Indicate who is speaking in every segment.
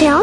Speaker 1: 聊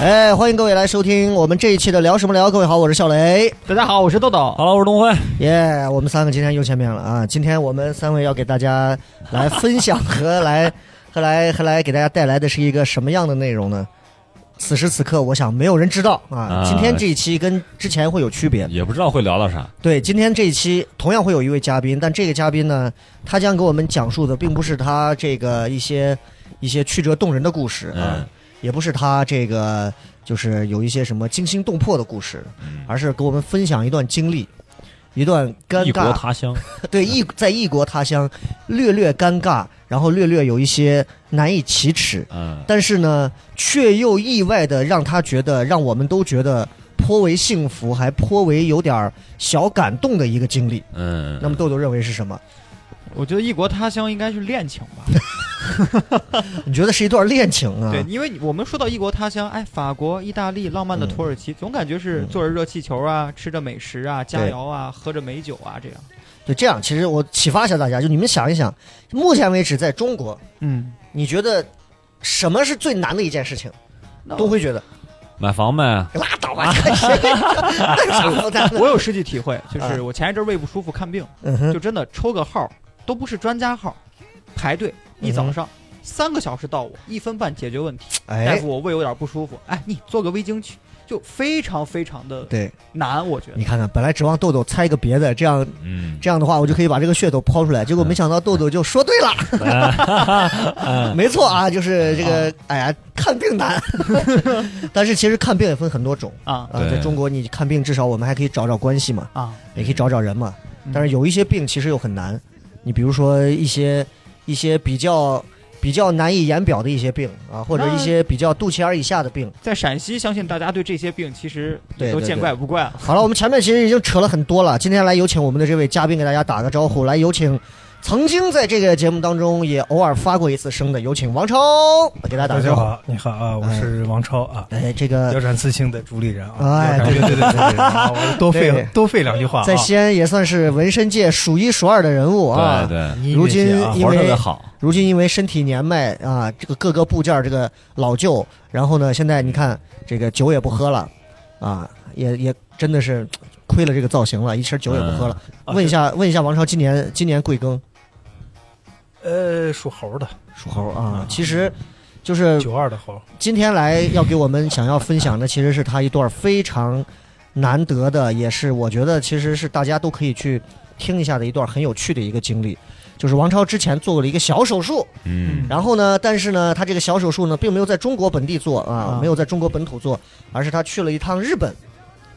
Speaker 2: 哎，欢迎各位来收听我们这一期的聊什么聊。各位好，我是笑雷。
Speaker 3: 大家好，我是豆豆。好了，我是东辉。
Speaker 2: 耶、我们三个今天又见面了啊！今天我们三位要给大家来分享和来 和来和来给大家带来的是一个什么样的内容呢？此时此刻，我想没有人知道啊
Speaker 4: 啊。
Speaker 2: 今天这一期跟之前会有区别。
Speaker 4: 也不知道会聊到啥。
Speaker 2: 对，今天这一期同样会有一位嘉宾，但这个嘉宾呢，他将给我们讲述的并不是他这个一些一些曲折动人的故事啊，
Speaker 4: 嗯
Speaker 2: 也不是他这个就是有一些什么惊心动魄的故事，
Speaker 4: 嗯
Speaker 2: 而是给我们分享一段经历，一段尴
Speaker 4: 异国
Speaker 2: 尬，
Speaker 4: 他乡，
Speaker 2: 对异在异国他乡略略尴尬，然后略略有一些难以启齿，
Speaker 4: 嗯，
Speaker 2: 但是呢，却又意外的让他觉得，让我们都觉得颇为幸福，还颇为有点儿小感动的一个经历。
Speaker 4: 嗯，
Speaker 2: 那么豆豆认为是什么？
Speaker 3: 我觉得异国他乡应该是恋情吧？
Speaker 2: 你觉得是一段恋情啊？
Speaker 3: 对，因为我们说到异国他乡，哎，法国、意大利，浪漫的土耳其，总感觉是
Speaker 2: 嗯
Speaker 3: 坐着热气球啊，吃着美食啊，佳肴啊，喝着美酒啊，这样。
Speaker 2: 对，这样其实我启发一下大家，就你们想一想，目前为止在中国，
Speaker 3: 嗯，
Speaker 2: 你觉得什么是最难的一件事情？
Speaker 3: 那
Speaker 2: 都会觉得
Speaker 4: 买房呗，
Speaker 2: 拉倒吧， 这谁那有啥负担的？
Speaker 3: 我有实际体会，就是
Speaker 2: 啊
Speaker 3: 我前一阵胃不舒服看病，
Speaker 2: 嗯哼，
Speaker 3: 就真的抽个号，都不是专家号，排队一早上。三个小时到我，一分半解决问题。大
Speaker 2: 嗯哎，
Speaker 3: 夫，我胃有点不舒服，哎，你做个胃镜去，就非常非常的
Speaker 2: 对，
Speaker 3: 难，我觉得。
Speaker 2: 你看看，本来指望豆豆猜个别的，这样
Speaker 4: 嗯，
Speaker 2: 这样的话，我就可以把这个噱头抛出来。结果没想到豆豆就说对了，没错啊，就是这个，哎呀，看病难。 但是其实看病也分很多种
Speaker 3: 啊
Speaker 2: 啊，
Speaker 4: 对
Speaker 2: 在中国你看病至少我们还可以找找关系嘛，
Speaker 3: 啊，
Speaker 2: 也可以找找人嘛。
Speaker 3: 嗯
Speaker 2: 但是有一些病其实又很难，你比如说一些一些比较比较难以言表的一些病啊，或者一些比较肚脐眼儿以下的病。
Speaker 3: 在陕西，相信大家对这些病其实
Speaker 2: 对
Speaker 3: 也都
Speaker 2: 对
Speaker 3: 见
Speaker 2: 对
Speaker 3: 怪不怪了。
Speaker 2: 好了，我们前面其实已经扯了很多了，今天来有请我们的这位嘉宾给大家打个招呼，来有请曾经在这个节目当中也偶尔发过一次声的，有请王超给大家打
Speaker 5: 大
Speaker 2: 个
Speaker 5: 家
Speaker 2: 招呼。
Speaker 5: 好，你好啊，我是王超啊，
Speaker 2: 哎，这个
Speaker 5: 腰斩刺青的主理人
Speaker 2: 哎
Speaker 5: 啊，腰斩对对对对对， 啊我多
Speaker 2: 对
Speaker 5: 费多费两句话啊。
Speaker 2: 在西安也算是纹身界数一数二的人物啊。
Speaker 4: 对对，
Speaker 5: 音乐
Speaker 2: 如今
Speaker 5: 界啊
Speaker 2: 因
Speaker 4: 活儿特
Speaker 2: 为
Speaker 4: 别好，
Speaker 2: 如今因为身体年迈啊，这个各个部件儿这个老旧，然后呢，现在你看这个酒也不喝了啊，也也真的是呃亏了这个造型了，一身酒也不喝了。
Speaker 5: 啊
Speaker 2: 问一下，问一下王超，今年今年贵庚？
Speaker 5: 呃，属猴的，
Speaker 2: 属猴啊，其实就是
Speaker 5: 九二的猴，
Speaker 2: 今天来要给我们想要分享的，其实是他一段非常难得的，也是我觉得其实是大家都可以去听一下的一段很有趣的一个经历。就是王超之前做过了一个小手术，
Speaker 4: 嗯，
Speaker 2: 然后呢，但是呢，他这个小手术呢，并没有在中国本地做啊
Speaker 3: 啊，
Speaker 2: 没有在中国本土做，而是他去了一趟日本。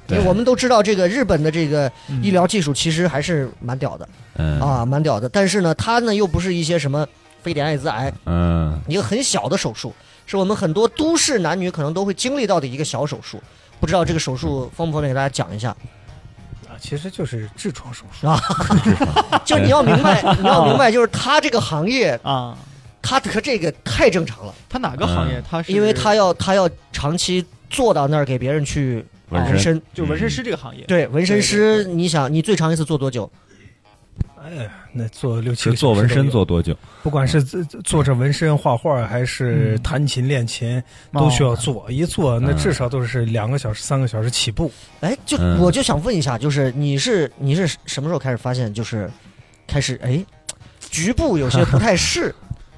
Speaker 2: 因
Speaker 4: 对
Speaker 2: 为我们都知道，这个日本的这个
Speaker 3: 嗯
Speaker 2: 医疗技术其实还是蛮屌的
Speaker 4: 嗯
Speaker 2: 啊，蛮屌的。但是呢，他呢又不是一些什么非典艾滋癌，
Speaker 4: 嗯，
Speaker 2: 一个很小的手术，是我们很多都市男女可能都会经历到的一个小手术。不知道这个手术方不方便给大家讲一 下？
Speaker 5: 啊，其实就是痔疮手术。
Speaker 2: 就你要明 白，
Speaker 4: 嗯
Speaker 2: 你要明白，就是他这个行业，
Speaker 3: 啊，
Speaker 2: 他得这个太正常了，
Speaker 3: 他哪个行业？他是
Speaker 2: 因为他要他要长期坐到那儿给别人去
Speaker 4: 纹
Speaker 2: 哎纹
Speaker 4: 身，
Speaker 2: 身。
Speaker 3: 就纹身师这个行业，
Speaker 2: 对，纹身
Speaker 3: 对
Speaker 2: 师，你想，你最长一次做多久？
Speaker 5: 哎呀，那做六
Speaker 4: 其
Speaker 5: 七
Speaker 4: 实
Speaker 5: 个
Speaker 4: 做纹
Speaker 5: 小时都
Speaker 4: 身
Speaker 5: 有，
Speaker 4: 做多久？
Speaker 5: 不管是做做着纹身、画画，还是
Speaker 3: 嗯
Speaker 5: 弹琴、练琴，
Speaker 3: 哦
Speaker 5: 都需要做。一做那
Speaker 4: 嗯
Speaker 5: 至少都是两个小时、三个小时起步。
Speaker 2: 哎，就
Speaker 4: 嗯
Speaker 2: 我就想问一下，就是你是你是什么时候开始发现，就是开始哎，局部有些不太适，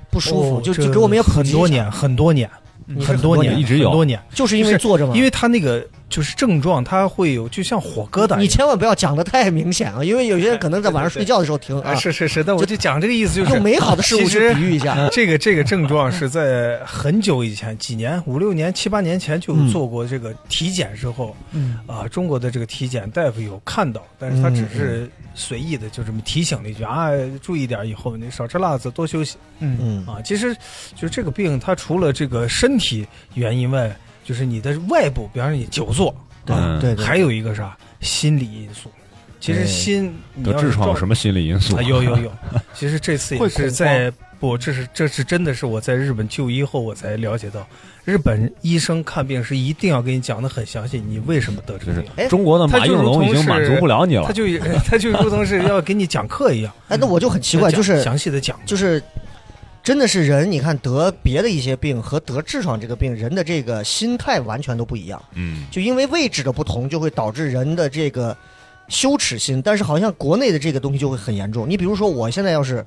Speaker 2: 不舒服，
Speaker 5: 哦
Speaker 2: 就
Speaker 5: 这
Speaker 2: 就给我们也普及一
Speaker 5: 很
Speaker 2: 下
Speaker 5: 多，年，很多年，
Speaker 3: 嗯
Speaker 2: 很
Speaker 5: 多
Speaker 2: 多
Speaker 4: 年一直有
Speaker 5: 很多年。
Speaker 2: 就是因为
Speaker 5: 是
Speaker 2: 坐着嘛，
Speaker 5: 因为他那个就是症状，它会有就像火疙瘩一
Speaker 2: 你
Speaker 5: 样。
Speaker 2: 千万不要讲的太明显啊，因为有些人可能在晚上睡觉的时候听
Speaker 5: 啊，
Speaker 2: 啊，
Speaker 5: 是是是，但我就讲这个意思，就是
Speaker 2: 用美好的事物
Speaker 5: 其
Speaker 2: 去
Speaker 5: 实嗯
Speaker 2: 比喻一下。
Speaker 5: 这个这个症状是在很久以前，几年五六年、七八年前就
Speaker 2: 嗯
Speaker 5: 有做过这个体检之后，
Speaker 3: 嗯
Speaker 5: 啊，中国的这个体检大夫有看到，但是他只是随意的就这么提醒了一句啊，注意点，以后你少吃辣子，多休息
Speaker 3: 嗯
Speaker 2: 嗯，
Speaker 5: 啊。其实就这个病，它除了这个身体原因外，就是你的外部，比方说你久坐，
Speaker 2: 对
Speaker 4: 嗯
Speaker 2: 对对，
Speaker 5: 还有一个啥心理因素。其
Speaker 2: 哎
Speaker 5: 实心，你
Speaker 4: 得
Speaker 5: 要是
Speaker 4: 痔疮
Speaker 5: 照
Speaker 4: 有什么心理因素？
Speaker 5: 啊，有有有。其实这次也
Speaker 3: 会恐
Speaker 5: 是在不，这是这是真的是我在日本就医后我才了解到，日本医生看病是一定要给你讲的很详细，你为什么得这
Speaker 4: 就
Speaker 5: 个
Speaker 4: 是
Speaker 5: 病。
Speaker 4: 中国的马应龙已经满足不了你
Speaker 5: 他
Speaker 4: 了。
Speaker 5: 就 他就如同是要给你讲课一样，
Speaker 2: 哎，那我就很奇怪，
Speaker 5: 讲
Speaker 2: 就是
Speaker 5: 详细的讲，
Speaker 2: 就是真的是人，你看得别的一些病和得痔疮这个病，人的这个心态完全都不一样。
Speaker 4: 嗯，
Speaker 2: 就因为位置的不同，就会导致人的这个羞耻心。但是好像国内的这个东西就会很严重。你比如说，我现在要是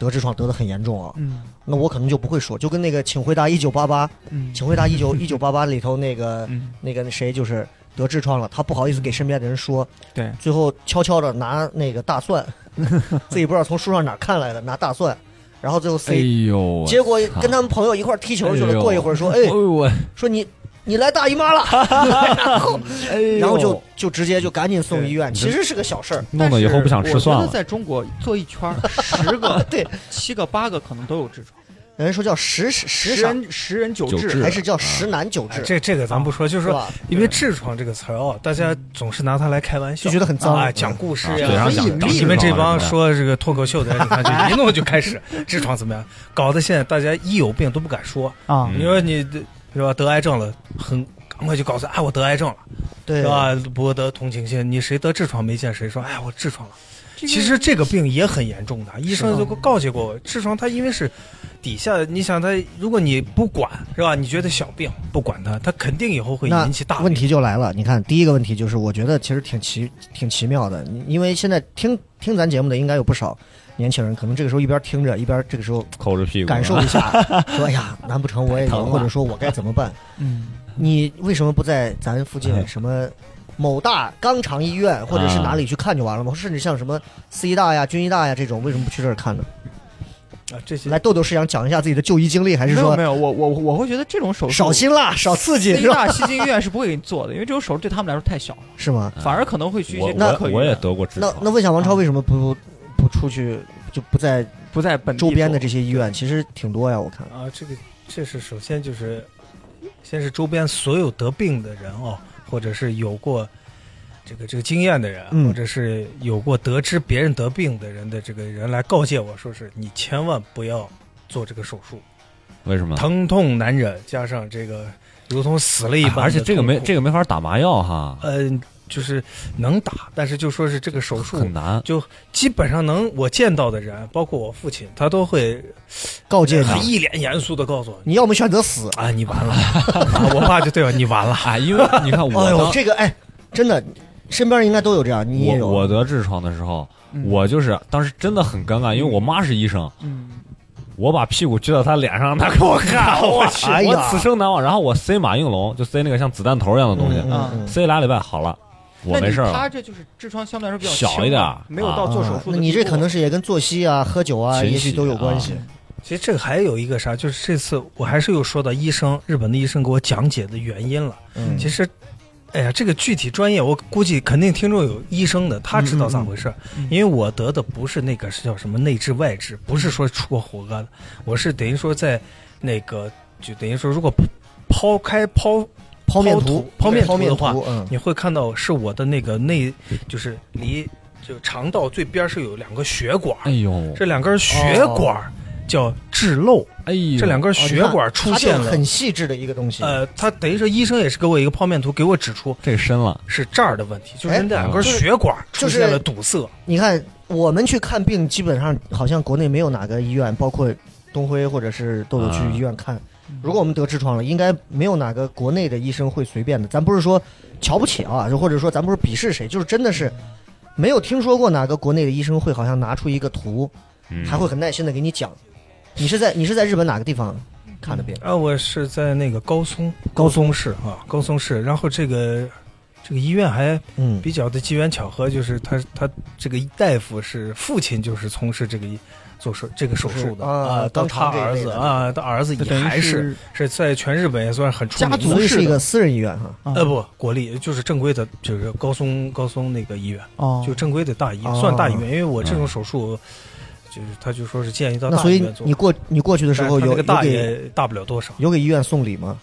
Speaker 2: 得痔疮得的很严重啊，
Speaker 3: 嗯
Speaker 2: 那我可能就不会说，就跟那个《请回答一九八八》《
Speaker 3: 嗯
Speaker 2: 请回答一九一九八八》里头那个
Speaker 3: 嗯
Speaker 2: 那个那谁就是得痔疮了，他不好意思给身边的人说，
Speaker 3: 对
Speaker 2: 最后悄悄的拿那个大蒜， 自己不知道从书上哪儿看来的，拿大蒜，然后最后
Speaker 4: 哎
Speaker 2: 塞，
Speaker 4: 呦，
Speaker 2: 结果跟他们朋友一块儿踢球去
Speaker 4: 哎
Speaker 2: 了，
Speaker 4: 呦
Speaker 2: 过一会儿说，哎
Speaker 4: 哎，呦我，
Speaker 2: 说你你来大姨妈了，然后
Speaker 4: 哎呦
Speaker 2: 然后就就直接就赶紧送医院，
Speaker 4: 对
Speaker 2: 其实是个小事儿，
Speaker 4: 弄得以后不想吃蒜
Speaker 3: 我觉得
Speaker 4: 了。
Speaker 3: 在中国做一圈儿，十个
Speaker 2: 对，
Speaker 3: 七个八个可能都有痔疮，
Speaker 2: 有人说叫十十
Speaker 3: 十
Speaker 2: 傻，
Speaker 3: 人十人九
Speaker 4: 九
Speaker 3: 痔
Speaker 4: 痔，
Speaker 2: 还是叫十男九
Speaker 5: 哎
Speaker 2: 痔，
Speaker 5: 这这个咱不说，就是是说，
Speaker 2: 吧？
Speaker 5: 因为痔疮这个词儿哦，大家总是拿它来开玩
Speaker 2: 就
Speaker 5: 笑，
Speaker 2: 觉得很脏
Speaker 5: 啊，讲故事
Speaker 4: 啊
Speaker 5: 呀
Speaker 4: 嘴上讲
Speaker 5: 所以
Speaker 4: 长
Speaker 5: 你们
Speaker 4: 痔疮
Speaker 5: 这
Speaker 4: 啊
Speaker 5: 帮
Speaker 4: 什么的
Speaker 5: 说这个脱口秀的人，你看就一弄就开始 痔疮怎么样，搞得现在大家一有病都不敢说。
Speaker 3: 啊
Speaker 4: 嗯
Speaker 5: 你说你得是吧，得癌症了，很赶快就告诉啊，我得癌症了，
Speaker 2: 对
Speaker 5: 是吧？博得同情心，你谁得痔疮没见谁说，哎，我痔疮了。其实这个病也很严重的，医生都告诫过我，痔疮它因为是底下，你想它，如果你不管是吧？你觉得小病不管它，它肯定以后会
Speaker 2: 那
Speaker 5: 引起大
Speaker 2: 问
Speaker 5: 病。
Speaker 2: 题就来了，你看，第一个问题就是，我觉得其实挺奇挺奇妙的，因为现在听听咱节目的应该有不少年轻人，可能这个时候一边听着，一边这个时候
Speaker 4: 抠着屁股，
Speaker 2: 感受一下，说哎呀，难不成我也
Speaker 4: 太
Speaker 2: 有，
Speaker 4: 啊疼了
Speaker 2: 或者说我该怎么办？
Speaker 3: 嗯，
Speaker 2: 你为什么不在咱附
Speaker 3: 哎
Speaker 2: 近什么某大肛肠医院或者是哪里去看就
Speaker 3: 啊
Speaker 2: 完了吗？甚至像什么四医大呀、军医大呀这种，为什么不去这儿看呢？
Speaker 5: 啊，这些
Speaker 2: 来，豆豆是想讲一下自己的就医经历，还是
Speaker 3: 没有
Speaker 2: 说
Speaker 3: 没有，我我我会觉得这种手术
Speaker 2: 少辛辣、少刺激
Speaker 3: 北
Speaker 2: 是吧？
Speaker 3: 大西京医院是不会给你做的，因为这种手术对他们来说太小了，
Speaker 2: 是吗？
Speaker 4: 嗯
Speaker 3: 反而可能会去一
Speaker 4: 我
Speaker 3: 些
Speaker 2: 那
Speaker 3: 专科
Speaker 4: 我
Speaker 3: 医
Speaker 4: 我也
Speaker 3: 院，
Speaker 4: 得过痔
Speaker 2: 那那
Speaker 4: 疮，
Speaker 2: 问一下王超为什么不不出去，就不在
Speaker 3: 不在本地
Speaker 2: 周边的
Speaker 3: 做
Speaker 2: 这些医院？其实挺多呀，我看。
Speaker 5: 啊，这个这是首先就是，先是周边所有得病的人哦，或者是有过这个这个经验的人，啊
Speaker 2: 嗯
Speaker 5: 或者是有过得知别人得病的人的这个人来告诫我说是你千万不要做这个手术，
Speaker 4: 为什么？
Speaker 5: 疼痛难忍，加上这个如同死了一般、
Speaker 4: 哎啊而且这个没这个
Speaker 5: 个，
Speaker 4: 没法打麻药哈，
Speaker 5: 嗯、就是能打，但是就说是这个手术
Speaker 4: 很。难。
Speaker 5: 就基本上能我见到的人，包括我父亲，他都会
Speaker 2: 告诫
Speaker 5: 很
Speaker 2: 你，
Speaker 3: 啊
Speaker 5: 一脸严肃的告诉我，
Speaker 2: 你要么选择死。
Speaker 5: 啊，你完了！啊我爸就对我，你完了。
Speaker 4: 哎，因为你看我
Speaker 2: 哎呦，
Speaker 4: 当
Speaker 2: 这个哎，真的，身边人应该都有这样，你也
Speaker 4: 我
Speaker 2: 有。
Speaker 4: 我得痔疮的时候，
Speaker 3: 嗯
Speaker 4: 我就是当时真的很尴尬，因为我妈是医生，
Speaker 3: 嗯
Speaker 4: 我把屁股撅到她脸上，她给我看， 我去，
Speaker 2: 哎
Speaker 4: 我
Speaker 2: 呀
Speaker 4: 此生难忘。然后我塞马应龙，就塞那个像子弹头一样的东
Speaker 2: 嗯
Speaker 4: 西，
Speaker 3: 啊
Speaker 2: 嗯嗯
Speaker 4: 塞俩礼拜好了，我
Speaker 3: 那
Speaker 4: 没
Speaker 3: 你
Speaker 4: 事儿
Speaker 3: 他
Speaker 4: 了。
Speaker 3: 这就是痔疮相对来说比较
Speaker 4: 小
Speaker 3: 轻
Speaker 4: 一点
Speaker 3: 嘛
Speaker 4: 儿
Speaker 3: 没有到做手术
Speaker 2: 啊
Speaker 3: 的地步。
Speaker 2: 那你这可能是也跟作息啊、喝酒啊，
Speaker 4: 群
Speaker 2: 也许
Speaker 4: 体
Speaker 2: 都有
Speaker 4: 啊
Speaker 2: 关系。
Speaker 5: 其实这个还有一个啥，就是这次我还是又说到医生，日本的医生给我讲解的原因了。
Speaker 2: 嗯，
Speaker 5: 其实，哎呀，这个具体专业我估计肯定听众有医生的，他知道咋回事儿。
Speaker 3: 嗯嗯
Speaker 5: 因为我得的不是那个是叫什么内痔外痔，不是说出过火疙瘩，我是等于说在那个就等于说如果抛开抛
Speaker 2: 泡面
Speaker 5: 泡
Speaker 2: 图
Speaker 5: 图、泡面
Speaker 2: 泡
Speaker 5: 图
Speaker 2: 面
Speaker 5: 的话
Speaker 2: 图，嗯，
Speaker 5: 你会看到是我的那个内就是离就肠道最边儿是有两个血管儿。
Speaker 4: 哎呦，
Speaker 5: 这两根血管儿叫痔漏，
Speaker 4: 哎呦，
Speaker 5: 这两根
Speaker 2: 哦哦你
Speaker 5: 血
Speaker 2: 看
Speaker 5: 管出现
Speaker 2: 它就
Speaker 5: 了。
Speaker 2: 很细致的一个东西。
Speaker 5: 呃，他等于说医生也是给我一个泡面图，给我指出
Speaker 4: 这深了，
Speaker 5: 是这儿的问题，就
Speaker 2: 哎哦
Speaker 5: 是两根血管出现了堵塞。
Speaker 2: 你看，我们去看病，基本上好像国内没有哪个医院，包括东辉或者是豆豆去
Speaker 4: 啊
Speaker 5: 嗯
Speaker 2: 医院看。如果我们得痔疮了，应该没有哪个国内的医生会随便的。咱不是说瞧不起啊，就或者说咱不是鄙视谁，就是真的是没有听说过哪个国内的医生会好像拿出一个图，
Speaker 4: 嗯
Speaker 2: 还会很耐心的给你讲。你是在你是在日本哪个地方？看的病？
Speaker 5: 啊，我是在那个高松
Speaker 2: 高
Speaker 5: 松市啊，高松市，然后这个这个医院还
Speaker 2: 嗯，
Speaker 5: 比较的机缘巧合，就是他他这个大夫是父亲，就是从事这个医做手这个手术的
Speaker 2: 啊
Speaker 5: 到
Speaker 2: 肛
Speaker 5: 他
Speaker 2: 肠这一
Speaker 5: 儿
Speaker 2: 类
Speaker 5: 子
Speaker 2: 的
Speaker 5: 啊，他儿子
Speaker 3: 这
Speaker 5: 也
Speaker 3: 等于
Speaker 5: 还是
Speaker 3: 是
Speaker 5: 是在全日本也算是很出名的
Speaker 3: 家族
Speaker 2: 所以是一
Speaker 3: 是的
Speaker 2: 个啊私人医院哈。
Speaker 5: 呃不国立，就是正规的，就是高松高松那个医院，
Speaker 3: 哦，
Speaker 5: 就正规的大医
Speaker 2: 哦
Speaker 5: 算大医院，因为我
Speaker 4: 嗯
Speaker 5: 这种手术。就是他就说是建议到
Speaker 2: 那
Speaker 5: 大
Speaker 2: 所
Speaker 5: 医
Speaker 2: 以
Speaker 5: 院做，
Speaker 2: 你过你过去的时
Speaker 5: 但
Speaker 2: 候
Speaker 5: 他
Speaker 2: 有
Speaker 5: 那个
Speaker 2: 有
Speaker 5: 大
Speaker 2: 给
Speaker 5: 也大不了多少。
Speaker 2: 有给医院送礼吗？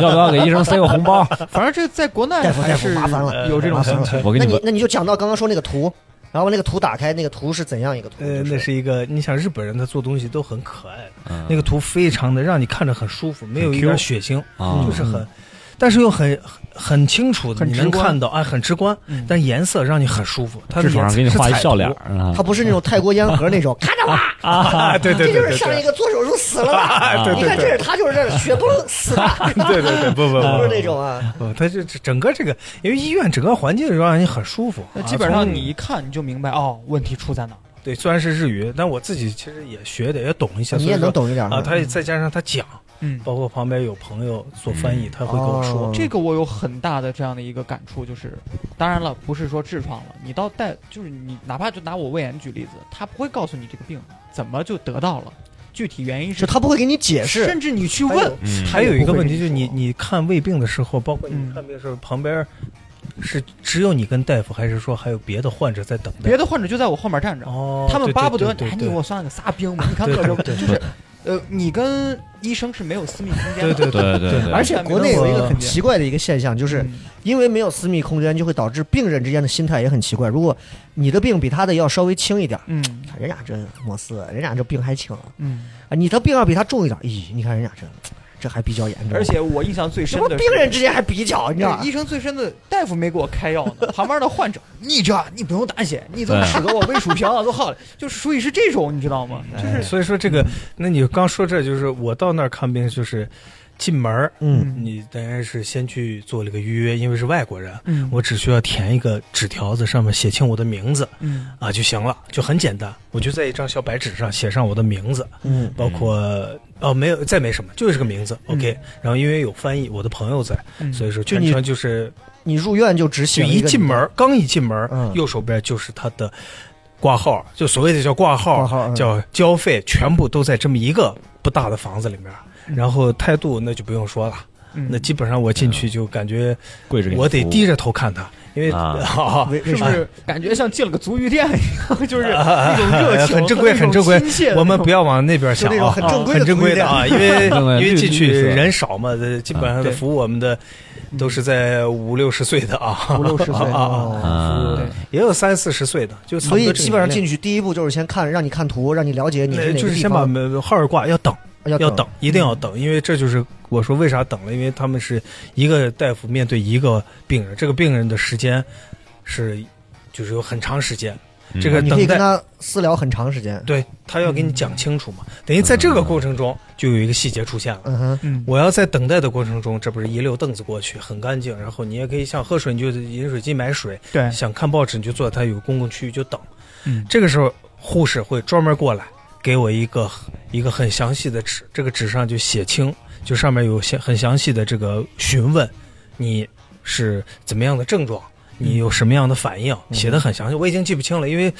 Speaker 4: 要不要给医生塞个红 包？
Speaker 3: 反正这在国内
Speaker 2: 大夫
Speaker 3: 还
Speaker 2: 大夫
Speaker 3: 是
Speaker 2: 麻烦了，
Speaker 5: 呃
Speaker 3: 有这种
Speaker 2: 麻烦
Speaker 3: 情
Speaker 2: 了
Speaker 3: 况。
Speaker 4: 我给
Speaker 2: 那
Speaker 4: 们
Speaker 2: 你那你就讲到刚刚说那个图，然后把那个图打开，那个图是怎样一个图？
Speaker 5: 呃，
Speaker 2: 就
Speaker 5: 那是一个，你想日本人他做东西都很可爱，
Speaker 4: 嗯
Speaker 5: 那个图非常的让你看着很舒服，没有一点
Speaker 4: Q
Speaker 5: 血腥，
Speaker 4: 啊
Speaker 5: 就是很，但是又很很很清楚的，
Speaker 3: 很
Speaker 5: 你
Speaker 3: 直
Speaker 5: 能
Speaker 3: 观
Speaker 5: 看到，哎，很直观，
Speaker 3: 嗯
Speaker 5: 但颜色让你很舒服。它的
Speaker 4: 痔疮
Speaker 5: 颜
Speaker 4: 上
Speaker 5: 色
Speaker 4: 给你
Speaker 5: 是
Speaker 4: 画一
Speaker 5: 彩
Speaker 4: 笑
Speaker 5: 图
Speaker 4: 脸儿啊
Speaker 2: 它不是那种泰国烟盒 那种，咔嚓哇，
Speaker 5: 啊，对对
Speaker 2: 这
Speaker 5: 对
Speaker 2: 就
Speaker 5: 对
Speaker 2: 是上一
Speaker 5: 对，
Speaker 2: 个做手术死 了的。
Speaker 5: 哎，对
Speaker 2: 你
Speaker 5: 对
Speaker 2: 看，这
Speaker 5: 对
Speaker 2: 是，他，就是这血崩死的，
Speaker 5: 对对对，不不
Speaker 2: 不是那
Speaker 5: 不
Speaker 2: 种啊。
Speaker 5: 不不，它这这整个这个，因为医院整个环境让你很舒服
Speaker 3: 那，
Speaker 5: 啊
Speaker 3: 基本上
Speaker 5: 从
Speaker 3: 你一看你就明白哦，问题出在哪儿。
Speaker 5: 对，虽然是日语，但我自己其实也学的也懂一些，
Speaker 2: 你也
Speaker 5: 所以
Speaker 2: 能
Speaker 5: 说
Speaker 2: 懂一点
Speaker 5: 啊，
Speaker 2: 儿
Speaker 5: 他也再加上他讲，
Speaker 3: 嗯，
Speaker 5: 包括旁边有朋友做翻译，他会跟我说
Speaker 2: 哦，
Speaker 3: 这个我有很大的这样的一个感触，就是，当然了，不是说痔疮了，你到带就是你哪怕就拿我胃炎举例子，他不会告诉你这个病怎么就得到了，具体原因，
Speaker 2: 就是他不会给你解释。
Speaker 3: 甚至你去
Speaker 5: 还
Speaker 3: 问
Speaker 5: 有，
Speaker 4: 嗯
Speaker 5: 还有一个问题，
Speaker 3: 嗯
Speaker 5: 就是你你看胃病的时候，包括你看病的时候，旁边是只有你跟大夫，还是说还有别的患者在等待
Speaker 3: 别？的患者就在我后面站着，
Speaker 5: 哦，
Speaker 3: 他们巴不得
Speaker 5: 对
Speaker 3: 哎你
Speaker 5: 对
Speaker 3: 给
Speaker 5: 对
Speaker 3: 我算个啥病吧，你看各种就是，呃，你跟医生是没有私密空间的，
Speaker 5: 对对
Speaker 4: 对对对
Speaker 2: 而且国内有一个很
Speaker 5: 啊
Speaker 2: 奇怪的一个现象，就
Speaker 3: 就是
Speaker 5: 嗯
Speaker 2: 因为没有私密空间，就会导致病人之间的心态也很奇怪。如果你的病比他的要稍微轻一点儿，
Speaker 3: 嗯
Speaker 2: 看人家这莫斯，人家这病还轻啊，
Speaker 3: 嗯，
Speaker 2: 啊你的病要比他重一点儿，咦，你看人家这这还比较严重。啊
Speaker 3: 而且我印象最
Speaker 2: 什
Speaker 3: 深
Speaker 2: 么
Speaker 3: 的
Speaker 2: 病
Speaker 3: 是
Speaker 2: 人之间啊还比较，你知道吧
Speaker 3: 医？生最深的大夫没给我开药 呢，旁边的患者，你这你不用担心，你怎么
Speaker 4: 对
Speaker 3: 使得我胃鼠标都好了，就是属于是这种，你知道吗？
Speaker 5: 哎所以说这个，那你刚说这就是我到那儿看病，就是进门儿
Speaker 2: 嗯，
Speaker 5: 你当然是先去做了个预约，因为是外国人，
Speaker 3: 嗯
Speaker 5: 我只需要填一个纸条子，上面写清我的名字
Speaker 3: 嗯
Speaker 5: 啊就行了，就很简单，我就在一张小白纸上写上我的名字，
Speaker 2: 嗯
Speaker 5: 包括哦，没有，再没什么，就是个名字
Speaker 3: 嗯
Speaker 5: ，OK。然后因为有翻译，我的朋友在，
Speaker 3: 嗯
Speaker 5: 所以说
Speaker 2: 就
Speaker 5: 全
Speaker 2: 你
Speaker 5: 程就是
Speaker 2: 你入院就只
Speaker 5: 就
Speaker 2: 写
Speaker 5: 一进门儿，刚一进门儿
Speaker 2: 嗯，
Speaker 5: 右手边就是他的挂号，就所谓的叫挂
Speaker 2: 挂
Speaker 5: 号，
Speaker 2: 号嗯
Speaker 5: 叫交费，全部都在这么一个不大的房子里面。然后态度那就不用说了，
Speaker 3: 嗯
Speaker 5: 那基本上我进去就感觉
Speaker 4: 跪着给你
Speaker 5: 我得
Speaker 4: 服务
Speaker 5: 低着头看他，因为
Speaker 4: 啊
Speaker 2: 为为
Speaker 3: 是
Speaker 2: 啥
Speaker 3: 不？是感觉像进了个足浴店一样，就是那种 热情，
Speaker 5: 啊哎很正规，很正规。我们不
Speaker 3: 要
Speaker 5: 要往那边
Speaker 2: 就
Speaker 5: 想
Speaker 2: 那种
Speaker 5: 啊，
Speaker 2: 很正规的
Speaker 5: 很正规
Speaker 2: 足浴
Speaker 5: 的
Speaker 2: 店
Speaker 5: 啊，因 为
Speaker 4: 正规
Speaker 5: 因为
Speaker 4: 绿
Speaker 5: 进去
Speaker 4: 绿色啊
Speaker 5: 人少嘛，呃基本上
Speaker 3: 对
Speaker 5: 服务我们的都是在五六十岁的啊，
Speaker 3: 五六十岁
Speaker 5: 啊啊啊，
Speaker 2: 哦
Speaker 4: 啊
Speaker 3: 对，
Speaker 5: 也有三四十岁的，就差不
Speaker 2: 所
Speaker 5: 多
Speaker 2: 以
Speaker 5: 这个
Speaker 2: 基本上
Speaker 5: 年
Speaker 2: 进去第一步就是先看，让你看图，让你了解你
Speaker 5: 龄
Speaker 2: 是哪
Speaker 5: 呃就
Speaker 2: 个
Speaker 5: 是
Speaker 2: 地
Speaker 5: 先把
Speaker 2: 方，
Speaker 5: 门号儿挂，要等，要
Speaker 2: 要嗯
Speaker 5: 等，一定要等，因为这就是我说为啥等了，因为他们是一个大夫面对一个病人，这个病人的时间是就是有很长时间，
Speaker 4: 嗯
Speaker 5: 这个
Speaker 2: 你可以
Speaker 5: 等待
Speaker 2: 跟他私聊很长时间。
Speaker 5: 对他要给你讲清楚嘛，等于在这个过程中就有一个细节出现了。
Speaker 2: 嗯哼，
Speaker 3: 嗯
Speaker 5: 我要在等待的过程中，这不是一溜凳子过去，很干净。然后你也可以想喝水，你就饮水机买水；
Speaker 3: 对
Speaker 5: 想看报纸，你就坐在它有个公共区域就等。
Speaker 3: 嗯
Speaker 5: 这个时候护士会专门过来给我一个一个很详细的纸，这个纸上就写清，就上面有详很详细的这个询问，你是怎么样的症状，你有什么样的反应，写的很详细。我已经记不清了，因为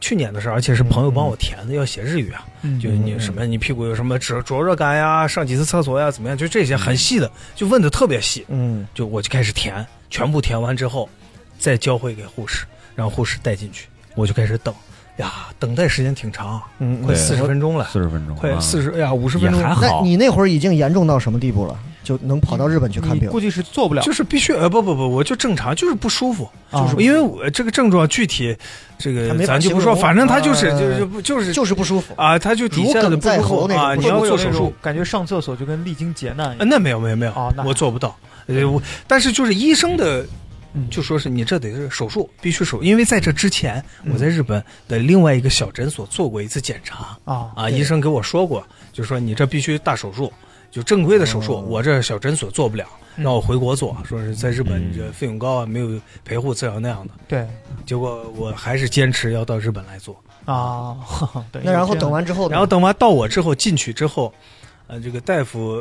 Speaker 5: 去年的事儿，而且是朋友帮我填的，要写日语啊。
Speaker 3: 嗯
Speaker 5: 就是
Speaker 2: 嗯
Speaker 5: 你什么，你屁股有什么灼灼热感呀，上几次厕所呀，怎么样？就这些很细的，就问的特别细。
Speaker 2: 嗯，
Speaker 5: 就我就开始填，全部填完之后，再交回给护士，让护士带进去。我就开始等，呀，等待时间挺长，
Speaker 2: 嗯
Speaker 5: 快
Speaker 4: 对
Speaker 5: 四十分钟了，
Speaker 4: 四十分钟，
Speaker 2: 啊
Speaker 4: 啊
Speaker 5: 快四
Speaker 4: 十
Speaker 5: 十，哎呀，五十
Speaker 4: 也
Speaker 5: 分钟
Speaker 4: 还
Speaker 2: 那
Speaker 4: 好，
Speaker 2: 你那会儿已经严重到什么地步了？就能跑到日本去看
Speaker 3: 你
Speaker 2: 病？
Speaker 3: 估计是做不了，
Speaker 5: 就是必须，呃，不不不，我就正常，就是不舒服，
Speaker 3: 啊
Speaker 5: 就是因为我这个症状具体，这个
Speaker 2: 他没法
Speaker 5: 咱就不
Speaker 2: 形容
Speaker 5: 说，反正他就是
Speaker 2: 呃
Speaker 5: 就是不就是
Speaker 2: 就是不舒服。
Speaker 5: 啊，他就底下
Speaker 2: 如鲠
Speaker 5: 的不
Speaker 2: 在
Speaker 5: 舒
Speaker 2: 喉
Speaker 5: 服
Speaker 2: 那种
Speaker 5: 啊，
Speaker 2: 不
Speaker 5: 你
Speaker 2: 舒
Speaker 5: 要
Speaker 2: 服
Speaker 5: 做手术，，
Speaker 3: 感觉上厕所就跟历经劫难一
Speaker 5: 呃
Speaker 3: 样。
Speaker 5: 那没有没有没有，
Speaker 3: 哦那还嗯
Speaker 5: 我做不到。呃，我但是就是医生的，就说是你这得是手术，必须手，因为在这之前，
Speaker 3: 嗯
Speaker 5: 我在日本的另外一个小诊所做过一次检查
Speaker 3: 啊
Speaker 5: 啊，医生给我说过，就说你这必须大手术，就正规的手
Speaker 3: 哦
Speaker 5: 术，我这小诊所做不了，
Speaker 3: 嗯
Speaker 5: 让我回国做，说是在日本
Speaker 4: 嗯
Speaker 5: 这费用高啊，没有陪护治疗那样的。
Speaker 3: 对
Speaker 5: 结果我还是坚持要到日本来做，
Speaker 3: 啊，
Speaker 2: 那然后等完之后呢，
Speaker 5: 然后等完到我之后进去之后，呃，这个大夫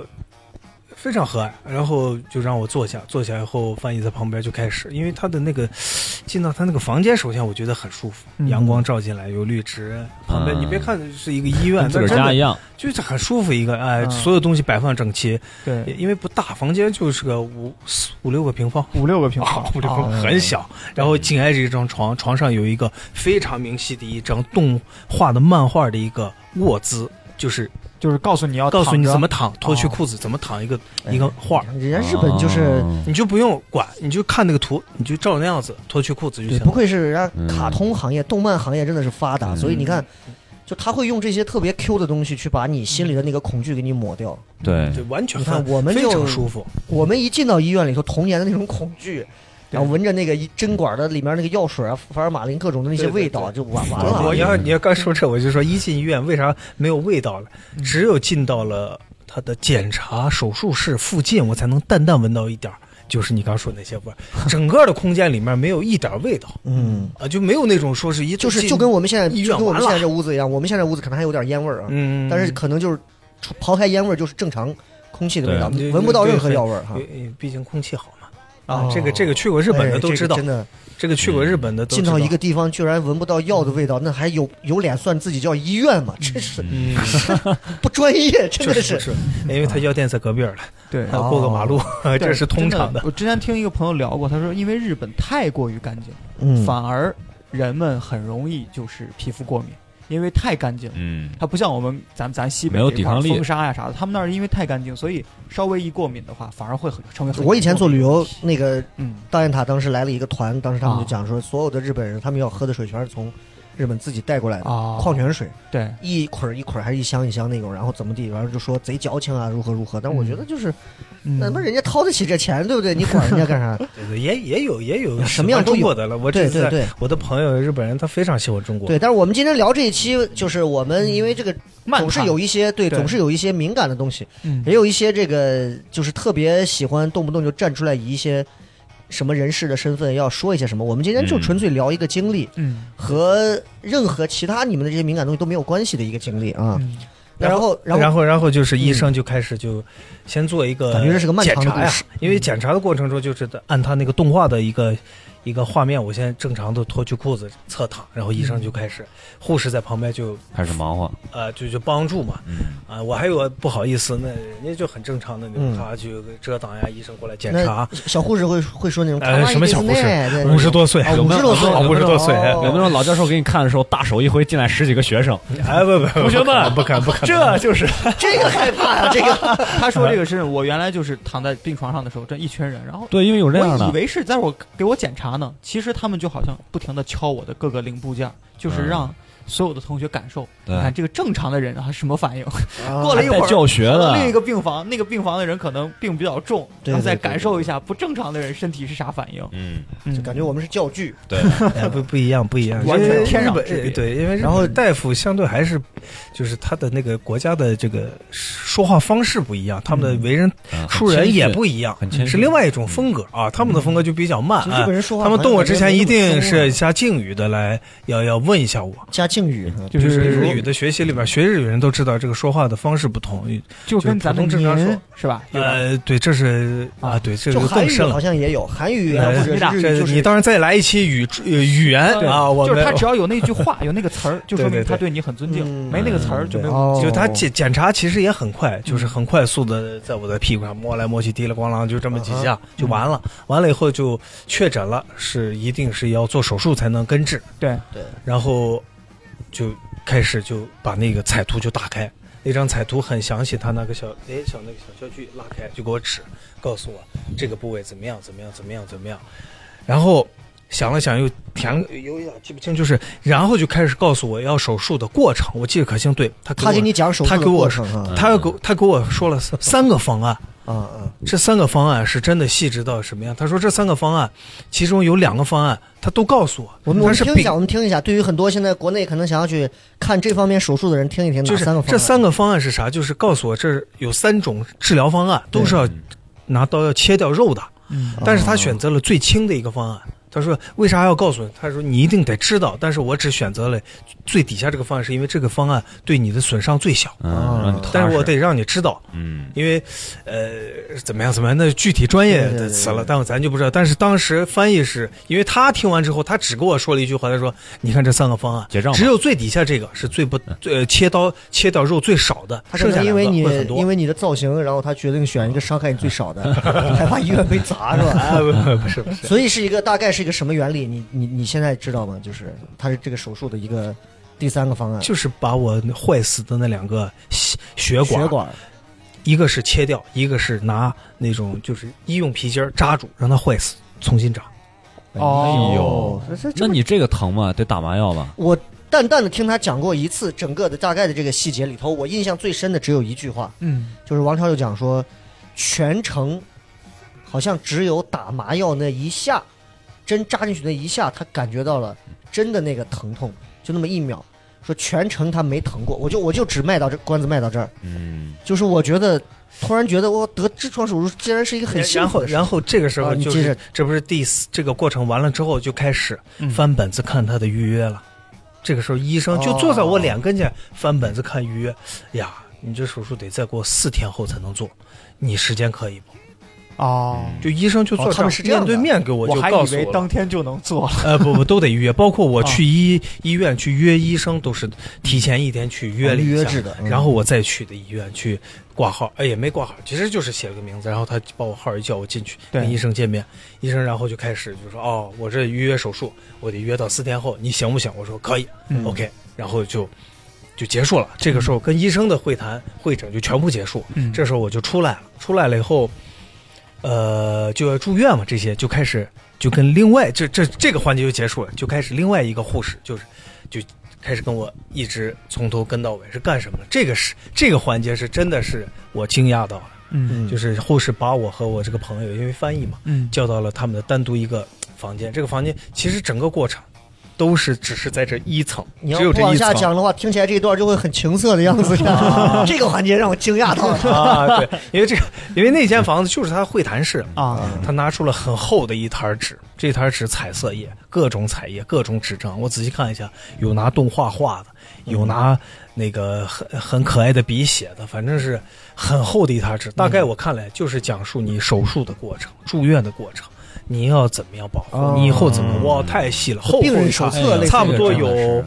Speaker 5: 非常和蔼，然后就让我坐下，坐下以后，翻译在旁边就开始，因为他的那个 进到他那个房间，首先我觉得很舒服，
Speaker 3: 嗯
Speaker 5: 阳光照进来，有绿植，旁边、
Speaker 4: 嗯
Speaker 5: 你别看是一个医院，
Speaker 4: 跟自个儿
Speaker 5: 但真
Speaker 4: 家
Speaker 5: 的
Speaker 4: 一样，
Speaker 5: 就是很舒服一个，哎，
Speaker 3: 嗯
Speaker 5: 所有东西摆放整齐，
Speaker 3: 对，
Speaker 5: 因为不大，房间就是个五四五六个平方。
Speaker 3: 五六个 平
Speaker 5: 啊，五六
Speaker 2: 哦
Speaker 5: 个平方
Speaker 3: 啊
Speaker 5: 很小，然后紧挨着一张床，床上有一个非常明晰的一张动画的漫画的一个卧姿，就是
Speaker 3: 就是告诉你要
Speaker 5: 告诉你
Speaker 3: 躺着
Speaker 5: 怎么躺，脱去裤子怎么躺一个
Speaker 2: 哎
Speaker 5: 一个画儿，
Speaker 2: 人家日本就是。
Speaker 4: 哦
Speaker 5: 你就不用管，你就看那个图，你就照那样子脱去裤子就嗯
Speaker 2: 对，
Speaker 5: 行
Speaker 2: 不
Speaker 5: 了。
Speaker 2: 愧是人家卡通行业、动漫行业真的是发达，
Speaker 4: 嗯
Speaker 2: 所以你看，就他会用这些特别 Q 的东西去把你心里的那个恐惧给你抹掉。
Speaker 4: 对，
Speaker 5: 对，完全
Speaker 2: 你看
Speaker 5: 翻
Speaker 2: 我们
Speaker 5: 非
Speaker 2: 就
Speaker 5: 常舒服，
Speaker 2: 我们一进到医院里头，童年的那种恐惧，
Speaker 3: 对
Speaker 2: 然后闻着那个一针管的里面那个药水啊、福尔马林各种的那些
Speaker 5: 对对
Speaker 2: 味道，就完完
Speaker 4: 对
Speaker 5: 我
Speaker 2: 了。嗯
Speaker 5: 我要你要刚说这，我就说一进医院为啥没有味道了？只有进到了他的检查手术室附近，我才能淡淡闻到一点儿，就是你刚说那些味儿。整个的空间里面没有一点儿味道
Speaker 2: 嗯，
Speaker 5: 啊，就没有那种说是一
Speaker 2: 就是
Speaker 5: 进
Speaker 2: 就跟我们现在
Speaker 5: 医院
Speaker 2: 就跟我们
Speaker 5: 完了
Speaker 2: 现在这屋子一样，我们现在屋子可能还有点烟味儿啊，
Speaker 5: 嗯，
Speaker 2: 但是可能就是除刨开烟味儿就是正常空气的味道，
Speaker 5: 对
Speaker 2: 闻不到任何药味儿哈
Speaker 5: 因。为嗯毕竟空气好嘛。
Speaker 2: 哦
Speaker 5: 啊，这个这个去过日本
Speaker 2: 哎
Speaker 5: 的都
Speaker 2: 这个
Speaker 5: 知道，
Speaker 2: 真的
Speaker 5: 这个去过日本的都
Speaker 2: 进
Speaker 5: 知
Speaker 2: 到
Speaker 5: 道
Speaker 2: 一个地方居然闻不到药的味道，那还有有脸算自己叫医院吗？真是
Speaker 5: 嗯，
Speaker 2: 不专业，真
Speaker 5: 确
Speaker 2: 的
Speaker 5: 实
Speaker 2: 是。哦
Speaker 5: 是，因为他药店在隔壁儿了，
Speaker 3: 对
Speaker 5: 还要过个马路，
Speaker 3: 对
Speaker 5: 这是通常
Speaker 3: 真
Speaker 5: 的。
Speaker 3: 我之前听一个朋友聊过，他说因为日本太过于干净，
Speaker 2: 嗯
Speaker 3: 反而人们很容易就是皮肤过敏，因为太干净了。
Speaker 4: 嗯，
Speaker 3: 它不像我们咱咱西北
Speaker 4: 没有
Speaker 3: 这一块
Speaker 4: 抵抗力
Speaker 3: 风沙呀、啥的，他们那儿因为太干净，所以稍微一过敏的话，反而会很成为很。
Speaker 2: 我以前做旅游，那个
Speaker 3: 嗯，
Speaker 2: 大雁塔当时来了一个团，当时他们就
Speaker 3: 啊
Speaker 2: 讲说，所有的日本人他们要喝的水全是从日本自己带过来的、
Speaker 3: 啊
Speaker 2: 矿泉水，
Speaker 3: 对，
Speaker 2: 一捆儿一捆儿还是一箱一箱那种，然后怎么地，然后就说贼矫情啊，如何如何。但我觉得就是，那
Speaker 3: 嗯
Speaker 2: 么人家掏得起这钱，对不对？你管人家干 啥？
Speaker 5: 对对也也有也有
Speaker 2: 什么样
Speaker 5: 喜欢
Speaker 2: 都有
Speaker 5: 中国的了。我
Speaker 2: 对
Speaker 5: 这次
Speaker 2: 对
Speaker 5: 在
Speaker 2: 对
Speaker 5: 我的朋友日本人，他非常喜欢中国。
Speaker 2: 对。但是我们今天聊这一期，就是我们因为这个
Speaker 3: 漫
Speaker 2: 总是
Speaker 3: 谈
Speaker 2: 有一些对，
Speaker 3: 对
Speaker 2: 总是有一些敏感的东西，
Speaker 3: 嗯
Speaker 2: 也有一些这个就是特别喜欢动不动就站出来以一些什么人士的身份要说一些什么。我们今天就
Speaker 4: 嗯
Speaker 2: 纯粹聊一个经历。
Speaker 3: 嗯
Speaker 2: 和任何其他你们的这些敏感东西都没有关系的一个经历啊。
Speaker 3: 嗯
Speaker 2: 那然后，然
Speaker 5: 然
Speaker 2: 后，嗯
Speaker 5: 后，然后就是医生就开始就先做一个
Speaker 2: 感觉这是个漫长的
Speaker 5: 检查呀
Speaker 2: 故事嗯
Speaker 5: 因为检查的过程中就是按他那个动画的一个一个画面，我先正常的脱去裤子侧躺，然后医
Speaker 2: 嗯
Speaker 5: 生就开始，护士在旁边就
Speaker 4: 开始忙活，
Speaker 5: 呃就就帮助嘛，
Speaker 4: 嗯，
Speaker 5: 啊、我还有不好意思，那人家就很正常的，
Speaker 2: 嗯
Speaker 5: 你咔去遮挡呀，医生过来检查
Speaker 2: 那，小护士会会说那种
Speaker 5: 呃什么小护士
Speaker 2: 士
Speaker 5: 五十多岁，
Speaker 2: 啊，
Speaker 4: 有
Speaker 2: 五
Speaker 4: 没
Speaker 2: 十
Speaker 4: 有
Speaker 2: 多岁，
Speaker 4: 啊
Speaker 5: 50多哦岁哎
Speaker 4: 有没有老教授给你看的时候，大手一挥，进来十几个学生，
Speaker 5: 哎不不，
Speaker 4: 同学们，
Speaker 5: 不可能不可能，
Speaker 4: 这就是
Speaker 2: 这个害 怕呀？这个
Speaker 3: 他说这个是我原来就是躺在病床上的时候，这一群人，然后
Speaker 4: 对，因为有这样
Speaker 3: 我以
Speaker 4: 的，
Speaker 3: 为是在我给我检查呢，其实他们就好像不停的敲我的各个零部件，就是
Speaker 4: 嗯
Speaker 3: 让所有的同学感受，
Speaker 4: 对
Speaker 3: 你看这个正常的人啊什么反应，过
Speaker 2: 啊
Speaker 3: 了一会
Speaker 4: 带
Speaker 3: 儿。
Speaker 4: 教学的，
Speaker 3: 另一个病房，那个病房的人可能病比较重，
Speaker 2: 对
Speaker 3: 然后再
Speaker 2: 对对
Speaker 3: 感受一下不正常的人身体是啥反应。
Speaker 4: 嗯，
Speaker 3: 嗯，
Speaker 2: 感觉我们是教具，
Speaker 4: 对，
Speaker 5: 哎不不一样不一样，
Speaker 3: 完全
Speaker 5: 因为
Speaker 3: 天壤
Speaker 5: 日本
Speaker 3: 之别
Speaker 5: 呃对，因为
Speaker 2: 然后
Speaker 5: 大夫相对还是就是他的那个国家的这个说话方式不一样，他们的为人
Speaker 4: 啊
Speaker 5: 处人也不一样
Speaker 4: 很谦，虚嗯
Speaker 5: 是另外一种风格啊。他们的风格就比较慢
Speaker 2: 其，实日
Speaker 5: 啊
Speaker 2: 本人说话
Speaker 5: 他们动我之前一定是
Speaker 2: 加
Speaker 5: 加敬语的来要要问一下我。
Speaker 2: 啊加敬语，啊
Speaker 3: 就是
Speaker 5: 日语的学习里边，学日语人都知道这个说话的方式不同。
Speaker 3: 就跟咱们
Speaker 5: 就是普通正常
Speaker 3: 您
Speaker 5: 说
Speaker 3: 是吧？有点
Speaker 5: 呃，对，这是
Speaker 3: 啊
Speaker 5: 啊，对，这
Speaker 2: 就
Speaker 5: 就
Speaker 2: 韩
Speaker 5: 更
Speaker 2: 语
Speaker 5: 深
Speaker 2: 好
Speaker 5: 了。
Speaker 2: 像也有韩语啊，
Speaker 5: 呃
Speaker 2: 或者是日语，
Speaker 5: 这
Speaker 2: 就是
Speaker 5: 你当然再来一期语呃语言
Speaker 3: 对
Speaker 5: 啊，我
Speaker 3: 就是
Speaker 5: 们
Speaker 3: 他只要有那句话，有那个词儿，就说
Speaker 5: 对
Speaker 3: 明
Speaker 5: 对对
Speaker 3: 他对你很尊敬；
Speaker 2: 嗯
Speaker 3: 没那个词儿
Speaker 4: 嗯
Speaker 3: 就没有。
Speaker 2: 哦
Speaker 5: 就他检检查其实也很快，就是很快速的在我的屁股上摸来摸去，滴了咣啷，就这么几下就完了。完了以后就确诊了，是一定是要做手术才能根治。
Speaker 3: 对
Speaker 2: 对，
Speaker 5: 然后就开始就把那个彩图就打开，那张彩图很详细，他那个小哎小那个小小锯拉开，就给我指，告诉我这个部位怎么样怎么样怎么样怎么样，然后。想了想，又填有一点记不清，就是，然后就开始告诉我要手术的过程。我记得可清，对他
Speaker 2: 他
Speaker 5: 给
Speaker 2: 给
Speaker 5: 我
Speaker 2: 你讲手术
Speaker 5: 他
Speaker 2: 的
Speaker 5: 给我
Speaker 2: 过程啊
Speaker 5: 他要给我他给我说了三三个方案，
Speaker 2: 啊啊，
Speaker 5: 这三个方案是真的细致到什么样？他说这三个方案，其中有两个方案他都告诉我，
Speaker 2: 我们我
Speaker 5: 他
Speaker 2: 们
Speaker 5: 是
Speaker 2: 听一
Speaker 5: 比
Speaker 2: 下，我们听一下，对于很多现在国内可能想要去看这方面手术的人，听一听
Speaker 5: 就
Speaker 2: 哪
Speaker 5: 是
Speaker 2: 三个方
Speaker 5: 这
Speaker 2: 案
Speaker 5: 三个方案是啥？就是告诉我这有三种治疗方案，都是要拿刀要切掉肉的，
Speaker 3: 嗯
Speaker 2: 哦
Speaker 5: 但是他选择了最轻的一个方案，他说为啥要告诉你？他说你一定得知道，但是我只选择了最底下这个方案，是因为这个方案对你的损伤最小，
Speaker 2: 啊
Speaker 4: 嗯，让你踏实
Speaker 5: 但是我得让你知道。
Speaker 4: 嗯
Speaker 5: 因为，呃，怎么样怎么样，那具体专业
Speaker 2: 对对
Speaker 5: 的
Speaker 2: 对
Speaker 5: 词了，但咱就不知道。但是当时翻译是因为他听完之后，他只跟我说了一句话，他说：“你看这三个方案，
Speaker 4: 结账吧嗯
Speaker 5: 只有最底下这个是最不最、呃、切刀切掉肉最少的，
Speaker 2: 他可
Speaker 5: 剩下
Speaker 2: 能因
Speaker 5: 两个
Speaker 2: 为你
Speaker 5: 会很多。
Speaker 2: 因为你的造型，然后他决定选一个伤害你最少的，害怕医院被砸是吧？
Speaker 5: 啊，不不不 是不是，
Speaker 2: 所以是一个大概是一个什么原理？你你你现在知道吗？就是它是这个手术的一个第三个方案，
Speaker 5: 就是把我坏死的那两个血血管，
Speaker 2: 血管
Speaker 5: 一个是切掉，一个是拿那种就是医用皮筋儿扎住，让它坏死，重新长。
Speaker 3: 哦
Speaker 2: 哎呦，这这嗯
Speaker 4: 那你这个疼吗？得打麻药吧？
Speaker 2: 我淡淡的听他讲过一次整个的大概的这个细节里头，我印象最深的只有一句话，
Speaker 3: 嗯，
Speaker 2: 就是王超就讲说，全程好像只有打麻药那一下，针扎进去那一下，他感觉到了真的那个疼痛，就那么一秒。说全程他没疼过，我就我就只卖到这关子卖到这儿，
Speaker 4: 嗯，
Speaker 2: 就是我觉得突然觉得我得痔疮手术竟然是一个很幸
Speaker 5: 然
Speaker 2: 福
Speaker 5: 后
Speaker 2: 的事
Speaker 5: 然后这个时
Speaker 2: 啊
Speaker 5: 候
Speaker 2: 你
Speaker 5: 就
Speaker 2: 接
Speaker 5: 是、
Speaker 2: 着
Speaker 5: 这不是第四这个过程完了之后就开始
Speaker 3: 嗯
Speaker 5: 翻本子看他的预约了。这个时候医生就坐在
Speaker 2: 哦
Speaker 5: 我脸跟前翻本子看预约，呀，你这手术得再过四天后才能做，你时间可以不？
Speaker 3: 哦，
Speaker 5: 就医生就坐
Speaker 2: 哦他们
Speaker 5: 儿
Speaker 2: 是这样
Speaker 5: 面对
Speaker 2: 的
Speaker 5: 面给嗯我
Speaker 3: 我
Speaker 5: 就
Speaker 3: 还
Speaker 5: 告
Speaker 3: 以
Speaker 5: 诉
Speaker 3: 为
Speaker 5: 我了
Speaker 3: 当天就能做了。
Speaker 5: 呃不不都得预约，包括我
Speaker 2: 哦
Speaker 3: 啊
Speaker 5: 去医、医院去约医生都是提前一天去约了
Speaker 2: 预
Speaker 5: 一
Speaker 2: 约
Speaker 5: 下
Speaker 2: 制的，嗯
Speaker 5: 然后我再去的医院去挂号，哎，也没挂号，其实就是写了个名字，然后他把我号一叫，我进去
Speaker 3: 对
Speaker 5: 跟医生见面，医生然后就开始就说，哦，我这预约手术，我得约到四天后，你行不行？我说可以、
Speaker 3: 嗯
Speaker 5: o k 然后就就结束了。这个时候跟医生的会谈会诊就全部结束，
Speaker 3: 嗯
Speaker 5: 这时候我就出来了，出来了以后，呃，就要住院嘛，这些就开始就跟另外这这这个环节就结束了，就开始另外一个护士就是就开始跟我一直从头跟到尾是干什么的？这个是这个环节是真的是我惊讶到了，
Speaker 3: 嗯
Speaker 5: 就是护士把我和我这个朋友因为翻译嘛，
Speaker 3: 嗯
Speaker 5: 叫到了他们的单独一个房间，这个房间其实整个过程。都是只是在这一层，
Speaker 2: 你要
Speaker 5: 只有
Speaker 2: 不
Speaker 5: 这
Speaker 2: 往
Speaker 5: 一
Speaker 2: 下
Speaker 5: 层。
Speaker 2: 讲的话，听起来这一段就会很情色的样 子。这个环节让我惊讶到了。
Speaker 5: 啊，对，因为这个，因为那间房子就是他会谈室，
Speaker 3: 啊，
Speaker 5: 他拿出了很厚的一沓纸，这沓纸彩色页，各种彩页，各种纸张。我仔细看一下，有拿动画画的，有拿那个很很可爱的笔写的，反正是很厚的一沓纸。大概我看来就是讲述你手术的过程、住院的过程，你要怎么样保护，
Speaker 2: 哦
Speaker 5: 你以后怎么哇，太细了，厚厚
Speaker 2: 病人
Speaker 5: 一
Speaker 2: 手
Speaker 5: 沓
Speaker 2: 册类似于
Speaker 5: 差不多
Speaker 2: 这样的
Speaker 5: 有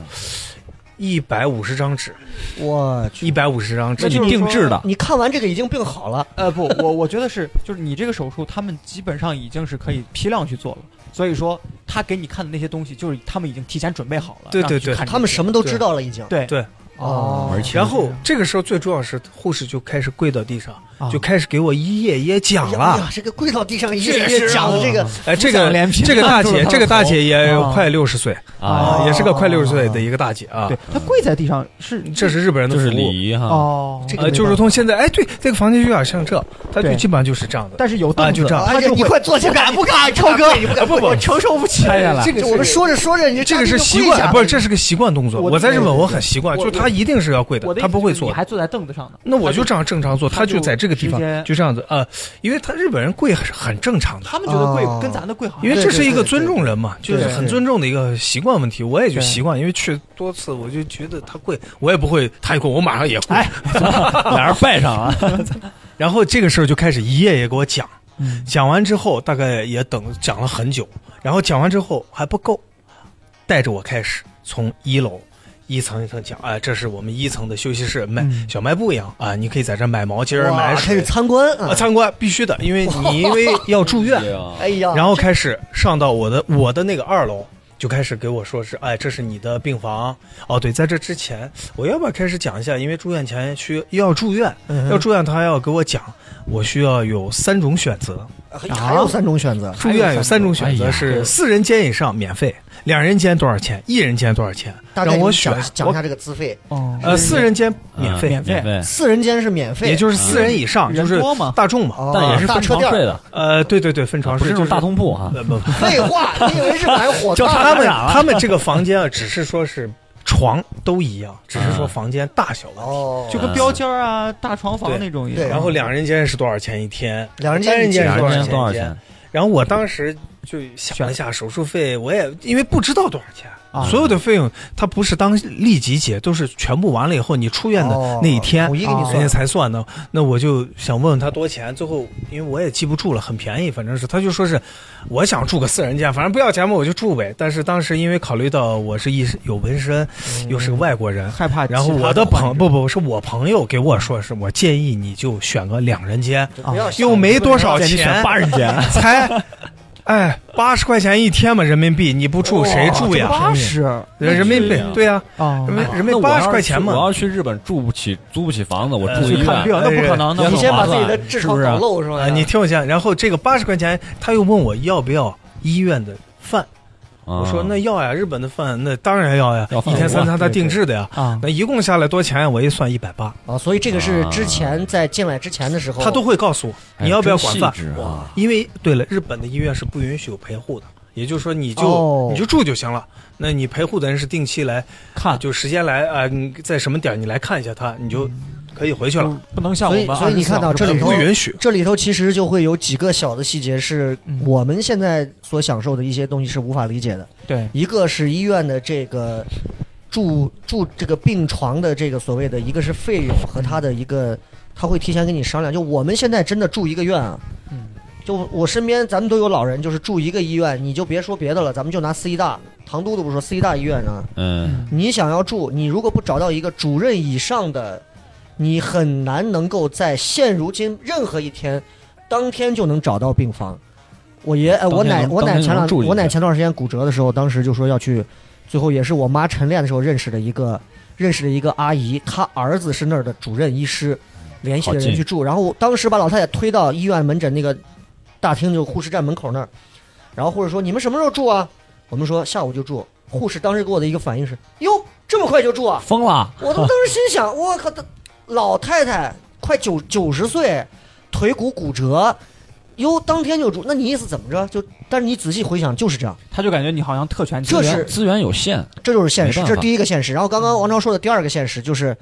Speaker 5: 一百五十张纸，
Speaker 2: 我去，
Speaker 5: 一百五十张纸
Speaker 4: 那。你定制的，
Speaker 2: 你看完这个已经病好了，
Speaker 3: 呃，不，我我觉得是，就是你这个手术，他们基本上已经是可以批量去做了，所以说他给你看的那些东西，就是他们已经提前准备好了，
Speaker 5: 对
Speaker 3: 啊让你
Speaker 5: 对
Speaker 3: 去
Speaker 5: 对
Speaker 3: 看这
Speaker 2: 他们
Speaker 3: 些
Speaker 2: 什么都知道了，已经。
Speaker 3: 对
Speaker 5: 对
Speaker 2: 哦
Speaker 4: 而且
Speaker 5: 然后这个时候最重要是，护士就开始跪到地上，
Speaker 3: 啊
Speaker 5: 就开始给我一页一页讲了。
Speaker 2: 哎呀，这个跪到地上一个一
Speaker 5: 确
Speaker 2: 个
Speaker 5: 实
Speaker 2: 讲的这个，
Speaker 5: 哎，这
Speaker 3: 浮想
Speaker 5: 个
Speaker 3: 联翩
Speaker 5: 这个 大姐，这个大姐也
Speaker 3: 啊
Speaker 5: 快六十岁
Speaker 4: 啊，
Speaker 5: 也是个快六十岁的一个大姐啊
Speaker 3: 对。他跪在地上是
Speaker 5: 这是日本人的
Speaker 4: 就是啊
Speaker 5: 服务
Speaker 4: 礼仪哈，
Speaker 3: 哦，
Speaker 2: 这个
Speaker 5: 呃，就如同现在，哎，对，这个房间有点像这，它就
Speaker 3: 对
Speaker 5: 基本上就是这样的。
Speaker 3: 但是有凳
Speaker 5: 啊
Speaker 3: 子
Speaker 5: 就这样
Speaker 2: 哎
Speaker 3: 他
Speaker 2: 呀，
Speaker 3: 就
Speaker 2: 你
Speaker 3: 会
Speaker 2: 快坐下，敢不敢，超哥？
Speaker 5: 不不
Speaker 3: 我承受不起
Speaker 4: 拆下来
Speaker 5: 这个
Speaker 2: 我们说着说着，你
Speaker 5: 这个是习
Speaker 2: 就跪下
Speaker 5: 惯，
Speaker 2: 了
Speaker 5: 啊不是这是个习惯动作。
Speaker 3: 我
Speaker 5: 我在日本
Speaker 3: 对对
Speaker 5: 我很习惯，
Speaker 3: 我
Speaker 5: 就是他一定是要跪
Speaker 3: 我
Speaker 5: 的，
Speaker 3: 的
Speaker 5: 他不会
Speaker 3: 意思就是
Speaker 5: 坐
Speaker 3: 你。还坐在凳子上呢，
Speaker 5: 那我
Speaker 3: 他
Speaker 5: 就这样正常坐，
Speaker 3: 他
Speaker 5: 他就
Speaker 3: 就
Speaker 5: 在这个地方
Speaker 3: 直接
Speaker 5: 就这样子啊，呃因为他日本人跪是很正常的。
Speaker 3: 他们觉得跪
Speaker 2: 哦
Speaker 3: 跟咱的跪好像，
Speaker 5: 因为这是
Speaker 2: 对
Speaker 5: 一
Speaker 2: 对
Speaker 5: 个
Speaker 2: 对
Speaker 5: 尊重人嘛，
Speaker 2: 对
Speaker 5: 就
Speaker 2: 对
Speaker 5: 是很尊重的一个习惯问题，我也就
Speaker 3: 对
Speaker 5: 习惯，因为去多次，我就觉得他跪，我也不会太跪，我马上也 跪。
Speaker 2: 哎
Speaker 4: 俩人拜上啊，
Speaker 5: 然后这个时候就开始一页页给我讲，
Speaker 3: 嗯
Speaker 5: 讲完之后大概也等讲了很久，然后讲完之后还不够，带着我开始从一楼。一层一层讲，哎，这是我们一层的休息室，卖、
Speaker 3: 嗯
Speaker 5: 小卖部一样啊，你可以在这儿买毛巾儿、
Speaker 2: 哇
Speaker 5: 买
Speaker 2: 开
Speaker 5: 水
Speaker 2: 始、参观
Speaker 5: 啊，
Speaker 2: 啊！
Speaker 5: 参观必须的，因为你因为要住院，
Speaker 4: 啊
Speaker 2: 哎呀，
Speaker 5: 然后开始上到我的我的那个二楼，就开始给我说是，哎，这是你的病房。哦，对，在这之前，我要不要开始讲一下？因为住院前需要住院，
Speaker 2: 嗯
Speaker 5: 要住院，他要给我讲，我需要有三种选择。
Speaker 2: 还哎还有三种选择，
Speaker 5: 住院有三种选
Speaker 4: 哎
Speaker 5: 择
Speaker 4: 呀
Speaker 5: 是四人间以上免费，两人间多少钱，一人间多少钱，
Speaker 2: 大概
Speaker 5: 让我
Speaker 2: 你
Speaker 5: 选
Speaker 2: 讲。讲一
Speaker 5: 我
Speaker 2: 下这个资费。
Speaker 3: 哦
Speaker 5: 呃，四人间免费，
Speaker 3: 免费
Speaker 4: 嗯免费，
Speaker 2: 四人间是免费，
Speaker 5: 也就是四人以上，就
Speaker 3: 人
Speaker 5: 是
Speaker 3: 多嘛
Speaker 5: 大众嘛。
Speaker 2: 哦
Speaker 4: 但也是
Speaker 2: 大
Speaker 4: 分
Speaker 2: 车
Speaker 4: 床
Speaker 2: 垫
Speaker 4: 睡
Speaker 2: 儿。
Speaker 4: 的，
Speaker 5: 呃，对对对，分床
Speaker 4: 不
Speaker 5: 是
Speaker 4: 是那种
Speaker 5: 就是
Speaker 4: 大通铺啊哈
Speaker 5: 不，不不
Speaker 2: 废话，你以为是买火
Speaker 4: 叫
Speaker 2: 葬？
Speaker 4: 啥
Speaker 5: 他们
Speaker 4: 打了
Speaker 5: 他们这个房间啊，只是说是床都一样，只是说房间大小问题。
Speaker 2: 哦，
Speaker 3: 就跟标间儿啊、大床房那种一
Speaker 2: 对嗯
Speaker 3: 样，
Speaker 5: 然后两人间是多少钱一天？
Speaker 2: 两人间
Speaker 5: 三人间
Speaker 4: 两
Speaker 5: 是
Speaker 4: 人
Speaker 5: 多
Speaker 4: 间
Speaker 5: 少
Speaker 4: 多少
Speaker 5: 钱一天？
Speaker 4: 钱？
Speaker 5: 然后我当时就想了一下手术费，我也因为不知道多少钱，
Speaker 2: 啊
Speaker 5: 所有的费用它不是当立即结，都是全部完了以后你出院的
Speaker 2: 哦
Speaker 5: 那一天，
Speaker 2: 统一给你
Speaker 1: 哦
Speaker 5: 人
Speaker 2: 算
Speaker 5: 家。才算呢。那我就想问问他多少钱，最后因为我也记不住了，很便宜，反正是他就说是我想住个四人间，反正不要钱嘛，我就住呗。但是当时因为考虑到我是一有纹身，又
Speaker 2: 嗯
Speaker 5: 是个外国人。
Speaker 3: 害啊怕其他
Speaker 5: 然
Speaker 3: 患
Speaker 5: 后
Speaker 3: 者。
Speaker 5: 我的朋不不是我朋友给我说，是我建议你就选个两人间，
Speaker 2: 就不要
Speaker 3: 啊
Speaker 2: 想
Speaker 5: 又没多
Speaker 4: 少
Speaker 5: 少
Speaker 4: 钱你选
Speaker 5: 钱，
Speaker 4: 八人间，
Speaker 5: 才，哎，八十块钱一天嘛，人民币，你不住谁住呀？
Speaker 3: 八十啊，
Speaker 5: 人人民币
Speaker 4: 这样，
Speaker 5: 对呀、
Speaker 3: 哦
Speaker 5: 人民
Speaker 2: 啊
Speaker 5: 人
Speaker 4: 啊那
Speaker 5: 民
Speaker 4: 我要
Speaker 5: 八
Speaker 4: 是
Speaker 5: 十块钱
Speaker 4: 去
Speaker 5: 嘛
Speaker 4: 我。要去日本住不起，租不起房子，我
Speaker 5: 呃
Speaker 4: 住
Speaker 5: 去
Speaker 4: 医
Speaker 5: 看
Speaker 4: 院
Speaker 5: 病。
Speaker 3: 那不可能，那
Speaker 4: 哎
Speaker 2: 你
Speaker 3: 不可
Speaker 2: 先
Speaker 3: 能
Speaker 2: 把自己的痔
Speaker 4: 是嗯
Speaker 2: 疮
Speaker 4: 不是
Speaker 2: 搞漏是吧？
Speaker 5: 啊，你听我讲，然后这个八十块钱，他又问我要不要医院的饭，
Speaker 4: 我
Speaker 5: 我说那要呀，日本的饭那当然要呀，
Speaker 4: 啊要饭
Speaker 5: 一天三餐他
Speaker 2: 对对
Speaker 5: 定制的呀。
Speaker 3: 啊
Speaker 5: 那一共下来多钱呀？我一算一百八，
Speaker 2: 啊，所以这个是之前在进来之前的时候，
Speaker 5: 他都会告诉我你要不要管饭，
Speaker 4: 啊？
Speaker 5: 因为对了，日本的医院是不允许有陪护的，也就是说你就、
Speaker 2: 哦
Speaker 5: 你就住就行了。那你陪护的人是定期来
Speaker 3: 看
Speaker 5: 就时间来啊、你在什么点儿你来看一下他，你就可以回去了。
Speaker 3: 不不能像我
Speaker 2: 所以
Speaker 3: 们
Speaker 2: 所以你
Speaker 3: 24
Speaker 2: 看到嗯这里头
Speaker 5: 不允许。
Speaker 2: 这里头其实就会有几个小的细节是
Speaker 3: 嗯
Speaker 2: 我们现在所享受的一些东西是无法理解的。
Speaker 3: 对
Speaker 2: 一个是医院的这个住住这个病床的这个所谓的一个是费用和他的一个，他会提前跟你商量。就我们现在真的住一个院啊，
Speaker 3: 嗯
Speaker 2: 就我身边咱们都有老人，就是住一个医院，你就别说别的了，咱们就拿四医大，唐都都不说四医大医院啊，
Speaker 4: 嗯，
Speaker 2: 你想要住，你如果不找到一个主任以上的，你很难能够在现如今任何一天，当天就能找到病房。我爷，呃、
Speaker 4: 嗯当天
Speaker 2: 我奶，
Speaker 4: 能
Speaker 2: 我奶
Speaker 4: 当天
Speaker 2: 前
Speaker 4: 能
Speaker 2: 两，
Speaker 4: 住进去
Speaker 2: 我奶前段时间骨折的时候，当时就说要去，最后也是我妈晨练的时候认识的一个，认识的一个阿姨，她儿子是那儿的主任医师，联系的
Speaker 4: 好
Speaker 2: 人
Speaker 4: 近
Speaker 2: 去住，然后我当时把老太太推到医院门诊那个大厅，就护士站门口那儿，然后护士说你们什么时候住啊？我们说下午就住。护士当时给我的一个反应是：哟，这么快就住啊！
Speaker 4: 疯了，
Speaker 2: 我都当时心想，我靠，她老太太快九九十岁，腿骨骨折，哟，当天就住，那你意思怎么着？就，但是你仔细回想，就是这样，
Speaker 3: 他就感觉你好像特权
Speaker 2: 这是
Speaker 4: 资源有限，
Speaker 2: 这就是现实，
Speaker 4: 没办
Speaker 2: 这
Speaker 4: 法
Speaker 2: 是第一个现实。然后刚刚王超说的第二个现实就是，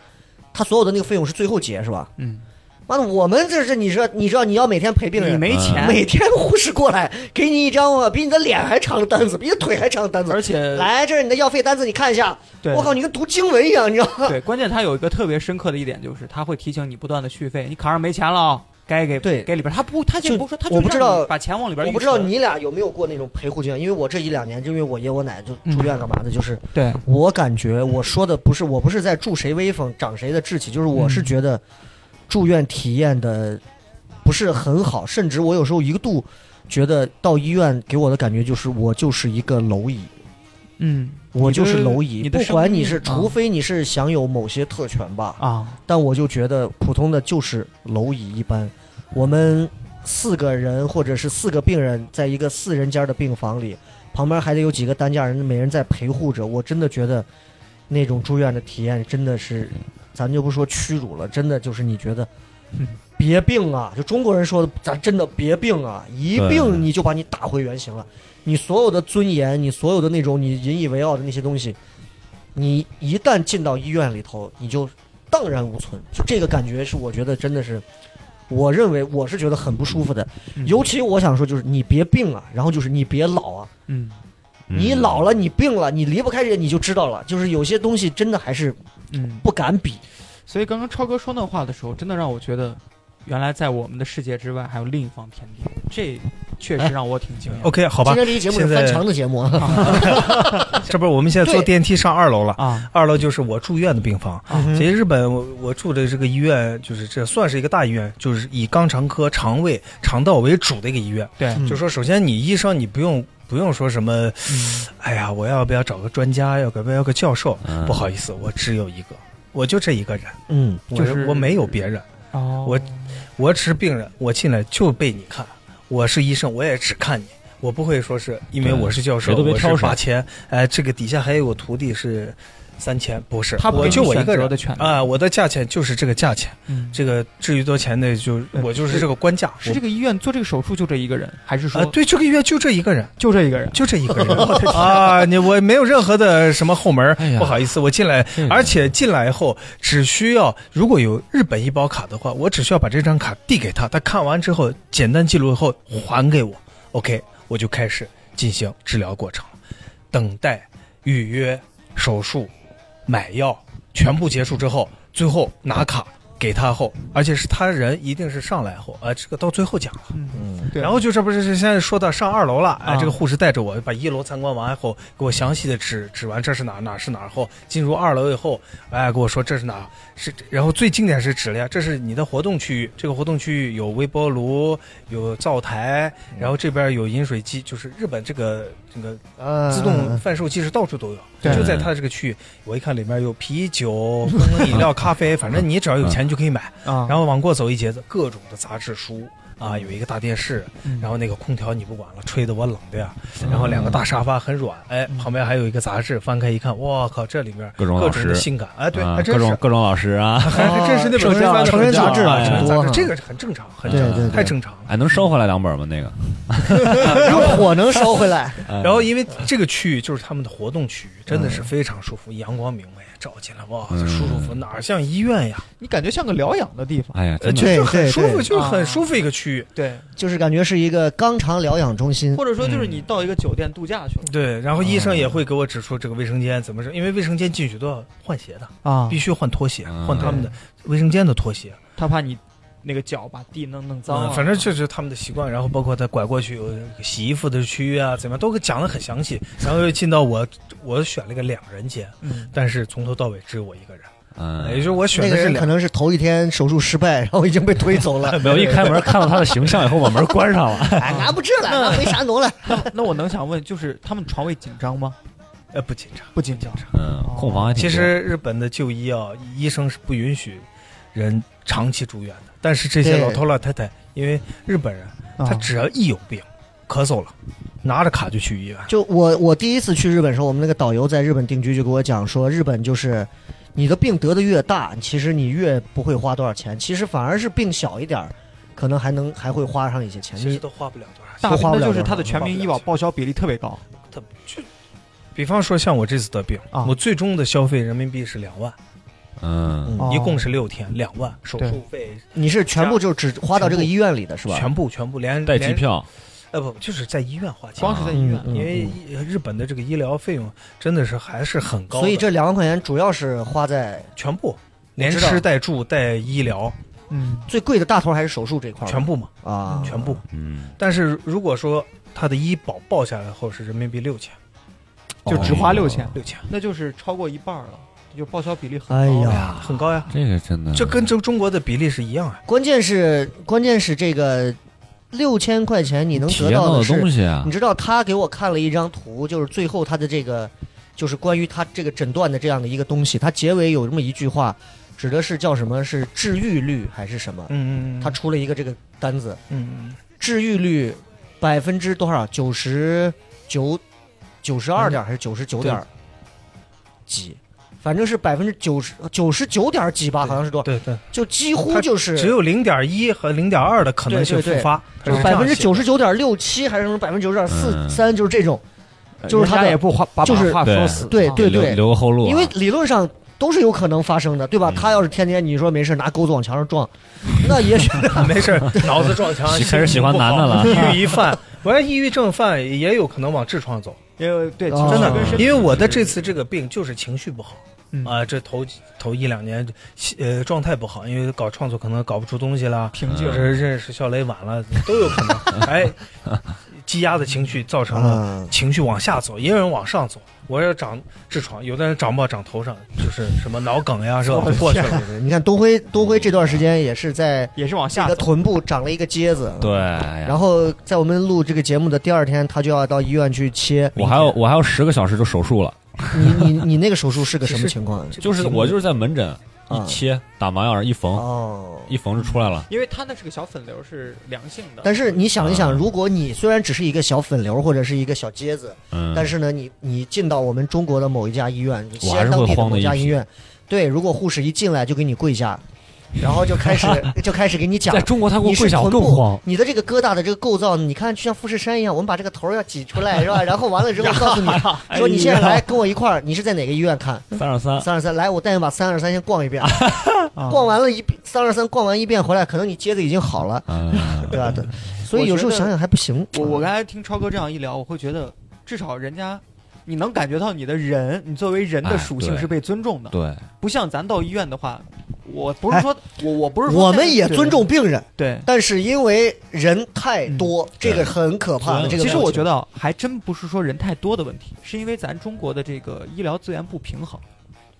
Speaker 2: 他所有的那个费用是最后结，是吧？
Speaker 3: 嗯，
Speaker 2: 妈的，我们这是你说，你知道你要每天陪病
Speaker 3: 你
Speaker 2: 人，嗯
Speaker 3: 没钱，
Speaker 2: 每天护士过来给你一张啊，比你的脸还长的单子，比你的腿还长的单子
Speaker 3: 而，且
Speaker 2: 来，这是你的药费单子，你看一下。
Speaker 3: 呃对
Speaker 2: 我靠，你跟读经文一样，你知道吗？
Speaker 3: 对，关键他有一个特别深刻的一点就是他会提醒你不断的续费，你卡上没钱了哦。该给
Speaker 2: 对
Speaker 3: 给里边，他不，他
Speaker 2: 就
Speaker 3: 就不说，他
Speaker 2: 我
Speaker 3: 就
Speaker 2: 不知
Speaker 3: 让你
Speaker 2: 道
Speaker 3: 把钱往里边预
Speaker 2: 我
Speaker 3: 存。
Speaker 2: 不知道你俩有没有过那种陪护经验，因为我这一两年，就因为我爷我奶就住院干嘛的，就是
Speaker 3: 对，
Speaker 2: 我感觉我说的不是，我不是在助谁威风，长谁的志气，就是我是觉得住院体验的不是很好，甚至我有时候一度觉得到医院给我的感觉就是我就是一个蝼蚁。
Speaker 3: 嗯
Speaker 2: 我就是
Speaker 3: 你的
Speaker 2: 蝼蚁，
Speaker 3: 你的
Speaker 2: 不管你是，
Speaker 3: 生命
Speaker 2: 除非你是享有某些特权吧，
Speaker 3: 啊，
Speaker 2: 但我就觉得普通的就是蝼蚁一般。我们四个人或者是四个病人，在一个四人间的病房里，旁边还得有几个担架人，每人在陪护着。我真的觉得那种住院的体验真的是，咱就不说屈辱了，真的就是你觉得
Speaker 3: 嗯。
Speaker 2: 别病啊！就中国人说的，咱真的别病啊！一
Speaker 4: 对
Speaker 2: 病你就把你打回原形了，你所有的尊严，你所有的那种你引以为傲的那些东西，你一旦进到医院里头，你就荡然无存。就这个感觉是，我觉得真的是，我认为我是觉得很不舒服的。
Speaker 3: 嗯
Speaker 2: 尤其我想说，就是你别病啊，然后就是你别老啊，
Speaker 3: 嗯，
Speaker 2: 你老了，你病了，你离不开这，你就知道了。就是有些东西真的还是
Speaker 3: 嗯，
Speaker 2: 不敢比。
Speaker 3: 所以刚刚超哥说那话的时候，真的让我觉得，原来在我们的世界之外还有另一方天地，这确
Speaker 2: 哎
Speaker 3: 实让我挺惊讶
Speaker 5: OK，好
Speaker 2: 今
Speaker 5: 吧，
Speaker 2: 天这期节目是
Speaker 5: 现在
Speaker 2: 翻墙的节目啊，
Speaker 5: 这不是我们现在坐
Speaker 2: 对嗯
Speaker 5: 电梯上二楼了，
Speaker 3: 啊
Speaker 5: 二楼就是我住院的病房。
Speaker 3: 啊
Speaker 5: 其实日本我我住的这个医院，就是这算是一个大医院，就是以肛肠科、肠胃、肠道为主的一个医院。
Speaker 3: 对，
Speaker 2: 嗯
Speaker 5: 就说首先你医生你不用不用说什么，
Speaker 3: 嗯
Speaker 5: 哎呀，我要不要找个专家，要不要个教授？
Speaker 4: 嗯
Speaker 5: 不好意思，我只有一个，我就这一个人，
Speaker 2: 嗯，
Speaker 5: 我
Speaker 3: 就是
Speaker 5: 我没有别人，
Speaker 3: 哦，
Speaker 5: 我我只是病人，我进来就被你看，我是医生，我也只看你。我不会说是因为
Speaker 4: 对
Speaker 5: 我是教授，
Speaker 4: 谁都别
Speaker 5: 我
Speaker 4: 挑
Speaker 5: 是
Speaker 4: 谁
Speaker 5: 八千，哎，这个底下还有我徒弟是三千，不是，
Speaker 3: 他不
Speaker 5: 我
Speaker 3: 给你
Speaker 5: 就我一
Speaker 3: 选
Speaker 5: 个
Speaker 3: 择
Speaker 5: 人
Speaker 3: 的权利
Speaker 5: 啊、，我的价钱就是这个价钱，
Speaker 3: 嗯
Speaker 5: 这个至于多钱的就
Speaker 3: 嗯
Speaker 5: 我就是
Speaker 3: 是
Speaker 5: 这个官价，
Speaker 3: 是这个医院做这个手术就这一个人，还是
Speaker 5: 我
Speaker 3: 说
Speaker 5: 啊，对，这个月就这一个人，
Speaker 3: 就这一个人？
Speaker 5: 就这一个 人啊，你我没有任何的什么后门，
Speaker 4: 哦哎呀嗯
Speaker 5: 不好意思，我进来
Speaker 4: 这，个
Speaker 5: 而且进来以后只需要如果有日本医保卡的话，我只需要把这张卡递给他，他看完之后简单记录以后还给我。 OK，我就开始进行治疗过程，等待、预约、手术、买药，全部结束之后，最后拿卡给他后，而且是他人一定是上来后，啊、这个到最后讲了。
Speaker 2: 嗯，
Speaker 3: 对
Speaker 5: 然后就这不是现在说到上二楼了，哎，
Speaker 3: 啊
Speaker 5: 这个护士带着我把一楼参观完后，给我详细的指指完这是哪儿哪儿是哪儿后，哎进入二楼以后，哎，跟我说这是哪儿是，然后最经典是指了呀，这是你的活动区域，这个活动区域有微波炉，有灶台，然后这边有饮水机，就是日本这个这个
Speaker 2: 呃，
Speaker 5: 自
Speaker 3: 嗯
Speaker 5: 动贩售机是到处都有，
Speaker 3: 对
Speaker 5: 就在它这个区域，我一看里面有啤酒、各种饮料、咖啡，反正你只要有钱就可以买。
Speaker 3: 啊，
Speaker 5: 然后往过走一截子，各种的杂志书啊，有一个大电视，
Speaker 3: 嗯
Speaker 5: 然后那个空调你不管了，吹得我冷的呀。
Speaker 2: 嗯
Speaker 5: 然后两个大沙发很软，哎，旁边还有一个杂志，翻开一看，我靠，这里面
Speaker 4: 各种
Speaker 5: 各
Speaker 4: 老
Speaker 5: 种的
Speaker 4: 师，
Speaker 5: 性感，哎，对，
Speaker 4: 啊
Speaker 5: 还
Speaker 4: 各
Speaker 5: 真
Speaker 4: 种
Speaker 5: 是。
Speaker 4: 各种老师啊，
Speaker 5: 还还真是那
Speaker 4: 哦
Speaker 5: 本书翻得
Speaker 2: 成人
Speaker 5: 很
Speaker 2: 杂
Speaker 5: 早
Speaker 2: 志啊
Speaker 5: 哎
Speaker 2: 挺
Speaker 5: 杂
Speaker 2: 多
Speaker 5: 志
Speaker 2: 哈
Speaker 5: 这个很正常，很
Speaker 2: 对
Speaker 5: 正
Speaker 2: 对
Speaker 5: 常，
Speaker 2: 对
Speaker 5: 太正常了。
Speaker 4: 哎，能收回来两本吗？那个，
Speaker 5: 哎
Speaker 2: 如果火能烧回来，
Speaker 4: 哎
Speaker 5: 然后因为这个区域就是他们的活动区域，真的是
Speaker 2: 嗯
Speaker 5: 非常舒服，阳光明媚，照进来哇，这舒舒服，哪儿像医院呀？
Speaker 3: 你感觉像个疗养的地方，
Speaker 4: 哎呀，
Speaker 5: 呃
Speaker 4: 真
Speaker 5: 就
Speaker 4: 的
Speaker 5: 是
Speaker 2: 对
Speaker 5: 很
Speaker 2: 对
Speaker 5: 舒服，
Speaker 2: 对
Speaker 5: 就是很
Speaker 3: 啊
Speaker 5: 舒服一个区域。
Speaker 3: 对，
Speaker 2: 就是感觉是一个肛肠疗养中心。
Speaker 3: 或者说就是
Speaker 5: 嗯
Speaker 3: 你到一个酒店度假去了
Speaker 5: 对，然后医
Speaker 2: 嗯
Speaker 5: 生也会给我指出这个卫生间怎么是，因为卫生间进去都要换鞋的，
Speaker 3: 啊
Speaker 5: 必须换拖鞋，
Speaker 2: 嗯
Speaker 4: 啊
Speaker 5: 换他们的卫生间的拖鞋。
Speaker 3: 他怕你那个脚把地弄弄脏
Speaker 5: 嗯
Speaker 2: 哦
Speaker 3: 了，
Speaker 5: 反正就是他们的习惯。然后包括他拐过去有洗衣服的区域啊，怎么样都给讲的很详细。然后又进到我，我选了个两人间，
Speaker 3: 嗯
Speaker 5: 但是从头到尾只有我一个人，也就
Speaker 4: 嗯，
Speaker 5: 是我
Speaker 2: 那
Speaker 5: 选
Speaker 2: 个
Speaker 5: 的是
Speaker 2: 人可
Speaker 5: 两。
Speaker 2: 能是头一天手术失败，然后已经被推走 了，
Speaker 4: 没有一开门看到他的形象以后，把门关上了。
Speaker 2: 哎，俺不治了，俺回山东了。
Speaker 3: 那我能想问，就是他们床位紧张吗？
Speaker 5: 呃，不紧张。
Speaker 3: 不紧张，
Speaker 4: 嗯，空房还挺
Speaker 5: 其
Speaker 4: 多
Speaker 5: 实日本的就医啊，医生是不允许人长期住院的，但是这些
Speaker 2: 对
Speaker 5: 老头老太太，因为日本人。
Speaker 3: 啊
Speaker 5: 他只要一有病，咳嗽了，拿着卡就去医院。
Speaker 2: 就我我第一次去日本的时候，我们那个导游在日本定居就给我讲说，日本就是你的病得的越大，其实你越不会花多少钱，其实反而是病小一点儿，可能还能还会花上一些钱。
Speaker 5: 其实
Speaker 2: 你
Speaker 5: 都花不了多少钱。
Speaker 3: 大
Speaker 2: 都花不
Speaker 3: 那
Speaker 2: 了
Speaker 3: 就是
Speaker 2: 多少
Speaker 3: 他的全民医保报销比例特别高
Speaker 5: 他就，比方说像我这次得病，
Speaker 3: 啊
Speaker 5: 我最终的消费人民币是两万，
Speaker 4: 嗯，
Speaker 3: 哦
Speaker 5: 一共是六天，两万手术费
Speaker 2: 你是全部就只花到这个医院里的是吧？
Speaker 5: 全部全部连
Speaker 4: 带机，
Speaker 5: 连
Speaker 4: 票，
Speaker 5: 呃不，就是在医院花钱。
Speaker 3: 光是在医院
Speaker 2: 嗯嗯
Speaker 5: 因为医日本的这个医疗费用真的是还是很高的，
Speaker 2: 所以这两万块钱主要是花在
Speaker 5: 全部连
Speaker 2: 知道
Speaker 5: 吃带住带医疗
Speaker 3: 嗯
Speaker 2: 最贵的大头还是手术这块儿吧，
Speaker 5: 全部嘛，
Speaker 2: 啊，
Speaker 5: 全部。
Speaker 4: 嗯，
Speaker 5: 但是如果说他的医保报下来后是人民币六千，
Speaker 3: 就只花六千
Speaker 5: 六千
Speaker 3: 那就是超过一半了，就报销比例很高
Speaker 2: 哎
Speaker 3: 了
Speaker 2: 呀，
Speaker 5: 很高呀，
Speaker 4: 这个真的，
Speaker 5: 这跟这中国的比例是一样啊。
Speaker 2: 关键是关键是这个六千块钱你能
Speaker 4: 体
Speaker 2: 得
Speaker 4: 验
Speaker 2: 到
Speaker 4: 到
Speaker 2: 的
Speaker 4: 的
Speaker 2: 是
Speaker 4: 东西啊
Speaker 2: 你，知道他给我看了一张图，就是最后他的这个，就是关于他这个诊断的这样的一个东西，他结尾有这么一句话，指的是叫什么？是治愈率还是什么？
Speaker 5: 嗯嗯，嗯
Speaker 2: 他出了一个这个单子，
Speaker 5: 嗯
Speaker 2: 治愈率百分之多少？九十九，九十二点还是九十九点儿几？反正是百分之九十九十九点儿几吧，好像是多，
Speaker 5: 对对，
Speaker 2: 就几乎就是
Speaker 5: 只有零点一和零点二的可能性复发，它
Speaker 2: 就是是
Speaker 5: 这
Speaker 2: 百
Speaker 5: 样
Speaker 2: 分之
Speaker 5: 写的
Speaker 2: 九十九点六七还是什么百分之九十点四
Speaker 4: 嗯
Speaker 2: 三，就是这种。就是他的
Speaker 3: 嗯人家也不花把
Speaker 2: 就是
Speaker 3: 把话
Speaker 4: 对
Speaker 3: 说死，
Speaker 2: 对
Speaker 3: 啊
Speaker 2: 对
Speaker 4: 留留个后路啊，
Speaker 2: 因为理论上都是有可能发生的，对吧？
Speaker 4: 嗯
Speaker 2: 他要是天天你说没事拿钩子往墙上撞，那也 许
Speaker 5: 没事儿，脑子撞墙，
Speaker 4: 开始喜欢
Speaker 5: 心情不好
Speaker 4: 男的了
Speaker 5: 抑郁一犯，我要抑郁症犯也有可能往痔疮走，
Speaker 3: 因为对，
Speaker 2: 哦
Speaker 3: 情绪
Speaker 5: 真的
Speaker 3: 跟身，体
Speaker 5: 因为我的这次这个病就是情绪不好
Speaker 3: 嗯
Speaker 5: 啊，这头头一两年呃状态不好，因为搞创作可能搞不出东西啦，
Speaker 3: 平静
Speaker 2: 嗯
Speaker 5: 就，是认识小雷晚了都有可能，哎，积压的情绪造成了。
Speaker 2: 嗯，
Speaker 5: 情绪往下走，也有人往上走。我要长痔疮，有的人长不好，长头上，就是什么脑梗呀，是吧？过去
Speaker 3: 啊
Speaker 5: 了。
Speaker 2: 你看东辉，东辉这段时间也是在
Speaker 3: 也是
Speaker 2: 他
Speaker 3: 往下
Speaker 2: 的
Speaker 3: 走，
Speaker 2: 臀部长了一个疖子，
Speaker 4: 对，。哎呀
Speaker 2: 然后在我们录这个节目的第二天，他就要到医院去切。
Speaker 4: 我还有我还有十个小时就手术了，
Speaker 2: 你你你那个手术是个什么情况？
Speaker 4: 就是我就是在门诊
Speaker 2: 啊
Speaker 4: 一切打麻药一缝
Speaker 2: 哦，
Speaker 4: 一缝就出来了，
Speaker 3: 因为他那是个小粉瘤，是良性的，
Speaker 2: 但是你想一想，
Speaker 4: 啊
Speaker 2: 如果你虽然只是一个小粉瘤或者是一个小疖子，
Speaker 4: 嗯，
Speaker 2: 但是呢，你你进到我们中国的某一家医院，
Speaker 4: 我
Speaker 2: 西
Speaker 4: 还
Speaker 2: 安
Speaker 4: 是
Speaker 2: 当
Speaker 4: 会
Speaker 2: 地的
Speaker 4: 慌
Speaker 2: 某
Speaker 4: 的一
Speaker 2: 家医
Speaker 4: 批
Speaker 2: 院，对，如果护士一进来就给你跪下，然后就 开始就开始给你讲
Speaker 4: 在。中国他给我
Speaker 2: 你
Speaker 4: 跪
Speaker 2: 是
Speaker 4: 下，
Speaker 2: 臀
Speaker 4: 我更
Speaker 2: 部
Speaker 4: 慌，。
Speaker 2: 你的这个疙瘩的这个构造，你看就像富士山一样，我们把这个头儿要挤出来，是 吧？然后完了之后告诉你，说你现在来跟我一块儿，你是在哪个医院看？
Speaker 4: 三二三，
Speaker 2: 三二三，来，我带你把三二三先逛一 遍，
Speaker 3: 啊
Speaker 2: 逛完了一三二三逛完一遍回来，可能你疖子已经好了，
Speaker 4: 嗯
Speaker 2: 对吧？对，所以有时候
Speaker 3: 我觉得
Speaker 2: 想想还不行。
Speaker 3: 我我刚才听超哥这样一聊，我会觉得至少人家。你能感觉到你的人，你作为人的
Speaker 4: 哎
Speaker 3: 属性
Speaker 4: 对
Speaker 3: 是被尊重的，
Speaker 4: 对，
Speaker 3: 不像咱到医院的话，我不是
Speaker 2: 哎
Speaker 3: 说我我不是说
Speaker 2: 我
Speaker 3: 那
Speaker 2: 们
Speaker 3: 个
Speaker 2: 也
Speaker 3: 对
Speaker 2: 尊重病人，
Speaker 3: 对。
Speaker 2: 但是因为人太多，这个
Speaker 4: 对
Speaker 2: 很可怕的。
Speaker 4: 嗯
Speaker 2: 这个
Speaker 3: 其实我觉
Speaker 2: 得，
Speaker 3: 得啊还真不是说人太多的问题，是因为咱中国的这个医疗资源不平衡。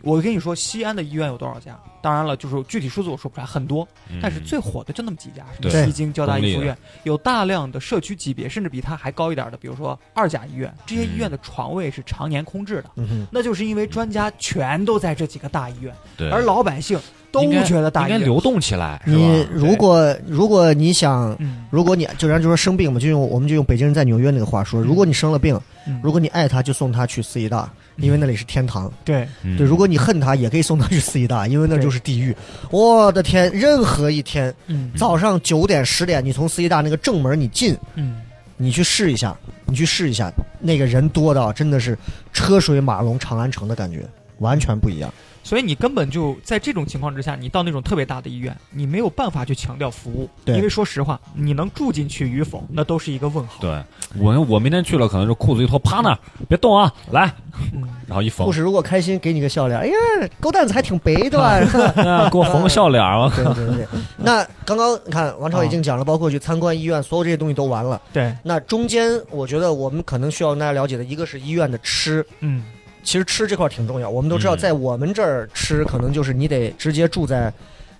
Speaker 3: 我跟你说，西安的医院有多少家？当然了，就是具体数字我说不出来，很多，但是最火的就那么几家，什么
Speaker 4: 嗯对
Speaker 3: 西京交大
Speaker 4: 公立
Speaker 3: 一附
Speaker 4: 的
Speaker 3: 院，有大量的社区级别，甚至比它还高一点的，比如说二甲医院，这些医院的床位是常年空置的，
Speaker 2: 嗯哼，
Speaker 3: 那就是因为专家全都在这几个大医院，
Speaker 4: 对
Speaker 3: 而老百姓都
Speaker 4: 应该
Speaker 3: 觉得大
Speaker 4: 应
Speaker 3: 医
Speaker 4: 该
Speaker 3: 院
Speaker 4: 流动起来，是吧
Speaker 2: 你如果如果你想，
Speaker 3: 嗯，
Speaker 2: 如果你就然后就说生病嘛，就用我们就用北京人在纽约那个话说，如果你生了病，
Speaker 3: 嗯
Speaker 2: 如果你爱他，就送他去四医大，因为那里是天堂。
Speaker 3: 对
Speaker 4: 对
Speaker 2: 对，如果你恨他，也可以送他去四医大，因为那就是地狱。我的天，任何一天
Speaker 3: 嗯
Speaker 2: 早上九点十点，你从四医大那个正门你进，
Speaker 3: 嗯，
Speaker 2: 你去试一下，你去试一下，那个人多到真的是车水马龙，长安城的感觉完全不一样。
Speaker 3: 所以你根本就在这种情况之下，你到那种特别大的医院，你没有办法去强调服务，
Speaker 2: 对
Speaker 3: 因为说实话，你能住进去与否，那都是一个问号。
Speaker 4: 对我我明天去了，可能是裤子一脱，趴那儿别动啊，来，
Speaker 3: 嗯，
Speaker 4: 然后一缝
Speaker 2: 护，士如果开心给你个笑脸，哎呀，狗蛋子还挺白的吧？
Speaker 4: 啊给我缝个笑脸儿，我
Speaker 2: 对对对对。 那刚刚你看王超已经讲了，包括去参观医院，所有这些东西都完了。
Speaker 3: 对，嗯
Speaker 2: 那中间我觉得我们可能需要让大家了解的，一个是医院的吃，
Speaker 3: 嗯，
Speaker 2: 其实吃这块儿挺重要。我们都知道，
Speaker 4: 嗯
Speaker 2: 在我们这儿吃，可能就是你得直接住在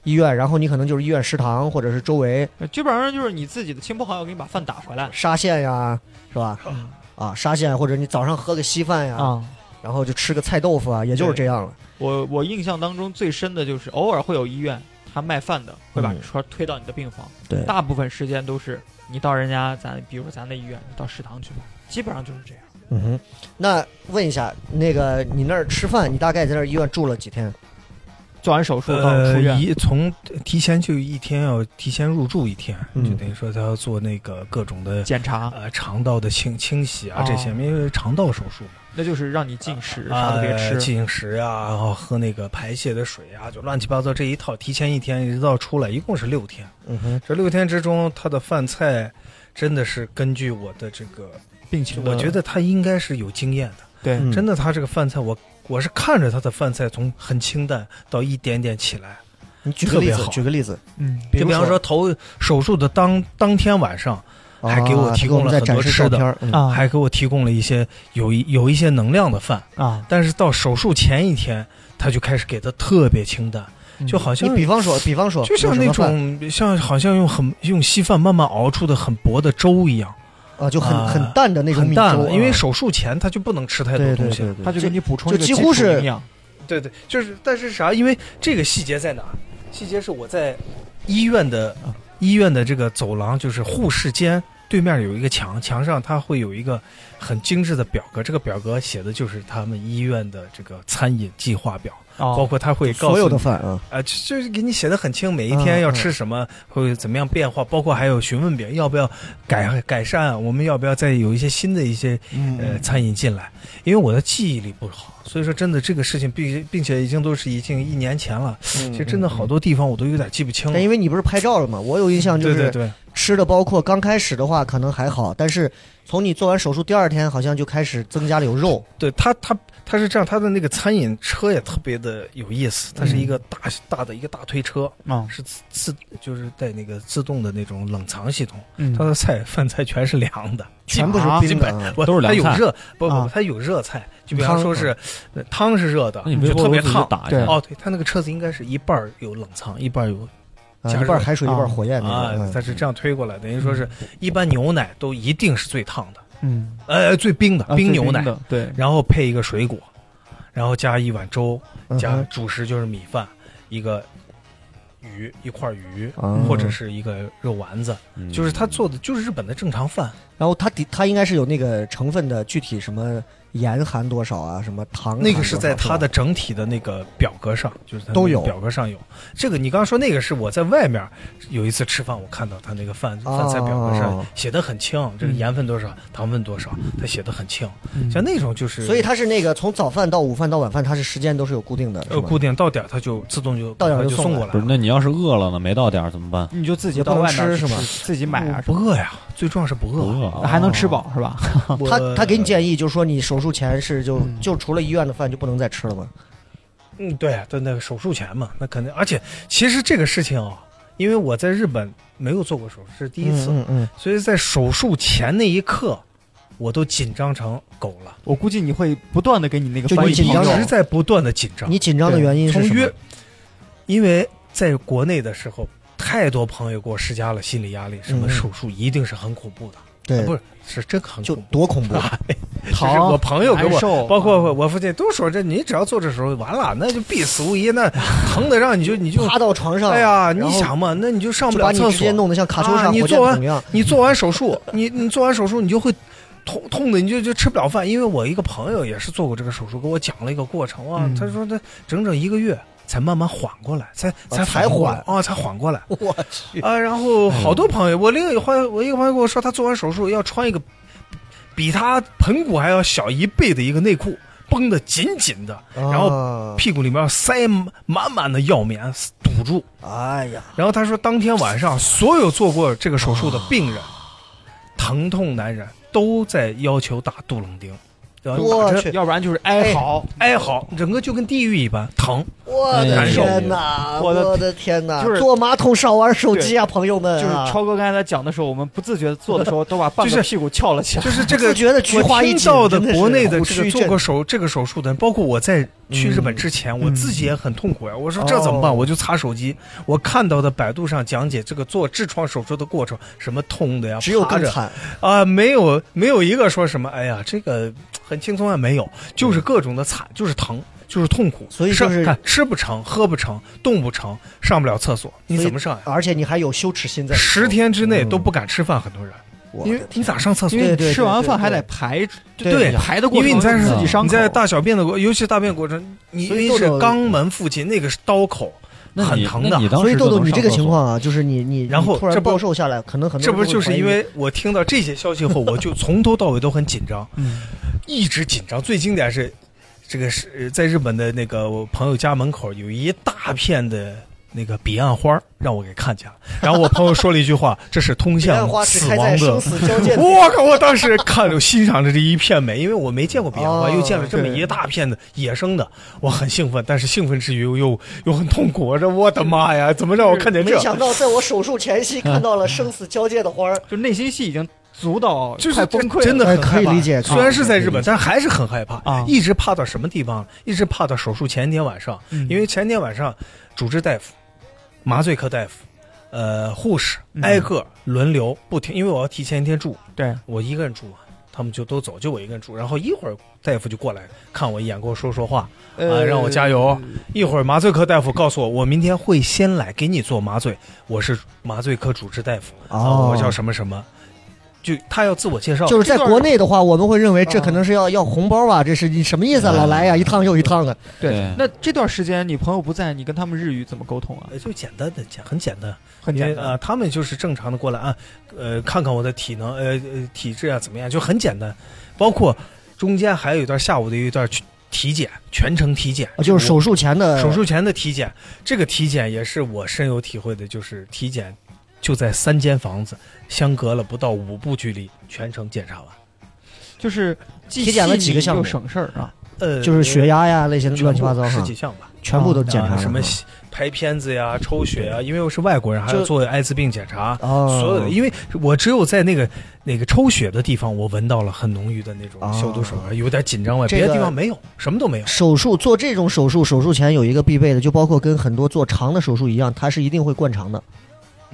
Speaker 2: 医院，然后你可能就是医院食堂或者是周围
Speaker 3: 呃基本上就是你自己的亲朋好友给你把饭打回来
Speaker 2: 沙县呀，是吧？啊，沙县或者你早上喝个稀饭呀，
Speaker 3: 啊。
Speaker 2: 然后就吃个菜豆腐啊，也就是这样了。
Speaker 3: 我我印象当中最深的就是，偶尔会有医院他卖饭的会把
Speaker 2: 嗯
Speaker 3: 车推到你的病房，
Speaker 2: 对
Speaker 3: 大部分时间都是你到人家咱，比如说咱那医院，你到食堂去吧，基本上就是这样。
Speaker 2: 嗯哼，那问一下，那个你那儿吃饭，你大概在那儿医院住了几天？
Speaker 3: 做完手术到
Speaker 5: 呃
Speaker 3: 出，院，
Speaker 5: 一从提前就一天要提前入住一天，
Speaker 2: 嗯
Speaker 5: 就等于说他要做那个各种的
Speaker 3: 检查，
Speaker 5: 呃肠道的清清洗啊
Speaker 3: 哦
Speaker 5: 这些，因为肠道手术嘛，
Speaker 3: 那就是让你进食，啥
Speaker 5: 啊
Speaker 3: 都别吃。
Speaker 5: 进食啊，然后喝那个排泄的水啊，就乱七八糟这一套，提前一天一直到出来，一共是六天。
Speaker 2: 嗯哼，
Speaker 5: 这六天之中，他的饭菜真的是根据我的这个，
Speaker 3: 病情的，
Speaker 5: 我觉得他应该是有经验的。
Speaker 3: 对，
Speaker 2: 嗯
Speaker 5: 真的，他这个饭菜我。我是看着他的饭菜从很清淡到一点点起来，
Speaker 2: 你举个
Speaker 5: 特
Speaker 2: 例
Speaker 5: 别
Speaker 2: 子，
Speaker 5: 好
Speaker 2: 举个例子，
Speaker 3: 嗯，
Speaker 2: 比
Speaker 5: 就
Speaker 2: 如
Speaker 5: 比方说头手术的当当天晚上，还给我
Speaker 2: 啊
Speaker 5: 提
Speaker 2: 给我
Speaker 5: 供
Speaker 2: 们
Speaker 5: 了
Speaker 2: 在
Speaker 5: 很
Speaker 2: 展
Speaker 5: 多
Speaker 2: 示
Speaker 5: 吃
Speaker 2: 照
Speaker 5: 的
Speaker 2: 片儿嗯
Speaker 3: 啊
Speaker 5: 还给我提供了一些有一有一些能量的饭，
Speaker 3: 啊，
Speaker 5: 但是到手术前一天，他就开始给的特别清淡，就
Speaker 2: 嗯
Speaker 5: 好
Speaker 2: 你
Speaker 5: 像
Speaker 2: 比方说，比方说，
Speaker 5: 就像那
Speaker 2: 有什么饭
Speaker 5: 种像好像用很用稀饭慢慢熬出的很薄的粥一样，
Speaker 2: 啊，就很
Speaker 5: 啊
Speaker 2: 很淡的那种
Speaker 5: 很
Speaker 2: 米
Speaker 5: 淡
Speaker 2: 粥啊，
Speaker 5: 了。因为手术前他就不能吃太多
Speaker 2: 对对
Speaker 5: 东西
Speaker 2: 对，
Speaker 5: 了，
Speaker 2: 对
Speaker 3: 他就给你补充
Speaker 2: 就
Speaker 3: 一个
Speaker 2: 几乎
Speaker 3: 基础
Speaker 2: 是
Speaker 3: 营养，
Speaker 5: 对对，就是但是啥？因为这个细节在哪？细节是我在医院的
Speaker 2: 嗯
Speaker 5: 医院的这个走廊，就是护士间对面有一个墙，墙上它会有一个很精致的表格，这个表格写的就是他们医院的这个餐饮计划表，包
Speaker 3: 包
Speaker 5: 括他会告诉
Speaker 2: 哦所有的
Speaker 5: 你
Speaker 2: 饭啊，
Speaker 5: 啊、就就是给你写的很清，每一
Speaker 2: 嗯
Speaker 5: 天要吃什么，会怎么样变化，包括还有询问表，要不要改改善，我们要不要再有一些新的一些
Speaker 2: 嗯
Speaker 5: 呃餐饮进来？因为我的记忆力不好，所以说真的这个事情并并且已经都是已经一年前了，
Speaker 2: 其
Speaker 5: 其实真的好。多地方我都有点记不清了
Speaker 2: 嗯但。因为你不是拍照了嘛，我有印象就
Speaker 5: 对对
Speaker 2: 是
Speaker 5: 对，
Speaker 2: 吃的，包括刚开始的话可能还好，但是从你做完手术第二天，好像就开始增加了有肉。
Speaker 5: 对他他他是这样，他的那个餐饮车也特别的有意思，它是一
Speaker 2: 嗯
Speaker 5: 个大、大的一个大推车，
Speaker 3: 啊，
Speaker 5: 是自自就是带那个自动的那种冷藏系统，
Speaker 3: 嗯
Speaker 5: 它的菜饭菜全是凉的，
Speaker 2: 全部是
Speaker 3: 啊
Speaker 2: 冰的啊，
Speaker 5: 不
Speaker 4: 都是
Speaker 5: 它
Speaker 4: 凉
Speaker 5: 有
Speaker 4: 菜
Speaker 5: 热，不不
Speaker 3: 啊，
Speaker 5: 它有热菜，就比方
Speaker 2: 汤啊
Speaker 5: 说是呃汤是热的，
Speaker 4: 那你微
Speaker 5: 就
Speaker 4: 波
Speaker 5: 特
Speaker 4: 炉
Speaker 5: 别
Speaker 4: 自己
Speaker 5: 烫。
Speaker 4: 打一
Speaker 3: 对
Speaker 4: 下，
Speaker 5: 哦，对，它那个车子应该是一半儿有冷藏，一半儿有
Speaker 2: 啊
Speaker 5: 加
Speaker 2: 一
Speaker 5: 热
Speaker 2: 半海水一
Speaker 3: 啊
Speaker 2: 半火焰
Speaker 5: 啊
Speaker 2: 那，种。
Speaker 5: 它
Speaker 2: 嗯
Speaker 5: 是这样推过来，等于说是一般牛奶都一定是最烫的，
Speaker 3: 嗯，
Speaker 5: 呃，最冰的
Speaker 3: 啊
Speaker 5: 冰
Speaker 3: 最
Speaker 5: 牛奶，
Speaker 3: 的，对，
Speaker 5: 然后配一个水果，然后加一碗粥，
Speaker 2: 嗯
Speaker 5: 加
Speaker 2: 哼
Speaker 5: 主食就是米饭，一个鱼一块鱼，
Speaker 2: 嗯
Speaker 5: 或者是一个肉丸子，
Speaker 4: 嗯
Speaker 5: 就是他做的就是日本的正常饭。
Speaker 2: 然后它底它应该是有那个成分的具体什么盐含多少啊，什么糖含多少
Speaker 5: 那个是在它的整体的那个表格上，就是它那个
Speaker 2: 都有
Speaker 5: 表格上有。这个你刚刚说那个是我在外面有一次吃饭，我看到它那个饭
Speaker 2: 哦
Speaker 5: 饭菜表格上写的很清，这个
Speaker 2: 嗯
Speaker 5: 盐分多少，糖分多少，它写的很清。像那种就是，
Speaker 2: 所以它是那个从早饭到午饭到晚饭，它是时间都是有固定的，
Speaker 5: 呃
Speaker 2: 是吗
Speaker 5: 固定到点儿它就自动就
Speaker 2: 到点儿
Speaker 5: 它
Speaker 2: 就
Speaker 5: 就
Speaker 2: 送
Speaker 5: 过
Speaker 2: 来
Speaker 5: 来
Speaker 4: 不是，
Speaker 5: 了。
Speaker 4: 那你要是饿了呢，没到点儿怎么办？
Speaker 3: 你就自己
Speaker 2: 不
Speaker 3: 到
Speaker 2: 能
Speaker 3: 外面
Speaker 2: 吃是吗
Speaker 3: 自己买啊什
Speaker 5: 不
Speaker 3: 么
Speaker 5: 饿呀，最重要是不
Speaker 4: 不
Speaker 5: 饿。
Speaker 4: 饿
Speaker 3: 的，
Speaker 4: 啊，
Speaker 3: 还能吃饱是吧？
Speaker 5: 我
Speaker 2: 他他给你建议，就是说你手术前是就、
Speaker 3: 嗯
Speaker 2: 就除了医院的饭就不能再吃了吗？
Speaker 5: 嗯，对，对，那个手术前嘛，那肯定。而且其实这个事情啊，因为我在日本没有做过手术，这是第一次，
Speaker 2: 嗯嗯
Speaker 5: 所以在手术前那一刻，我都紧张成狗了，
Speaker 3: 我估计你会不断的给你那个
Speaker 2: 就
Speaker 3: 翻
Speaker 2: 你
Speaker 3: 译
Speaker 2: 紧张
Speaker 3: 朋友
Speaker 5: 一直在不断的紧张
Speaker 2: 嗯，。你紧张的原因是
Speaker 5: 从
Speaker 2: 什么
Speaker 5: 约？，因为在国内的时候，太多朋友给我施加了心理压力，什
Speaker 2: 嗯
Speaker 5: 么手术一定是很恐怖的，
Speaker 2: 对，
Speaker 5: 啊不是是真很
Speaker 2: 就
Speaker 5: 恐怖。
Speaker 2: 多恐怖！啊
Speaker 5: 就是
Speaker 3: 疼
Speaker 5: 我朋友给
Speaker 3: 难
Speaker 5: 我，
Speaker 3: 受
Speaker 5: 包括我
Speaker 2: 嗯
Speaker 5: 我父亲都说这，你只要做这手术完了，那就必死无疑，那疼的让你就你 就
Speaker 2: 趴到床上，
Speaker 5: 哎呀，你
Speaker 2: 然后
Speaker 5: 想嘛，那你就上不
Speaker 2: 就把
Speaker 5: 了
Speaker 2: 你
Speaker 5: 厕
Speaker 2: 直接
Speaker 5: 所。
Speaker 2: 弄得像卡秋
Speaker 5: 啊
Speaker 2: 莎
Speaker 5: 你
Speaker 2: 火箭
Speaker 5: 做完
Speaker 2: 筒一 样。
Speaker 5: 你做完手术，你你做完手术，你就会痛痛的，你就就吃不了饭。因为我一个朋友也是做过这个手术，给我讲了一个过程哇，
Speaker 3: 嗯
Speaker 5: 他说他整整一个月才慢慢缓过来，才才
Speaker 2: 才
Speaker 5: 反应过来
Speaker 2: 缓
Speaker 5: 啊，才缓过来
Speaker 2: 我去，
Speaker 5: 啊。然后好多朋友，我另一个朋友我一个朋友跟我说，他做完手术要穿一个比他盆骨还要小一倍的一个内裤，绷得紧紧的，
Speaker 2: 啊
Speaker 5: 然后
Speaker 2: 后
Speaker 5: 屁股里面要塞满满的药棉堵住。
Speaker 2: 哎呀，
Speaker 5: 然后他说，当天晚上所有做过这个手术的病
Speaker 2: 啊
Speaker 5: 人，疼痛难忍，都在要求打杜冷丁，然后
Speaker 2: 我
Speaker 5: 打针
Speaker 2: 去，
Speaker 3: 要不然就是哀嚎，
Speaker 5: 哀嚎，整个就跟地狱一般疼。
Speaker 2: 我的天哪，
Speaker 3: 我的
Speaker 2: 我的天哪！
Speaker 3: 就是
Speaker 2: 坐马桶少玩手机啊，朋友们
Speaker 3: 就
Speaker 2: 啊！
Speaker 3: 是超哥刚才在讲的时候，我们不自觉做的时候都把半
Speaker 5: 就
Speaker 3: 个
Speaker 5: 是
Speaker 3: 屁股翘了起来。
Speaker 5: 就是这
Speaker 2: 我
Speaker 5: 个
Speaker 2: 自觉得菊花一
Speaker 5: 我听
Speaker 2: 紧
Speaker 5: 到的
Speaker 2: 真的是
Speaker 5: 国内的
Speaker 2: 虎
Speaker 5: 这个
Speaker 2: 躯
Speaker 5: 做过手这个手术的人，包括我在去日本之前，我
Speaker 3: 嗯
Speaker 5: 自己也很痛苦呀。我说这怎么办？
Speaker 2: 哦
Speaker 5: 我就擦手机。我看到的百度上讲解这个做痔疮手术的过程，什么痛的呀，
Speaker 2: 只有
Speaker 5: 趴
Speaker 2: 更
Speaker 5: 着
Speaker 2: 惨，
Speaker 5: 啊，没有没有一个说什么，哎呀，这个很轻松啊，没有，就是各种的惨，就是疼，就是痛苦，
Speaker 2: 所以就是
Speaker 5: 上看吃不成，喝不成，动不成，上不了厕所，你
Speaker 2: 所以
Speaker 5: 怎么上呀？
Speaker 2: 而且你还有羞耻心在里头。
Speaker 5: 十天之内
Speaker 2: 嗯
Speaker 5: 都不敢吃饭，很多人，
Speaker 2: 我
Speaker 5: 因为你咋上厕
Speaker 3: 因？
Speaker 5: 所
Speaker 3: 为
Speaker 2: 对
Speaker 3: 你
Speaker 2: 对
Speaker 3: 吃完
Speaker 2: 对
Speaker 3: 饭
Speaker 2: 对
Speaker 3: 还得
Speaker 2: 对
Speaker 3: 排，
Speaker 2: 对
Speaker 5: 对
Speaker 3: 排的过
Speaker 5: 因
Speaker 3: 程
Speaker 5: 为你在
Speaker 3: 自己伤口，
Speaker 5: 你在大小便的过，尤其大便过程，你因
Speaker 2: 所以
Speaker 5: 为
Speaker 2: 豆
Speaker 5: 是
Speaker 2: 豆
Speaker 5: 肛门附近那个是刀口，
Speaker 4: 那你
Speaker 5: 很疼的
Speaker 4: 那你当时
Speaker 2: 所以
Speaker 4: 就
Speaker 2: 豆豆，
Speaker 4: 能
Speaker 2: 你这
Speaker 4: 上
Speaker 2: 个
Speaker 4: 厕
Speaker 2: 情
Speaker 4: 所
Speaker 2: 况啊，就是你你
Speaker 5: 然后
Speaker 2: 你突然
Speaker 5: 这不
Speaker 2: 暴瘦下来，可能很多
Speaker 5: 这
Speaker 2: 人
Speaker 5: 不就
Speaker 2: 会
Speaker 5: 是
Speaker 2: 怀疑
Speaker 5: 因为我听到这些消息后，我就从头到尾都很紧 张，
Speaker 3: 嗯
Speaker 5: 一直紧张。最经典是，这个是呃在日本的那个我朋友家门口有一大片的那个彼岸花儿，让我给看见了。然后我朋友说了一句话：“这是通
Speaker 2: 彼岸
Speaker 5: 向
Speaker 2: 花只
Speaker 5: 死
Speaker 2: 开在
Speaker 5: 亡
Speaker 2: 生
Speaker 5: 的。
Speaker 2: 死交” 界的
Speaker 5: 我靠！我当时看着欣赏着这一片美，因为我没见过彼岸花，
Speaker 2: 哦
Speaker 5: 又见了这么
Speaker 2: 对
Speaker 5: 一大片的野生的，我很兴奋，但是兴奋之余又又又很痛苦。我说我的妈呀，怎么让我看见
Speaker 2: 没
Speaker 5: 这？
Speaker 2: 想到，在我手术前夕看到了生死交界的花儿，
Speaker 3: 就内心戏已经足到
Speaker 5: 就是
Speaker 3: 快崩溃了，
Speaker 5: 真的
Speaker 2: 哎
Speaker 5: 很
Speaker 2: 可以
Speaker 5: 害怕啊
Speaker 2: 理解
Speaker 5: 虽然是在日本，但还是很害怕
Speaker 3: 啊
Speaker 5: 一直怕到什么地方？一直怕到手术前一天晚上，
Speaker 3: 嗯
Speaker 5: 因为前一天晚上主治大夫、麻醉科大夫、呃护士
Speaker 3: 嗯
Speaker 5: 挨个轮流不停，因为我要提前一天住，
Speaker 3: 对
Speaker 5: 我一个人住嘛，他们就都走，就我一个人住。然后一会儿大夫就过来看我一眼，跟我说说话，
Speaker 2: 呃
Speaker 5: 啊，让我加油。一会儿麻醉科大夫告诉我，我明天会先来给你做麻醉，我是麻醉科主治大夫，
Speaker 2: 哦
Speaker 5: 啊，我叫什么什么，就他要自我介绍，
Speaker 2: 就是在
Speaker 3: 这段
Speaker 2: 国内的话，我们会认为这可能是要要红包吧？这是你什么意思啊？
Speaker 4: 嗯
Speaker 2: 老来呀，一趟又一趟啊的。
Speaker 3: 对
Speaker 4: 对，
Speaker 3: 那这段时间你朋友不在，你跟他们日语怎么沟通啊？
Speaker 5: 呃就简单的简很简单，
Speaker 3: 很简
Speaker 5: 啊、
Speaker 3: 单，
Speaker 5: 他们就是正常的过来啊，呃，看看我的体能，呃，呃体质啊怎么样，就很简单。包括中间还有一段下午的有一段去体检，全程体检
Speaker 2: 啊，就是手术前的
Speaker 5: 手术前的体检，这个体检也是我深有体会的，就是体检就在三间房子相隔了不到五步距离，全程检查完。
Speaker 3: 就是既
Speaker 2: 体检了几个
Speaker 3: 细腻
Speaker 2: 项目
Speaker 3: 又省事儿啊。
Speaker 5: 呃，
Speaker 2: 就是血压呀那些
Speaker 5: 全部
Speaker 2: 乱七八糟
Speaker 5: 十
Speaker 2: 哈
Speaker 5: 几，项吧，
Speaker 2: 全部都检查
Speaker 5: 啊
Speaker 2: 了
Speaker 5: 什么
Speaker 2: 哈
Speaker 5: 拍片子呀、抽血啊呀，因为我是外国人，还
Speaker 2: 就
Speaker 5: 要做艾滋病检查。
Speaker 2: 哦，
Speaker 5: 所有的，因为我只有在那个那个抽血的地方，我闻到了很浓郁的那种
Speaker 2: 哦
Speaker 5: 消毒水味，有点紧张味，
Speaker 2: 这个
Speaker 5: 别的地方没有，什么都没有。
Speaker 2: 手术做这种手术，手术前有一个必备的，就包括跟很多做肠的手术一样，它是一定会灌肠的。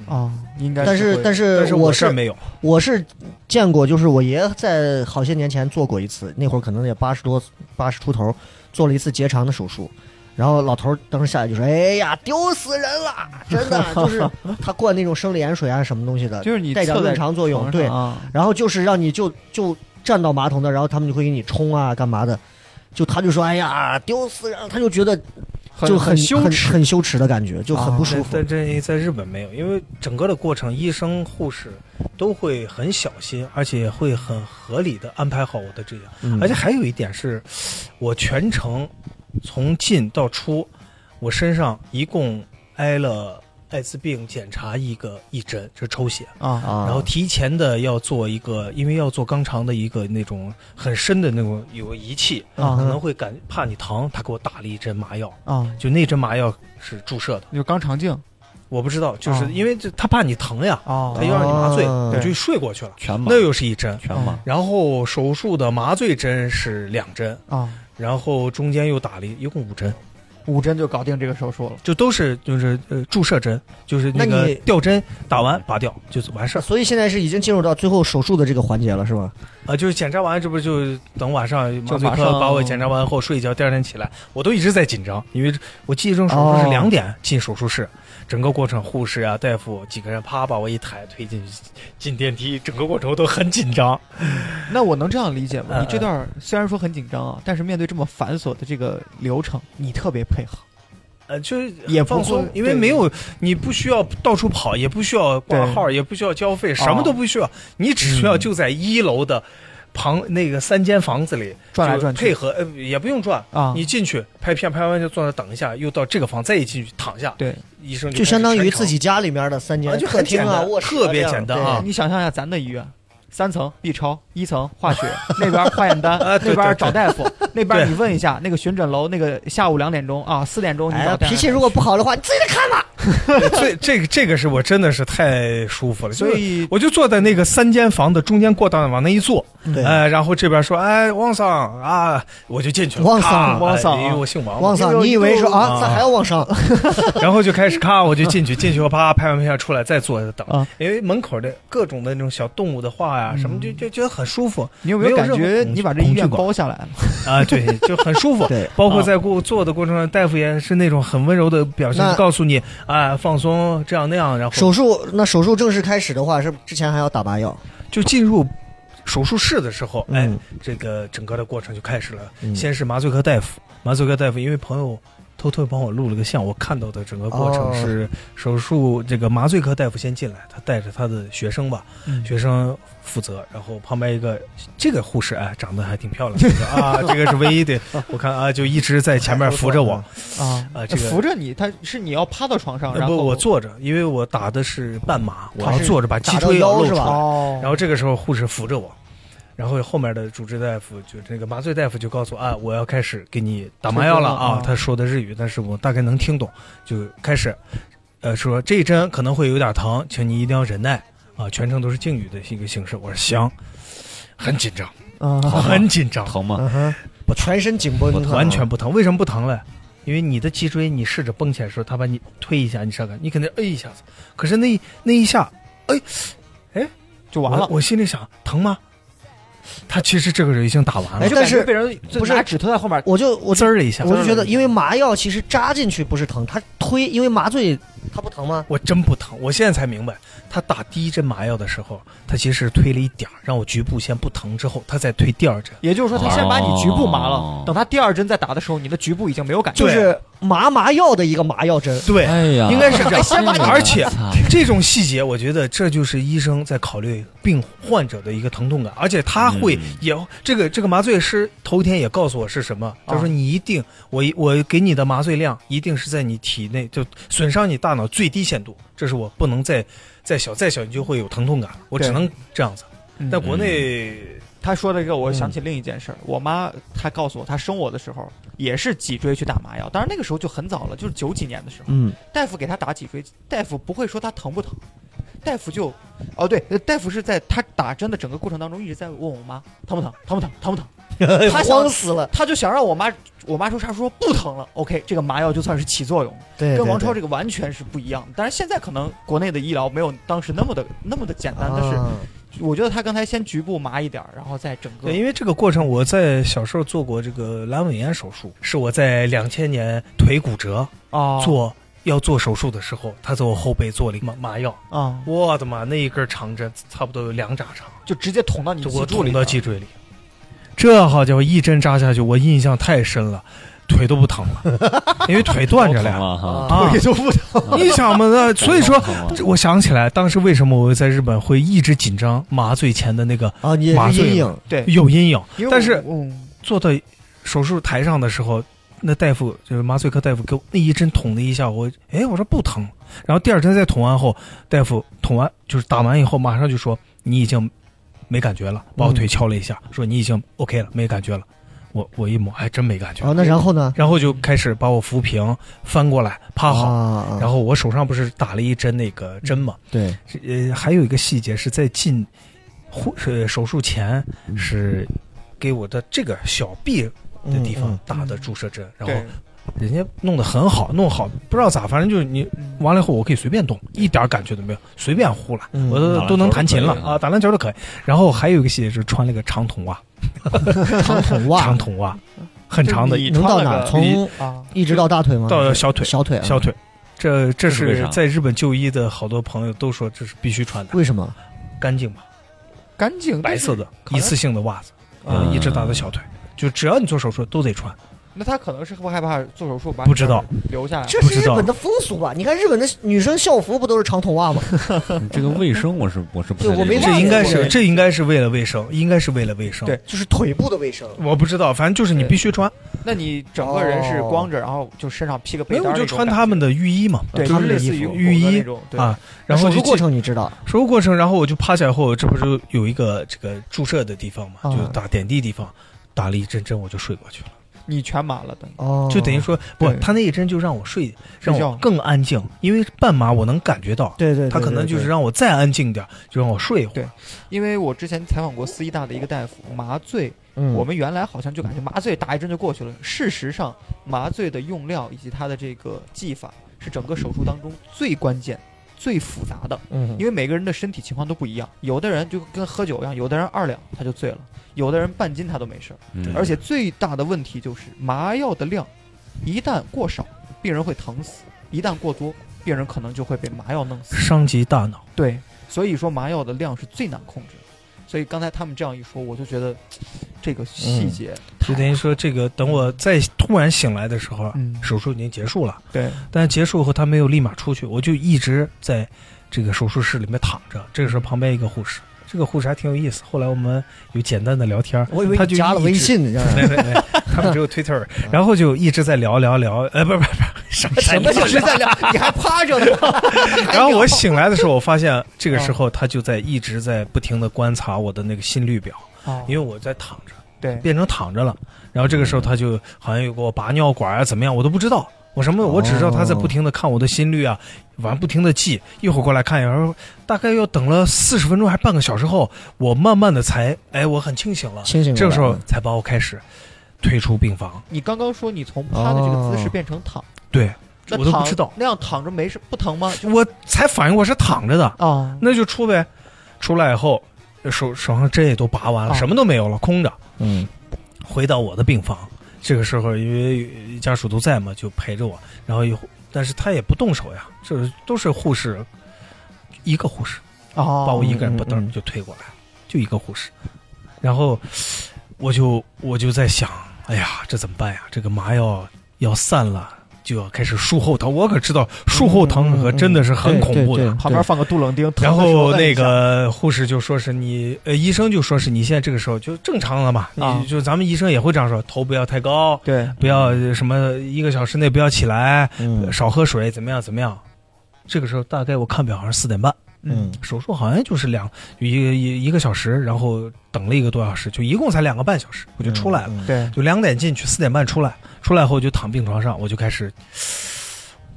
Speaker 3: 啊，应该
Speaker 2: 但是
Speaker 3: 会
Speaker 2: 但
Speaker 5: 但
Speaker 2: 是
Speaker 5: 是
Speaker 2: 我
Speaker 5: 我
Speaker 2: 是
Speaker 5: 这儿没有，
Speaker 2: 我是见过，就是我爷爷在好些年前做过一次，那会儿可能也八十多八十出头，做了一次结肠的手术。然后老头儿当时下来就说：“哎呀，丢死人了！真的，就是他灌那种生理盐水啊，什么东西的，
Speaker 3: 就是你
Speaker 2: 带点
Speaker 3: 侧在
Speaker 2: 润肠作用，
Speaker 3: 床上
Speaker 2: 对，
Speaker 3: 啊，
Speaker 2: 然后就是让你就就站到马桶那儿，然后他们就会给你冲啊，干嘛的？就他就说：“哎呀，丢死人！”他就觉得就很
Speaker 3: 羞
Speaker 2: 很
Speaker 3: 耻。
Speaker 2: 很羞耻的感觉，就很不舒服。
Speaker 5: 但这在日本没有，因为整个的过程，医生、护士都会很小心，而且会很合理的安排好我的治疗。
Speaker 2: 嗯
Speaker 5: 而且还有一点是，我全程从进到出，我身上一共挨了艾滋病检查一个一针，这是抽血。
Speaker 3: 啊
Speaker 2: 啊，
Speaker 5: 然后提前的要做一个，因为要做肛肠的一个那种很深的那种有个仪器，
Speaker 3: 啊
Speaker 5: 可能会感怕你疼，他给我打了一针麻药，
Speaker 3: 啊！
Speaker 5: 就那针麻药是注射的，
Speaker 3: 就肛肠镜
Speaker 5: 我不知道，就
Speaker 3: 哦
Speaker 5: 是因为这他怕你疼呀，
Speaker 3: 啊嗯
Speaker 5: 他又让你麻醉，
Speaker 2: 哦
Speaker 5: 我就睡过去了，
Speaker 4: 全麻
Speaker 5: 那又是一针，
Speaker 4: 全麻，
Speaker 5: 然后手术的麻醉针是两针，
Speaker 3: 啊，
Speaker 5: 然后中间又打了一共五针，
Speaker 3: 五针就搞定这个手术了。
Speaker 5: 就都是就是呃注射针，就是那
Speaker 2: 那
Speaker 5: 个
Speaker 2: 你
Speaker 5: 吊针打完拔掉就完事儿
Speaker 2: 所以现在是已经进入到最后手术的这个环节了，是吧？
Speaker 5: 啊，就是检查完这不就等晚上麻
Speaker 3: 就
Speaker 5: 醉
Speaker 3: 马
Speaker 5: 科
Speaker 3: 上
Speaker 5: 把我检查完后睡一觉，第二天起来我都一直在紧张，因为我记忆中手术
Speaker 2: 哦
Speaker 5: 是两点进手术室，整个过程护士啊大夫几个人啪把我一抬推进去进电梯，整个过程我都很紧张。
Speaker 3: 那我能这样理解吗？
Speaker 5: 嗯
Speaker 3: 你这段儿虽然说很紧张啊，但是面对这么繁琐的这个流程，你特别配合。
Speaker 5: 呃，就是
Speaker 3: 也
Speaker 5: 很
Speaker 3: 不
Speaker 5: 放松
Speaker 3: 会，
Speaker 5: 因为
Speaker 3: 对
Speaker 5: 没有你不需要到处跑，也不需要挂
Speaker 3: 对
Speaker 5: 号，也不需要交费，什么
Speaker 3: 哦嗯
Speaker 5: 都不需要，你只需要就在一楼的旁那个三间房子里
Speaker 3: 转来转
Speaker 5: 就
Speaker 3: 去
Speaker 5: 配合呃也不用转
Speaker 3: 啊
Speaker 5: 你进去拍片拍完就坐那等一下，又到这个房再一进去躺下，
Speaker 3: 对，
Speaker 5: 医生
Speaker 2: 就
Speaker 5: 开始
Speaker 2: 相当于
Speaker 5: 全程
Speaker 2: 自己家里面的三间
Speaker 5: 啊就
Speaker 2: 客
Speaker 5: 很
Speaker 2: 厅
Speaker 5: 简
Speaker 2: 啊、
Speaker 5: 单
Speaker 2: 卧室啊
Speaker 5: 特别
Speaker 2: 这样
Speaker 5: 简单
Speaker 2: 对
Speaker 5: 啊
Speaker 3: 哎你想象一下咱的医院，三层 B 超，一层化 血，那边化验单，
Speaker 5: 啊对
Speaker 3: 那边
Speaker 5: 对对
Speaker 3: 找大 夫，那边
Speaker 5: 对
Speaker 3: 你问一下那个巡诊楼，那个下午两点钟啊，四点钟你
Speaker 2: 哎
Speaker 3: 找
Speaker 2: 呀，
Speaker 3: 大夫
Speaker 2: 脾气如果不好的话，你自己看吧。
Speaker 5: 这这个这个是我真的是太舒服了，
Speaker 3: 所
Speaker 5: 就是
Speaker 3: 以
Speaker 5: 我就坐在那个三间房的中间过道往那一坐，
Speaker 3: 嗯
Speaker 2: 对，
Speaker 5: 呃，然后这边说哎汪桑啊，我就进去了，
Speaker 2: 汪桑
Speaker 5: 咔
Speaker 3: 汪桑
Speaker 5: 哎因
Speaker 3: 啊
Speaker 5: 为我姓王嘛，
Speaker 2: 往上，你以为说啊，
Speaker 5: 啊
Speaker 2: 咋还要往上？
Speaker 5: 然后就开始咔，我就进去，进去后啪拍完片出来，再坐着等
Speaker 3: 啊，嗯
Speaker 5: 因为门口的各种的那种小动物的画呀、什么，就就觉得很舒服
Speaker 3: 你有没有
Speaker 5: 没有
Speaker 3: 感
Speaker 5: 任何
Speaker 3: 觉
Speaker 5: 恐
Speaker 3: 你
Speaker 5: 惧
Speaker 3: 把这医院
Speaker 5: 恐惧感
Speaker 3: 包啊下来了？
Speaker 5: 啊，对，就很 舒服。
Speaker 2: 对，
Speaker 5: 包括在过做的过程中，大夫也是那种很温柔的表情
Speaker 2: 那，
Speaker 5: 告诉你啊，放松，这样那样，然后
Speaker 2: 手术那手术正式开始的话，是不是之前还要打麻药？
Speaker 5: 就进入手术室的时候，哎
Speaker 2: 嗯，
Speaker 5: 这个整个的过程就开始了。
Speaker 2: 嗯
Speaker 5: 先是麻醉科大夫，麻醉科大夫因为朋友偷偷帮我录了个像，我看到的整个过程
Speaker 2: 哦
Speaker 5: 是手术这个麻醉科大夫先进来，他带着他的学生 吧，学生负责，然后旁边一个这个护士哎，长得还挺漂亮 的啊，这个是唯一的，我看啊，就一直在前面扶 着我，
Speaker 3: 啊
Speaker 5: 啊这个
Speaker 3: 扶着你，他是你要趴到床上，
Speaker 5: 呃
Speaker 3: 然
Speaker 5: 不
Speaker 3: 后
Speaker 5: 我坐着，因为我打的是半麻，我
Speaker 2: 他
Speaker 5: 要
Speaker 2: 是
Speaker 5: 坐着把脊
Speaker 2: 打到
Speaker 5: 椎要
Speaker 2: 腰
Speaker 5: 露
Speaker 2: 是
Speaker 5: 出
Speaker 2: 吧
Speaker 5: 来。
Speaker 3: 哦，
Speaker 5: 然后这个时候护士扶着我，然后后面的主治大夫就那个麻醉大夫就告诉我啊，我要开始给你打麻药了
Speaker 3: 这个
Speaker 5: 啊
Speaker 3: 啊。
Speaker 5: 他说的日语，但是我大概能听懂，就开始，呃，说这一针可能会有点疼，请你一定要忍耐啊。全程都是敬语的一个形式。我说行，很紧张，
Speaker 3: 啊
Speaker 5: 很紧张，
Speaker 4: 疼吗？
Speaker 2: 嗯哼，我全身紧绷，啊
Speaker 5: 我完全不疼。为什么不疼嘞？因为你的脊椎，你试着蹦起来的时候，他把你推一下，你上来，你肯定哎一下子。可是那那一下，
Speaker 3: 就完了
Speaker 5: 我，我心里想疼吗？他其实这个人已经打完了
Speaker 2: 哎，
Speaker 3: 就感
Speaker 2: 但是
Speaker 3: 觉被人就
Speaker 2: 不是
Speaker 3: 拿指头在后面
Speaker 2: 我就我
Speaker 5: 滋
Speaker 2: 就
Speaker 5: 儿了一下，
Speaker 2: 我就觉得，因为麻药其实扎进去不是疼，它推，因为麻醉它不疼吗？
Speaker 5: 我真不疼。我现在才明白，他打第一针麻药的时候，他其实推了一点儿，让我局部先不疼，之后他再推第二针。
Speaker 3: 也就是说，他先把你局部麻了
Speaker 4: 哦，
Speaker 3: 等他第二针再打的时候，你的局部已经没有感觉
Speaker 2: 就
Speaker 3: 了。
Speaker 2: 是麻麻药的一个麻药针，
Speaker 5: 对，
Speaker 4: 哎呀，
Speaker 5: 应该是这样。
Speaker 3: 哎
Speaker 5: 而且
Speaker 4: 啊操
Speaker 5: 这种细节，我觉得这就是医生在考虑病患者的一个疼痛感，而且他会
Speaker 4: 嗯
Speaker 5: 也、这个这个麻醉师头一天也告诉我是什么，
Speaker 4: 啊
Speaker 5: 他说你一定我我给你的麻醉量一定是在你体内就损伤你大脑最低限度，这是我不能再再小再小你就会有疼痛感了，我
Speaker 3: 对
Speaker 5: 只能这样子。
Speaker 3: 嗯
Speaker 5: 但国内、
Speaker 3: 他说这个，我想起另一件事儿。我妈她告诉我，她生我的时候也是脊椎去打麻药，当然那个时候就很早了，就是九几年的时候，
Speaker 2: 嗯，
Speaker 3: 大夫给她打脊椎，大夫不会说她疼不疼，大夫就，哦对，呃大夫是在她打针的整个过程当中一直在问我妈疼不疼，疼不疼，疼不疼，
Speaker 5: 哎
Speaker 3: 他想
Speaker 2: 慌嗯死了，
Speaker 3: 他就想让我妈，我妈说啥说不疼了，OK，这个麻药就算是起作用了。
Speaker 2: 对，
Speaker 3: 跟王超
Speaker 2: 这
Speaker 3: 这个完全是不一样的。当然，现在可能国内的医疗没有当时那么的那么的简单，但
Speaker 2: 啊
Speaker 5: 啊
Speaker 3: 是我觉得他刚才先局部麻一点儿，然后再整个
Speaker 5: 对，因为这个过程，我在小时候做过这个阑尾炎手术，是我在两千年腿骨折
Speaker 3: 哦
Speaker 5: 做要做手术的时候，他在我后背做了一个麻麻药，
Speaker 3: 啊，
Speaker 5: 我的妈，那一根长针差不多有两拃长，
Speaker 3: 就直接捅到你嗯
Speaker 5: 就
Speaker 3: 脊
Speaker 5: 给我
Speaker 3: 柱里
Speaker 5: 捅
Speaker 3: 了
Speaker 5: 到脊椎里。这好家伙，一针扎下去，我印象太深了，腿都不疼了，因为腿断着了呀。
Speaker 4: 了哈。
Speaker 5: 啊
Speaker 2: 也，就不疼。
Speaker 5: 你想嘛，那所以说
Speaker 4: 疼了，
Speaker 5: 这我想起来当时为什么我在日本会一直紧张麻醉前的那个
Speaker 2: 啊，你也
Speaker 5: 麻
Speaker 2: 是
Speaker 5: 醉
Speaker 2: 阴影，
Speaker 3: 对，
Speaker 5: 有阴影，
Speaker 3: 因为我
Speaker 5: 但是
Speaker 3: 嗯
Speaker 5: 坐到手术台上的时候，那大夫就是麻醉科大夫给我那一针捅了一下，我哎我说不疼，然后第二针再捅完后，大夫捅完就是打完以后马上就说你已经没感觉了，把我腿敲了一下，说你已经 OK 了，没感觉了。我我一摸还真没感觉，
Speaker 2: 啊，那然后呢？
Speaker 5: 然后就开始把我扶平，翻过来趴好。
Speaker 2: 啊，
Speaker 5: 然后我手上不是打了一针那个针嘛，
Speaker 2: 对，
Speaker 5: 是呃，还有一个细节是在进护呃手术前是给我的这个小臂的地
Speaker 4: 嗯
Speaker 5: 方
Speaker 2: 嗯
Speaker 5: 打的注射针，然
Speaker 3: 嗯对
Speaker 5: 后人家弄得很好，弄好不知道咋，反正就是你
Speaker 3: 嗯
Speaker 5: 完了以后，我可以随便动，一点感觉都没有，随便呼了，
Speaker 2: 嗯
Speaker 5: 我
Speaker 4: 打
Speaker 5: 都
Speaker 4: 篮
Speaker 5: 都能
Speaker 4: 球
Speaker 5: 弹
Speaker 4: 都
Speaker 5: 琴
Speaker 4: 可以
Speaker 5: 了
Speaker 4: 了
Speaker 5: 啊，打篮球都可以。然后还有一个细节是穿了个长筒袜，
Speaker 2: 长筒
Speaker 5: 长
Speaker 2: 袜
Speaker 5: 筒袜，很长的
Speaker 3: 就，你
Speaker 2: 能到
Speaker 3: 穿了
Speaker 2: 哪儿？
Speaker 3: 个
Speaker 2: 从
Speaker 3: 啊，
Speaker 2: 一直到大腿吗？
Speaker 5: 到小腿
Speaker 2: 小腿啊，
Speaker 5: 小腿。这这
Speaker 4: 嗯这是为
Speaker 5: 是
Speaker 4: 啥
Speaker 5: 在日本就医的好多朋友都说这是必须穿的，
Speaker 2: 为什么？
Speaker 5: 干净嘛，
Speaker 3: 干净
Speaker 5: 白色，的
Speaker 3: 可能
Speaker 5: 一次性的袜子，
Speaker 4: 嗯
Speaker 5: 呃，一直打到小腿，就只要你做手术都得穿。
Speaker 3: 那他可能是会害怕做手术把
Speaker 5: 不知道
Speaker 3: 你留下来，
Speaker 2: 这
Speaker 5: 不
Speaker 2: 是
Speaker 5: 知
Speaker 2: 日
Speaker 5: 道
Speaker 2: 本的风俗吧？你看日本的女生校服不都是长筒袜 吗？
Speaker 4: 你嗯 这个卫生我是我是不
Speaker 2: 对
Speaker 4: 太
Speaker 2: 我没
Speaker 4: 理解
Speaker 5: 这应该
Speaker 2: 对
Speaker 5: 是这应该是为了卫生，应该是为了卫生。
Speaker 3: 对，
Speaker 2: 就是腿部的卫生。
Speaker 5: 我不知道，反正就是你
Speaker 3: 对
Speaker 5: 必须穿。
Speaker 3: 那你整个人是
Speaker 2: 哦
Speaker 3: 光着，然后就身上披个
Speaker 5: 没
Speaker 3: 被
Speaker 5: 有，
Speaker 3: 单儿
Speaker 5: 我
Speaker 3: 那
Speaker 5: 就
Speaker 3: 种感觉，
Speaker 5: 穿他们的浴衣嘛，
Speaker 3: 对，
Speaker 5: 就
Speaker 3: 就是是类似于
Speaker 5: 浴
Speaker 3: 狗的那
Speaker 5: 衣
Speaker 3: 种，对
Speaker 5: 啊。然后
Speaker 2: 手术
Speaker 5: 就
Speaker 2: 过
Speaker 5: 进
Speaker 2: 程你知道？
Speaker 5: 手术过程，然后我就趴下以后，这不是有一个这个注射的地方嘛，
Speaker 2: 啊
Speaker 5: 就打点滴地方，打了一针针我就睡过去了，
Speaker 3: 你全麻了，等于
Speaker 2: 哦，
Speaker 5: 就等于说不
Speaker 3: 对，
Speaker 5: 他那一针就让我睡，
Speaker 3: 睡
Speaker 5: 让
Speaker 3: 觉
Speaker 5: 我更安静，因为半麻我能感觉到，
Speaker 2: 对对，
Speaker 5: 他可能就是让我再安静点，就让我睡一会儿。
Speaker 3: 因为我之前采访过四医大的一个大夫，麻醉，
Speaker 2: 让
Speaker 3: 我们原来好像就感觉麻醉打一针就过去了，事实上麻醉的用料以及它的这个技法是整个手术当中最关键、最复杂的，
Speaker 2: 嗯
Speaker 3: 因为每个人的身体情况都不一样，有的人就跟喝酒一样，有的人二两他就醉了，有的人半斤他都没事儿，
Speaker 4: 嗯
Speaker 3: 而且最大的问题就是麻药的量一旦过少，病人会疼死；一旦过多，病人可能就会被麻药弄死。
Speaker 5: 伤及大脑，
Speaker 3: 对，所以说麻药的量是最难控制的。所以刚才他们这样一说，我就觉得这个细节
Speaker 5: 就等于说这个等我再突然醒来的时候，啊
Speaker 3: 嗯
Speaker 5: 手术已经结束了，
Speaker 3: 对，
Speaker 5: 但是结束后他没有立马出去，我就一直在这个手术室里面躺着。这个时候旁边一个护士，这个护士还挺有意思。后来我们有简单的聊 天儿，
Speaker 2: 我以为
Speaker 5: 他
Speaker 2: 你
Speaker 5: 就
Speaker 2: 加了
Speaker 5: 一
Speaker 2: 微
Speaker 5: 直，
Speaker 2: 信，让 人
Speaker 5: 没没没，他们只有 Twitter，然后就一直在聊聊聊，呃，不是不是不是，什么
Speaker 3: 嗯什么就是在聊，你还趴着呢。
Speaker 5: 然后我醒来的时候，我发现这个
Speaker 3: 嗯
Speaker 5: 时候他就在一直在不停的观察我的那个心率表，
Speaker 3: 哦
Speaker 5: 因为我在躺着。
Speaker 3: 对，
Speaker 5: 变成躺着了。然后这个
Speaker 2: 嗯
Speaker 5: 时候他就好像又给我拔尿管啊，怎么样，我都不知道。我什么？我只知道他
Speaker 2: 哦
Speaker 5: 在不停的看我的心率啊，完不停的记，一会儿过来看一下，然后大概要等了四十分钟还半个小时后，我慢慢的才，哎，我很清醒了，
Speaker 2: 清醒过来了。嗯
Speaker 5: 这个时候才把我开始推出病房。
Speaker 3: 你刚刚说你从趴的这个姿势变成躺，
Speaker 5: 对，
Speaker 3: 那
Speaker 5: 我都不
Speaker 3: 躺
Speaker 5: 知道，
Speaker 3: 那样躺着没事不疼吗？就
Speaker 5: 我才反应我是躺着的，
Speaker 3: 啊，
Speaker 5: 那就出呗。出来以后，手手上针也都拔
Speaker 2: 哦
Speaker 5: 完了，
Speaker 3: 啊
Speaker 5: 什么都没有了，空着。
Speaker 2: 嗯，
Speaker 5: 回到我的病房。这个时候，因为家属都在嘛，就陪着我。然后一，但是他也不动手呀，这都是护士，一个护士
Speaker 3: 哦
Speaker 5: 把我一个人不
Speaker 2: 嗯嗯
Speaker 5: 噔
Speaker 2: 嗯
Speaker 5: 就推过来，就一个护士。然后我就我就在想，哎呀，这怎么办呀？这个麻药要散了，就要开始术后疼。我可知道术后疼可真的是
Speaker 2: 对
Speaker 5: 很恐怖
Speaker 2: 嗯
Speaker 5: 的。
Speaker 2: 对对
Speaker 3: 旁边放个杜冷丁，疼
Speaker 5: 然
Speaker 3: 的时候
Speaker 5: 后
Speaker 3: 摁
Speaker 5: 那
Speaker 3: 一下
Speaker 5: 个护士就说是你，呃，医生就说是你现在这个时候就正常了嘛，
Speaker 3: 啊
Speaker 5: 你就咱们医生也会这样说，头不要太高，
Speaker 3: 对
Speaker 5: 不要呃什么一个小时内不要起来，
Speaker 2: 嗯
Speaker 5: 少喝水，怎么样怎么样。这个时候大概我看表好像四点半，
Speaker 2: 嗯，
Speaker 5: 手术好像就是两一个一一个小时，然后等了一个多小时，就一共才两个半小时，我就出来了，
Speaker 2: 嗯。嗯
Speaker 3: 对，
Speaker 5: 就两点进去，四点半出来，出来后就躺病床上，我就开始，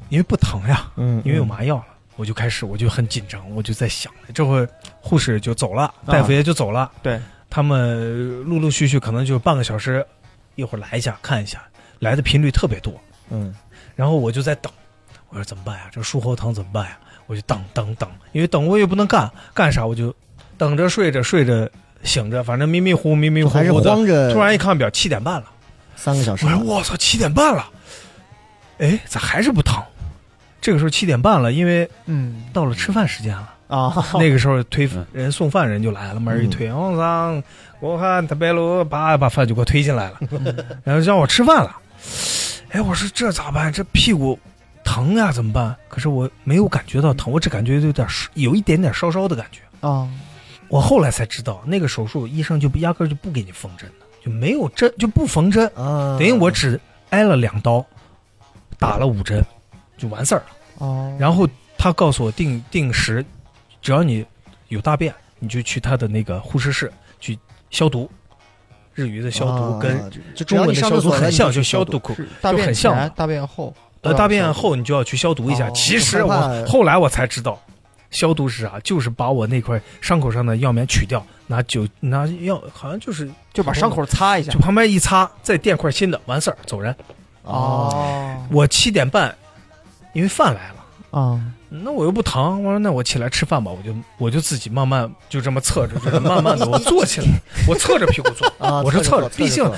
Speaker 5: 因为不疼呀，
Speaker 2: 嗯，
Speaker 5: 因为有麻药了，我就开始我就很紧张，我就在想，这会儿护士就走了，大夫
Speaker 2: 啊
Speaker 5: 也就走了，
Speaker 3: 对，
Speaker 5: 他们陆陆续续可能就半个小时，一会儿来一下看一下，来的频率特别多，
Speaker 2: 嗯，
Speaker 5: 然后我就在等，我说怎么办呀？这术后疼怎么办呀？我就等等等，因为等我也不能干干啥，我就等着睡着睡着醒着，反正迷迷糊糊迷迷
Speaker 2: 就
Speaker 5: 糊
Speaker 2: 还是
Speaker 5: 糊的，
Speaker 2: 慌着。
Speaker 5: 突然一看表七点半了。
Speaker 2: 三个小时
Speaker 5: 我，说我操，七点半了，哎，咋还是不疼？这个时候七点半了，因为
Speaker 3: 嗯，
Speaker 5: 到了吃饭时间了。
Speaker 2: 啊，
Speaker 5: 那个时候推
Speaker 4: 嗯
Speaker 5: 人送饭人就来了，门儿一推，王桑，我看他白楼，把把饭就给我推进来了， 然后让我吃饭了。哎，我说这咋办？这屁股疼呀，怎么办？可是我没有感觉到疼，我只感觉有点儿有一点点烧烧的感觉。
Speaker 3: 啊，
Speaker 5: 我后来才知道，那个手术医生就不压根儿就不给你缝针的，就没有针就不缝针，
Speaker 2: 啊，
Speaker 5: 等于我只挨了两刀，打了五针，就完事儿了。
Speaker 3: 哦，
Speaker 5: 然后他告诉我定定时，只要你有大便，你就去他的那个护士室去消毒。日语的消毒
Speaker 2: 啊
Speaker 5: 跟、
Speaker 2: 就
Speaker 5: 只
Speaker 2: 中
Speaker 5: 要
Speaker 2: 文
Speaker 5: 你
Speaker 2: 的
Speaker 5: 上
Speaker 2: 消
Speaker 5: 厕
Speaker 2: 毒
Speaker 5: 所
Speaker 2: 很
Speaker 5: 很像，
Speaker 2: 就
Speaker 5: 就
Speaker 2: 消
Speaker 5: 消毒。
Speaker 3: 是大
Speaker 5: 就
Speaker 3: 便前
Speaker 5: 很像
Speaker 3: 大便后，
Speaker 5: 呃，大便后你就要去消毒一下。
Speaker 3: 哦
Speaker 5: 其实
Speaker 2: 我害怕
Speaker 5: 我后来我才知道，消毒是啥，啊就是把我那块伤口上的药棉取掉，拿酒拿药，好像就是
Speaker 3: 就把伤口擦一下
Speaker 5: 就。旁边一擦，再垫块新的，完事儿走人。
Speaker 2: 哦，
Speaker 3: 哦
Speaker 5: 我七点半，因为饭来了。
Speaker 3: 啊，
Speaker 5: 那我又不疼，我说那我起来吃饭吧，我就我就自己慢慢就这么侧着，就是慢慢的我坐起来，我侧着屁股坐，
Speaker 2: 啊，
Speaker 5: 我是侧着，毕竟
Speaker 2: 侧着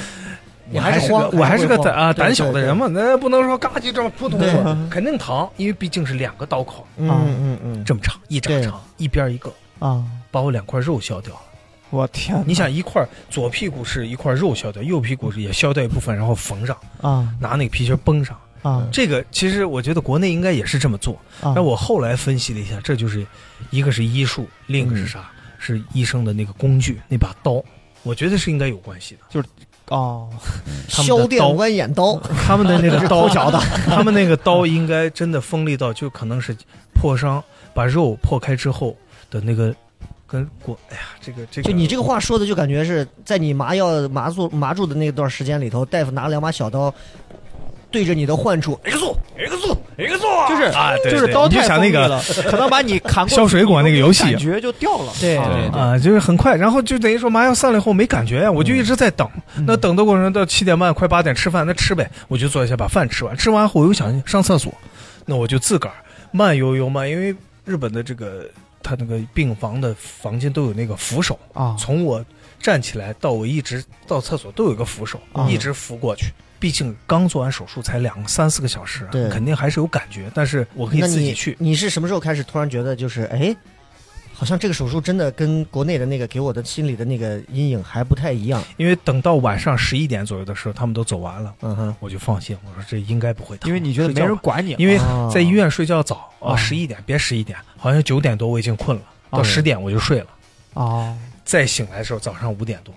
Speaker 2: 你还
Speaker 5: 还
Speaker 2: 是
Speaker 5: 个
Speaker 2: 慌，
Speaker 5: 我还是个
Speaker 2: 会
Speaker 5: 胆
Speaker 2: 慌
Speaker 5: 啊
Speaker 2: 对
Speaker 5: 胆小
Speaker 2: 对
Speaker 5: 的
Speaker 2: 对
Speaker 5: 人嘛，那不能说嘎叽这么扑通
Speaker 2: 对
Speaker 5: 过，肯定疼，因为毕竟是两个刀口
Speaker 2: 嗯
Speaker 3: 啊
Speaker 2: 嗯嗯，
Speaker 5: 这么长，一扎
Speaker 2: 对
Speaker 5: 长，一边一个，
Speaker 3: 啊！
Speaker 5: 把我两块肉削掉了。
Speaker 3: 我天哪，
Speaker 5: 你想一块左屁股是一块肉削掉，右屁股是也削掉一部分，然后缝上，
Speaker 3: 啊
Speaker 5: 拿那个皮筋绷上。
Speaker 3: 啊
Speaker 5: 这个其实我觉得国内应该也是这么做，
Speaker 3: 啊！
Speaker 5: 但我后来分析了一下，这就是一个是医术，另一个是啥？是医生的那个工具，那把刀。我觉得是应该有关系的。
Speaker 3: 哦，
Speaker 5: 他们
Speaker 2: 削
Speaker 5: 的刀
Speaker 2: 电弯眼 刀，
Speaker 5: 他们的 那个刀
Speaker 2: 抠脚的，
Speaker 5: 他们那个刀应该真的锋利到，就可能是破伤，把肉破开之后的那个，跟过，哎呀，这个这个，
Speaker 2: 就你这个话说的，就感觉是在你麻药麻住麻住的那段时间里头，大夫拿两把小刀对着你的患处，哎呦，
Speaker 3: 就是
Speaker 5: 啊，对
Speaker 3: 就是
Speaker 5: 对
Speaker 3: 刀
Speaker 5: 你就
Speaker 3: 太
Speaker 5: 想那
Speaker 3: 锋利
Speaker 5: 个
Speaker 3: 了，可能把你砍过去
Speaker 5: 削水果那个游戏
Speaker 3: 感觉就掉了。
Speaker 2: 对
Speaker 3: 啊
Speaker 4: 对
Speaker 5: 啊，就是很快，然后就等于说麻药散了以后没感觉呀，我就一直在等。
Speaker 2: 嗯
Speaker 5: 那等的过程中到七点半快八点吃饭，那吃呗，我就坐下把饭吃完。吃完后我又想上厕所，那我就自个儿慢悠悠嘛，因为日本的这个他那个病房的房间都有那个扶手，
Speaker 3: 啊
Speaker 5: 从我站起来到我一直到厕所都有一个扶手，
Speaker 2: 嗯
Speaker 5: 一直扶过去。毕竟刚做完手术才两三四个小时，
Speaker 2: 对
Speaker 5: 肯定还是有感觉，但是我可以
Speaker 2: 那
Speaker 5: 自
Speaker 2: 你
Speaker 5: 己去。
Speaker 2: 你是什么时候开始突然觉得就是哎，好像这个手术真的跟国内的那个给我的心里的那个阴影还不太一样？
Speaker 5: 因为等到晚上十一点左右的时候，他们都走完了，
Speaker 2: 嗯哼，
Speaker 5: 我就放心，我说这应该不会疼，
Speaker 3: 因为你觉啊得
Speaker 5: 睡
Speaker 3: 没
Speaker 5: 觉
Speaker 3: 人
Speaker 5: 吧，
Speaker 3: 管你，
Speaker 5: 因为
Speaker 2: 哦
Speaker 5: 在医院睡觉早啊，
Speaker 3: 哦
Speaker 5: 十一点别十一点，好像九点多我已经困了，
Speaker 3: 哦
Speaker 5: 到十点我就睡了，
Speaker 3: 哦，
Speaker 5: 再醒来的时候早上五点多，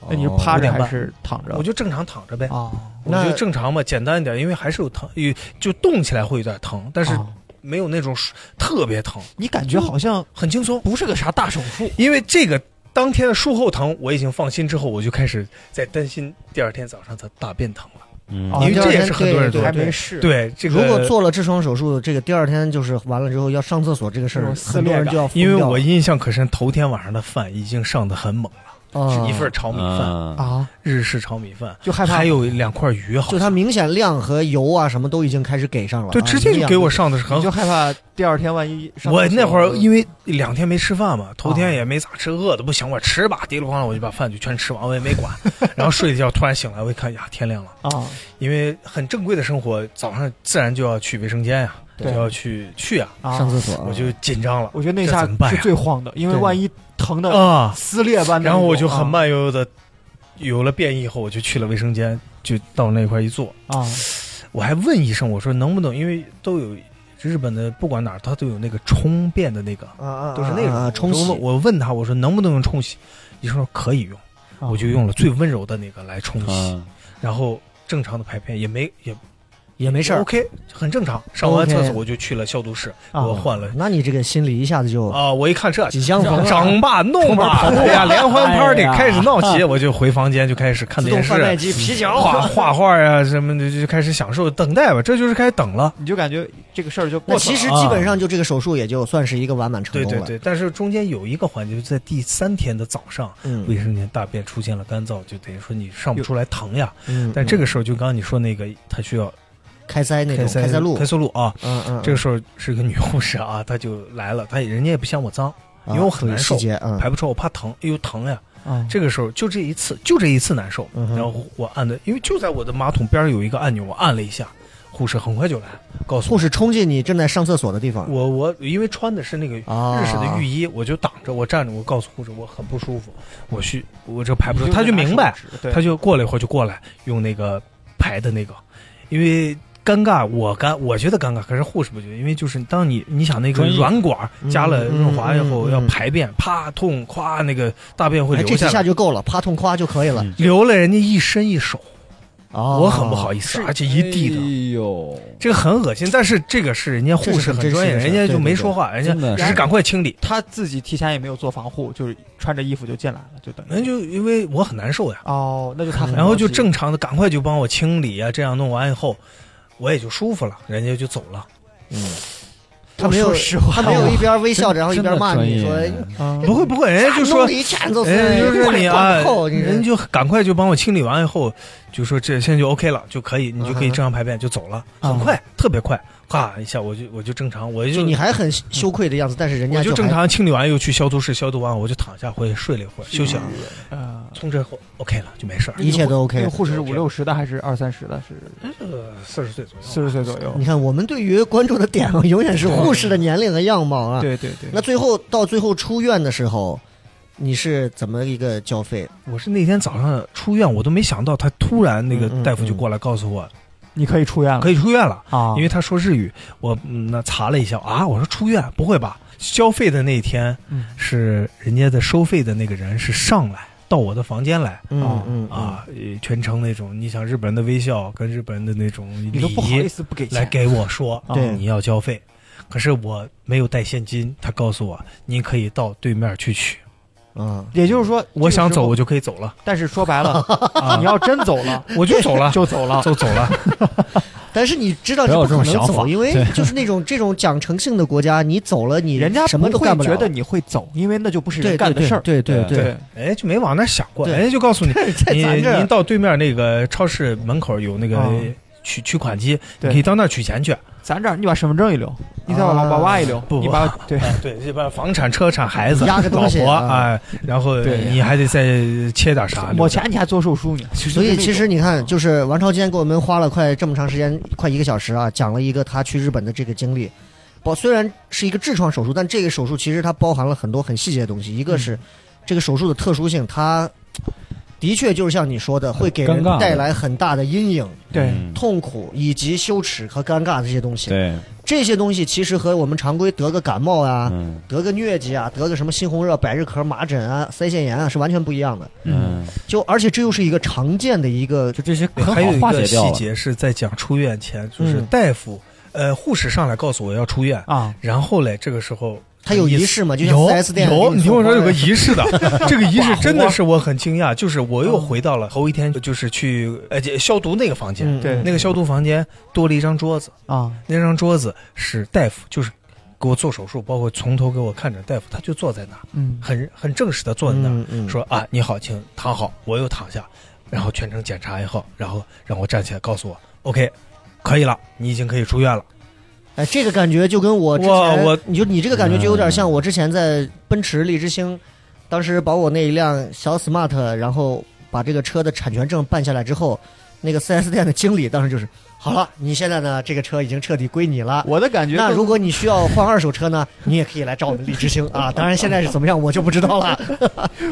Speaker 2: 哦
Speaker 3: 那你是趴
Speaker 5: 五
Speaker 3: 着
Speaker 5: 点半
Speaker 3: 还是躺着？
Speaker 5: 我就正常躺着呗，
Speaker 3: 哦，
Speaker 5: 我就
Speaker 2: 那
Speaker 5: 正常嘛，简单一点，因为还是有疼，有就动起来会有点疼，但是
Speaker 3: 哦
Speaker 5: 没有那种舒特别疼，
Speaker 3: 你感觉好像
Speaker 5: 很轻松，
Speaker 3: 不是个啥大手术
Speaker 5: 因为这个。当天的术后疼我已经放心，之后我就开始在担心第二天早上的大便疼了。
Speaker 2: 啊
Speaker 4: 嗯
Speaker 3: 哦
Speaker 5: 因为这也是很多人
Speaker 2: 对
Speaker 5: 做
Speaker 3: 还
Speaker 5: 的
Speaker 2: 对对
Speaker 3: 没事，
Speaker 5: 对，这个
Speaker 2: 如果做了痔疮手术，这个第二天就是完了之后要上厕所这个事
Speaker 3: 那
Speaker 2: 儿，
Speaker 3: 种撕
Speaker 2: 很多
Speaker 3: 裂
Speaker 2: 人
Speaker 3: 感
Speaker 2: 就要疯
Speaker 5: 因为
Speaker 2: 掉
Speaker 5: 我
Speaker 2: 了
Speaker 5: 印象可深，头天晚上的饭已经上的很猛了，
Speaker 2: 啊
Speaker 5: 是
Speaker 3: 嗯
Speaker 5: 一份炒米饭，
Speaker 4: 啊，
Speaker 3: 啊，
Speaker 5: 日式炒米饭，
Speaker 3: 就害怕
Speaker 5: 还有两块鱼，好
Speaker 2: 就它
Speaker 5: 像
Speaker 2: 明显量和油啊什么都已经开始给上了，
Speaker 5: 对，
Speaker 2: 啊
Speaker 5: 直接就给我。
Speaker 2: 营养
Speaker 5: 上的是很
Speaker 3: 你就。害怕第二天万一上嗯
Speaker 5: 我
Speaker 3: 厕所
Speaker 5: 那会儿因为两天没吃饭嘛，头
Speaker 3: 啊
Speaker 5: 天也没咋吃，饿的不行，我吃吧，滴里咣啷我就把饭就全吃完，我也没管。 然后睡一觉，突然醒来，我一看呀，天亮了，
Speaker 3: 啊
Speaker 5: 因为很正规的生活，早上自然就要去卫生间呀、就
Speaker 3: 对
Speaker 5: 要去去呀、
Speaker 3: 啊，
Speaker 2: 上厕所啊，
Speaker 5: 我就紧张了
Speaker 3: 我觉得那
Speaker 5: 这
Speaker 3: 下
Speaker 5: 怎么办呀
Speaker 3: 是最慌的，因为
Speaker 2: 对
Speaker 3: 万一疼的
Speaker 5: 啊，
Speaker 3: 撕裂般的那种，
Speaker 5: 然后我就很
Speaker 3: 啊
Speaker 5: 慢悠悠的，有了便意以后，我就去了卫生间，就到那块儿一坐，
Speaker 3: 啊
Speaker 5: 我还问医生，我说能不能，因为都有日本的，不管哪儿，它都有那个冲便的那个，
Speaker 2: 啊啊，
Speaker 5: 都是那种、
Speaker 2: 啊啊冲洗
Speaker 5: 我问我问他，我说能不能用冲洗？医生说可以用，
Speaker 3: 啊
Speaker 5: 我就用了最温柔的那个来冲洗，
Speaker 4: 啊
Speaker 5: 然后正常的排便也没也
Speaker 2: 也没
Speaker 5: 没
Speaker 2: 事儿。
Speaker 5: ，OK，很正常。上完厕
Speaker 2: OK
Speaker 5: 所我就去了消毒室，
Speaker 3: 啊
Speaker 5: 我换了
Speaker 2: 那你这个心里一下子就
Speaker 5: 啊、我一看这。
Speaker 2: 几相逢，
Speaker 5: 长吧，弄吧，哎呀，联欢 party
Speaker 3: 哎呀
Speaker 5: 开始闹起，我就回房间就开始看
Speaker 2: 自
Speaker 5: 电
Speaker 2: 动
Speaker 5: 视
Speaker 2: 贩，卖机、
Speaker 5: 嗯
Speaker 2: 啤酒，
Speaker 5: 画画画呀什么的，就就开始享受等待吧，这就是开始等了。
Speaker 3: 你就感觉这个事儿就过
Speaker 2: 那
Speaker 3: 去了
Speaker 2: 其实基本上就这个手术也就算是一个完满成
Speaker 5: 对
Speaker 2: 功
Speaker 5: 啊对
Speaker 2: 了。
Speaker 5: 对，但是中间有一个环节，就在第三天的早上，卫
Speaker 2: 嗯
Speaker 5: 生间大便出现了干燥，就等于说你上不
Speaker 3: 有
Speaker 5: 出来疼呀。
Speaker 2: 嗯，
Speaker 5: 但这个
Speaker 2: 是
Speaker 5: 时候就刚刚你说那个，他需要
Speaker 2: 开塞那种
Speaker 5: 塞
Speaker 2: 开塞露
Speaker 5: 开，塞露啊。
Speaker 2: 嗯嗯，
Speaker 5: 这个时候是个女护士啊，她就来了，她也人家也不嫌我脏，因为我很难受
Speaker 2: 细节啊
Speaker 5: 排，不出，我怕疼，哎呦疼呀。
Speaker 3: 啊
Speaker 5: 这个时候就这一次，就这一次难受。
Speaker 2: 嗯哼
Speaker 5: 然后我按的，因为就在我的马桶边儿有一个按钮，我按了一下，护士很快就来了，告诉
Speaker 2: 护士冲进你正在上厕所的地方，
Speaker 5: 我，我我因为穿的是那个
Speaker 2: 啊
Speaker 5: 日式的浴衣，我就挡着，我站着，我告诉护士我很不舒服，我需我这排不出，他就明白，，
Speaker 3: 对，
Speaker 5: 他就过了一会儿就过来用那个排的那个，因为尴尬，我尴我觉得尴尬，可是护士不觉得，因为就是当你你想那个
Speaker 4: 专业
Speaker 5: 软管儿加了润滑以后
Speaker 2: 嗯嗯嗯嗯
Speaker 5: 要
Speaker 2: 嗯
Speaker 5: 排便，啪痛，咵那个大便会
Speaker 2: 哎，
Speaker 5: 流
Speaker 2: 这几
Speaker 5: 下
Speaker 2: 下
Speaker 5: 来，
Speaker 2: 就够了，啪痛夸就可以了。
Speaker 4: 嗯
Speaker 5: 流了人家一身一手，
Speaker 2: 哦，
Speaker 5: 我很不好意思，而且一地的。
Speaker 6: 哎呦，
Speaker 5: 这个很恶心，但是这个是人家护士很
Speaker 2: 这
Speaker 5: 专业，
Speaker 2: 是很
Speaker 5: 人
Speaker 2: 真实的
Speaker 5: 家就没
Speaker 2: 对对对
Speaker 5: 说话，人家
Speaker 6: 真的
Speaker 5: 只
Speaker 6: 是
Speaker 5: 是赶快清理。
Speaker 3: 他自己提前也没有做防护，就是穿着衣服就进来了，就等于
Speaker 5: 那就因为我很难受呀，
Speaker 3: 哦，那就他很着急，
Speaker 5: 然后就正常的赶快就帮我清理啊，这样弄完以后，我也就舒服了，人家就走了。
Speaker 2: 嗯，他没有
Speaker 3: 我说实话
Speaker 2: 他没有一边微笑着，然后一边骂你说，哎
Speaker 3: 啊
Speaker 5: 不会不会，人家就说
Speaker 2: 弄了，一铲子，
Speaker 5: 人家就是你啊，人
Speaker 2: 人
Speaker 5: 家就赶快就帮我清理完以后，就说这现在就 OK 了，就可以，你就可以
Speaker 2: 嗯哼
Speaker 5: 正常排便就走了，
Speaker 2: 啊
Speaker 5: 很快，特别快，咔一下我就嗯我就正常，我
Speaker 2: 就
Speaker 5: 就
Speaker 2: 你还很羞愧的样子，但是人
Speaker 5: 我
Speaker 2: 家
Speaker 5: 就
Speaker 2: 还
Speaker 5: 正。常清理完又去消毒室消毒完，我就躺下回去睡了一会儿，休息了。
Speaker 3: 呃，
Speaker 5: 从这后 OK 了就没事儿。
Speaker 2: 一切都 OK
Speaker 3: 那个护士是五六十的还是二三十的？是
Speaker 5: 呃，四十岁左右，
Speaker 3: 四十岁左右
Speaker 2: 哎你。看，我们对于关注的点啊永远是护士的年龄和样貌啊。
Speaker 3: 对对对，
Speaker 2: 那最后到最后出院的时候，你是怎么一个交费？
Speaker 5: 我是那天早上出院，我都没想到他突然那个
Speaker 2: 嗯嗯
Speaker 5: 大夫就过来告诉我、
Speaker 3: 你可以出院了，
Speaker 5: 可以出院了，
Speaker 3: 啊，
Speaker 5: 因为他说日语，我嗯那查了一下啊，我说出院不会吧？交费的那一天
Speaker 3: 嗯
Speaker 5: 是人家的收费的那个人是上来到我的房间来。
Speaker 2: 嗯嗯，
Speaker 5: 啊，呃全程那种，你想日本人的微笑跟日本人的那种礼
Speaker 3: 你都不好意思不给
Speaker 5: 来
Speaker 3: 钱，
Speaker 5: 给我说，
Speaker 3: 啊
Speaker 2: 对
Speaker 5: 你要交费，可是我没有带现金，他告诉我您可以到对面去取，
Speaker 2: 啊，
Speaker 3: 也就是说，
Speaker 5: 我想走我
Speaker 3: 这个时
Speaker 5: 就可以走了
Speaker 3: 候，，但是说白 了，
Speaker 5: 啊
Speaker 3: 你要真走了
Speaker 5: 我就走了，
Speaker 3: 就走了，
Speaker 5: 就走了。
Speaker 2: 但是你知道
Speaker 4: 不
Speaker 2: 是
Speaker 4: 要
Speaker 2: 不
Speaker 4: 有
Speaker 2: 可
Speaker 4: 这
Speaker 2: 能
Speaker 4: 种想
Speaker 2: 走，
Speaker 4: 法
Speaker 2: 因为
Speaker 4: 对
Speaker 2: 就是那种这种讲诚信的国家，你走了你
Speaker 3: 人家
Speaker 2: 什么都
Speaker 3: 不
Speaker 2: 干
Speaker 3: 会
Speaker 2: 不
Speaker 3: 觉
Speaker 2: 了
Speaker 3: 得。你会走，因为那就不是
Speaker 2: 对
Speaker 3: 人干的事儿。
Speaker 2: 对对对对，
Speaker 5: 哎，就没往那儿想过，哎
Speaker 2: 对
Speaker 5: 人家就告诉你，
Speaker 2: 对 在
Speaker 5: 您
Speaker 2: 咱这
Speaker 5: 您
Speaker 2: 儿
Speaker 5: 到对面那个超市门口有那个
Speaker 3: 啊
Speaker 5: 取取款机，你
Speaker 3: 对
Speaker 5: 可以到那儿取钱去。
Speaker 3: 咱这儿你把身份证一留，你再把
Speaker 2: 啊
Speaker 3: 娃娃一留，
Speaker 5: 不啊
Speaker 3: 你把 对
Speaker 5: 对，这边房产、车产、孩子、
Speaker 2: 压个
Speaker 5: 老
Speaker 2: 东西
Speaker 5: 婆
Speaker 2: 啊
Speaker 5: 啊，然后
Speaker 3: 对
Speaker 5: 你还得再切点啥。
Speaker 3: 抹钱你还做手术呢，
Speaker 2: 所以其实你看，就是王超今天给我们花了快这么长时间，快一个小时啊，讲了一个他去日本的这个经历。包虽然是一个痔疮手术，但这个手术其实它包含了很多很细节的东西。一个
Speaker 4: 嗯
Speaker 2: 是这个手术的特殊性，它的确就是像你说的，会给人
Speaker 4: 尴尬的嗯
Speaker 2: 带来很大的阴影、
Speaker 5: 嗯
Speaker 3: 对
Speaker 2: 痛苦以及羞耻和尴尬这些东西。
Speaker 4: 对，
Speaker 2: 这些东西其实和我们常规得个感冒啊、
Speaker 4: 嗯
Speaker 2: 得个疟疾啊、得个什么猩红热、百日咳、麻疹啊、腮腺炎啊是完全不一样的。
Speaker 4: 嗯，
Speaker 2: 就而且这又是一个常见的一个
Speaker 4: 就这些
Speaker 5: 对
Speaker 4: 很
Speaker 5: 还有
Speaker 4: 好
Speaker 5: 一
Speaker 4: 化
Speaker 5: 个
Speaker 4: 解
Speaker 5: 细
Speaker 4: 掉了。
Speaker 5: 节是在讲出院前，就是
Speaker 2: 嗯
Speaker 5: 大夫、呃护士上来告诉我要出院，
Speaker 3: 啊，
Speaker 5: 然后嘞，这个时候
Speaker 2: 它有仪式吗？就像
Speaker 5: 有
Speaker 2: 4S 店
Speaker 5: 有，
Speaker 2: 你
Speaker 5: 你听我说有个
Speaker 2: 式，
Speaker 5: 仪式 的，这个仪式真的是我很惊讶，就是我
Speaker 2: 嗯
Speaker 5: 又回到了头一天，就是去呃这消毒那个房间，
Speaker 2: 嗯
Speaker 3: 对
Speaker 5: 那个消毒房间多了一张桌子，
Speaker 3: 啊，
Speaker 5: 那张桌子是大夫，就是给我做手术，包括从头给我看诊，大夫他就坐在那儿，
Speaker 3: 嗯，
Speaker 5: 很很正式的坐在那儿，
Speaker 2: 嗯嗯，
Speaker 5: 说啊你好，请躺好，我又躺下，然后全程检查以后，然后让我站起来，告诉我 OK，可以了，你已经可以出院了。
Speaker 2: 哎，这个感觉就跟我之
Speaker 5: 哇
Speaker 2: 前
Speaker 5: 我
Speaker 2: 你就你这个感觉就有点像我之前在奔驰荔枝星，当时把我那一辆小 smart，然后把这个车的产权证办下来之后，那个 4S 店的经理当时就是，好了，你现在呢，这个车已经彻底归你了。
Speaker 3: 我的感觉
Speaker 2: 那
Speaker 3: 更
Speaker 2: 如果你需要换二手车呢，你也可以来找我们荔枝星啊。当然现在是怎么样我就不知道了。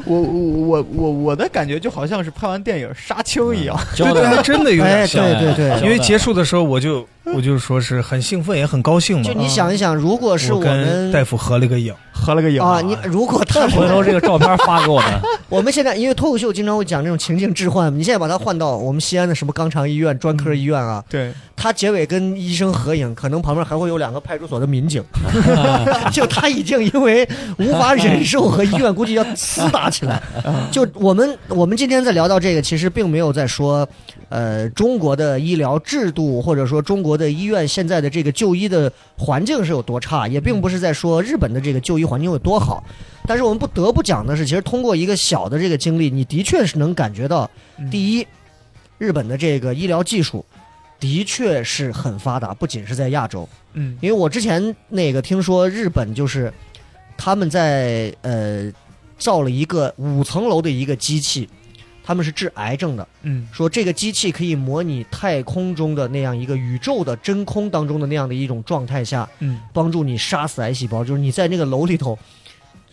Speaker 3: 我我我我我的感觉就好像是拍完电影杀青一样，
Speaker 5: 对
Speaker 4: 交
Speaker 5: 对，
Speaker 4: 代
Speaker 5: 还真的 有点
Speaker 2: 哎，
Speaker 5: 像。
Speaker 2: 对对对，
Speaker 5: 啊因为结束的时候，我就我就说是很兴奋，也很高兴嘛。
Speaker 2: 嗯
Speaker 5: 啊
Speaker 2: 就你想一想，如果是
Speaker 5: 我跟
Speaker 2: 们
Speaker 5: 大夫合了个影，
Speaker 3: 合了个影
Speaker 2: 啊，你如果他
Speaker 4: 回头这个照片发给我们，
Speaker 2: 我们现在因为脱口秀经常会讲这种情境置换，你现在把它换到我们西安的什么肛肠医院、专科医院啊，
Speaker 3: 对，
Speaker 2: 他结尾跟医生合影，可能旁边还会有两个派出所的民警，就他已经因为无法忍受和医院估计要厮打起来。就我们我们今天在聊到这个，其实并没有在说，呃，中国的医疗制度或者说中国的医院现在的这个就医的环境是有多差，也并不是在说日本的这个就医环境有多好。但是我们不得不讲的是，其实通过一个小的这个经历，你的确是能感觉到，第一，日本的这个医疗技术的确是很发达，不仅是在亚洲，
Speaker 3: 嗯
Speaker 2: 因为我之前那个听说日本就是他们在呃造了一个五层楼的一个机器，他们是治癌症的，
Speaker 3: 嗯
Speaker 2: 说这个机器可以模拟太空中的那样一个宇宙的真空当中的那样的一种状态下，
Speaker 3: 嗯，
Speaker 2: 帮助你杀死癌细胞。就是你在那个楼里头，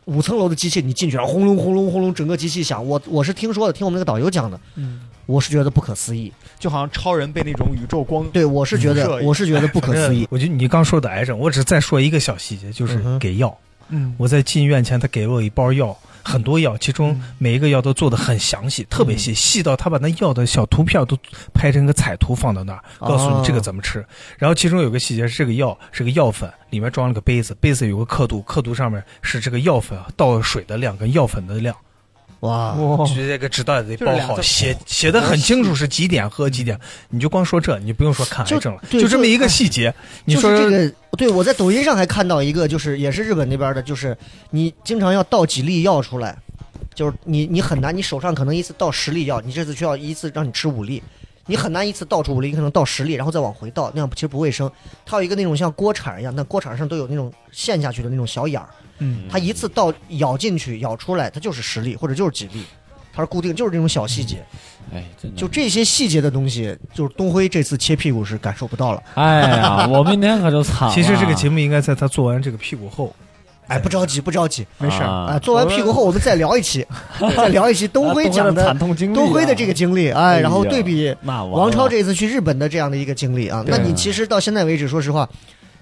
Speaker 2: 五层楼的机器，你进去，然后轰隆轰隆轰隆，整个机器响。我我是听说的，听我们那个导游讲的，
Speaker 3: 嗯，
Speaker 2: 我是觉得不可思议。
Speaker 6: 就好像超人被那种宇宙光
Speaker 2: 对，我是觉
Speaker 6: 嗯
Speaker 2: 得
Speaker 6: 是
Speaker 2: 我是觉得不可思 议。
Speaker 5: 我觉得你刚说的癌症，我只再说一个小细节，就
Speaker 2: 嗯
Speaker 5: 是
Speaker 2: 哼
Speaker 5: 给药。
Speaker 3: 嗯，
Speaker 5: 我在进医院前，他给了我一包药，很多药，其
Speaker 2: 嗯
Speaker 5: 中每一个药都做的很详细，特别细，细到他把那药的小图片都拍成个彩图放到那儿，告诉
Speaker 2: 哦
Speaker 5: 你这个怎么吃。然后其中有个细节是这个药是个药粉，里面装了个杯子，杯子有个刻度，刻度上面是这个药粉倒水的量跟药粉的量，
Speaker 2: 哇，
Speaker 3: 哇，
Speaker 5: 直接给纸袋子里
Speaker 3: 就是
Speaker 5: 包
Speaker 3: 两
Speaker 5: 好，
Speaker 3: 个
Speaker 5: 写写的很清楚是几点喝几点，你就光说这，你就不用说看癌
Speaker 2: 就
Speaker 5: 症了，
Speaker 2: 对
Speaker 5: 就这么
Speaker 2: 就哎
Speaker 5: 一个细节，你
Speaker 2: 就
Speaker 5: 说
Speaker 2: 是这个，对我在抖音上还看到一个，就是也是日本那边的，就是你经常要倒几粒药出来，就是你你很难，你手上可能一次倒十粒药，你这次需要一次让你吃五粒，你很难一次倒出五粒，你可能倒十粒，然后再往回倒，那样其实不卫生。它有一个那种像锅铲一样，那锅铲上都有那种陷下去的那种小眼儿，
Speaker 3: 嗯
Speaker 2: 它一次倒咬进去咬出来，它就是十粒或者就是几粒。它是固定，就是这种小细节，
Speaker 5: 嗯
Speaker 4: 哎，真的
Speaker 2: 就这些细节的东西，就是东辉这次切屁股是感受不到了。
Speaker 4: 哎呀，我明天可就惨了。
Speaker 5: 其实这个节目应该在他做完这个屁股后，
Speaker 2: 哎，不着急，不着急，
Speaker 3: 没事儿
Speaker 4: 啊
Speaker 2: 啊，做完屁股后我们再聊一期，再聊一期东辉讲
Speaker 4: 的惨
Speaker 2: 的
Speaker 4: 痛经历啊，
Speaker 2: 东辉的这个经历，
Speaker 4: 哎
Speaker 2: 哎，
Speaker 4: 呀
Speaker 2: 然后对比
Speaker 4: 那完了
Speaker 2: 王超这次去日本的这样的一个经历啊，
Speaker 4: 对
Speaker 2: 那
Speaker 4: 啊
Speaker 2: 你其实到现在为止，说实话，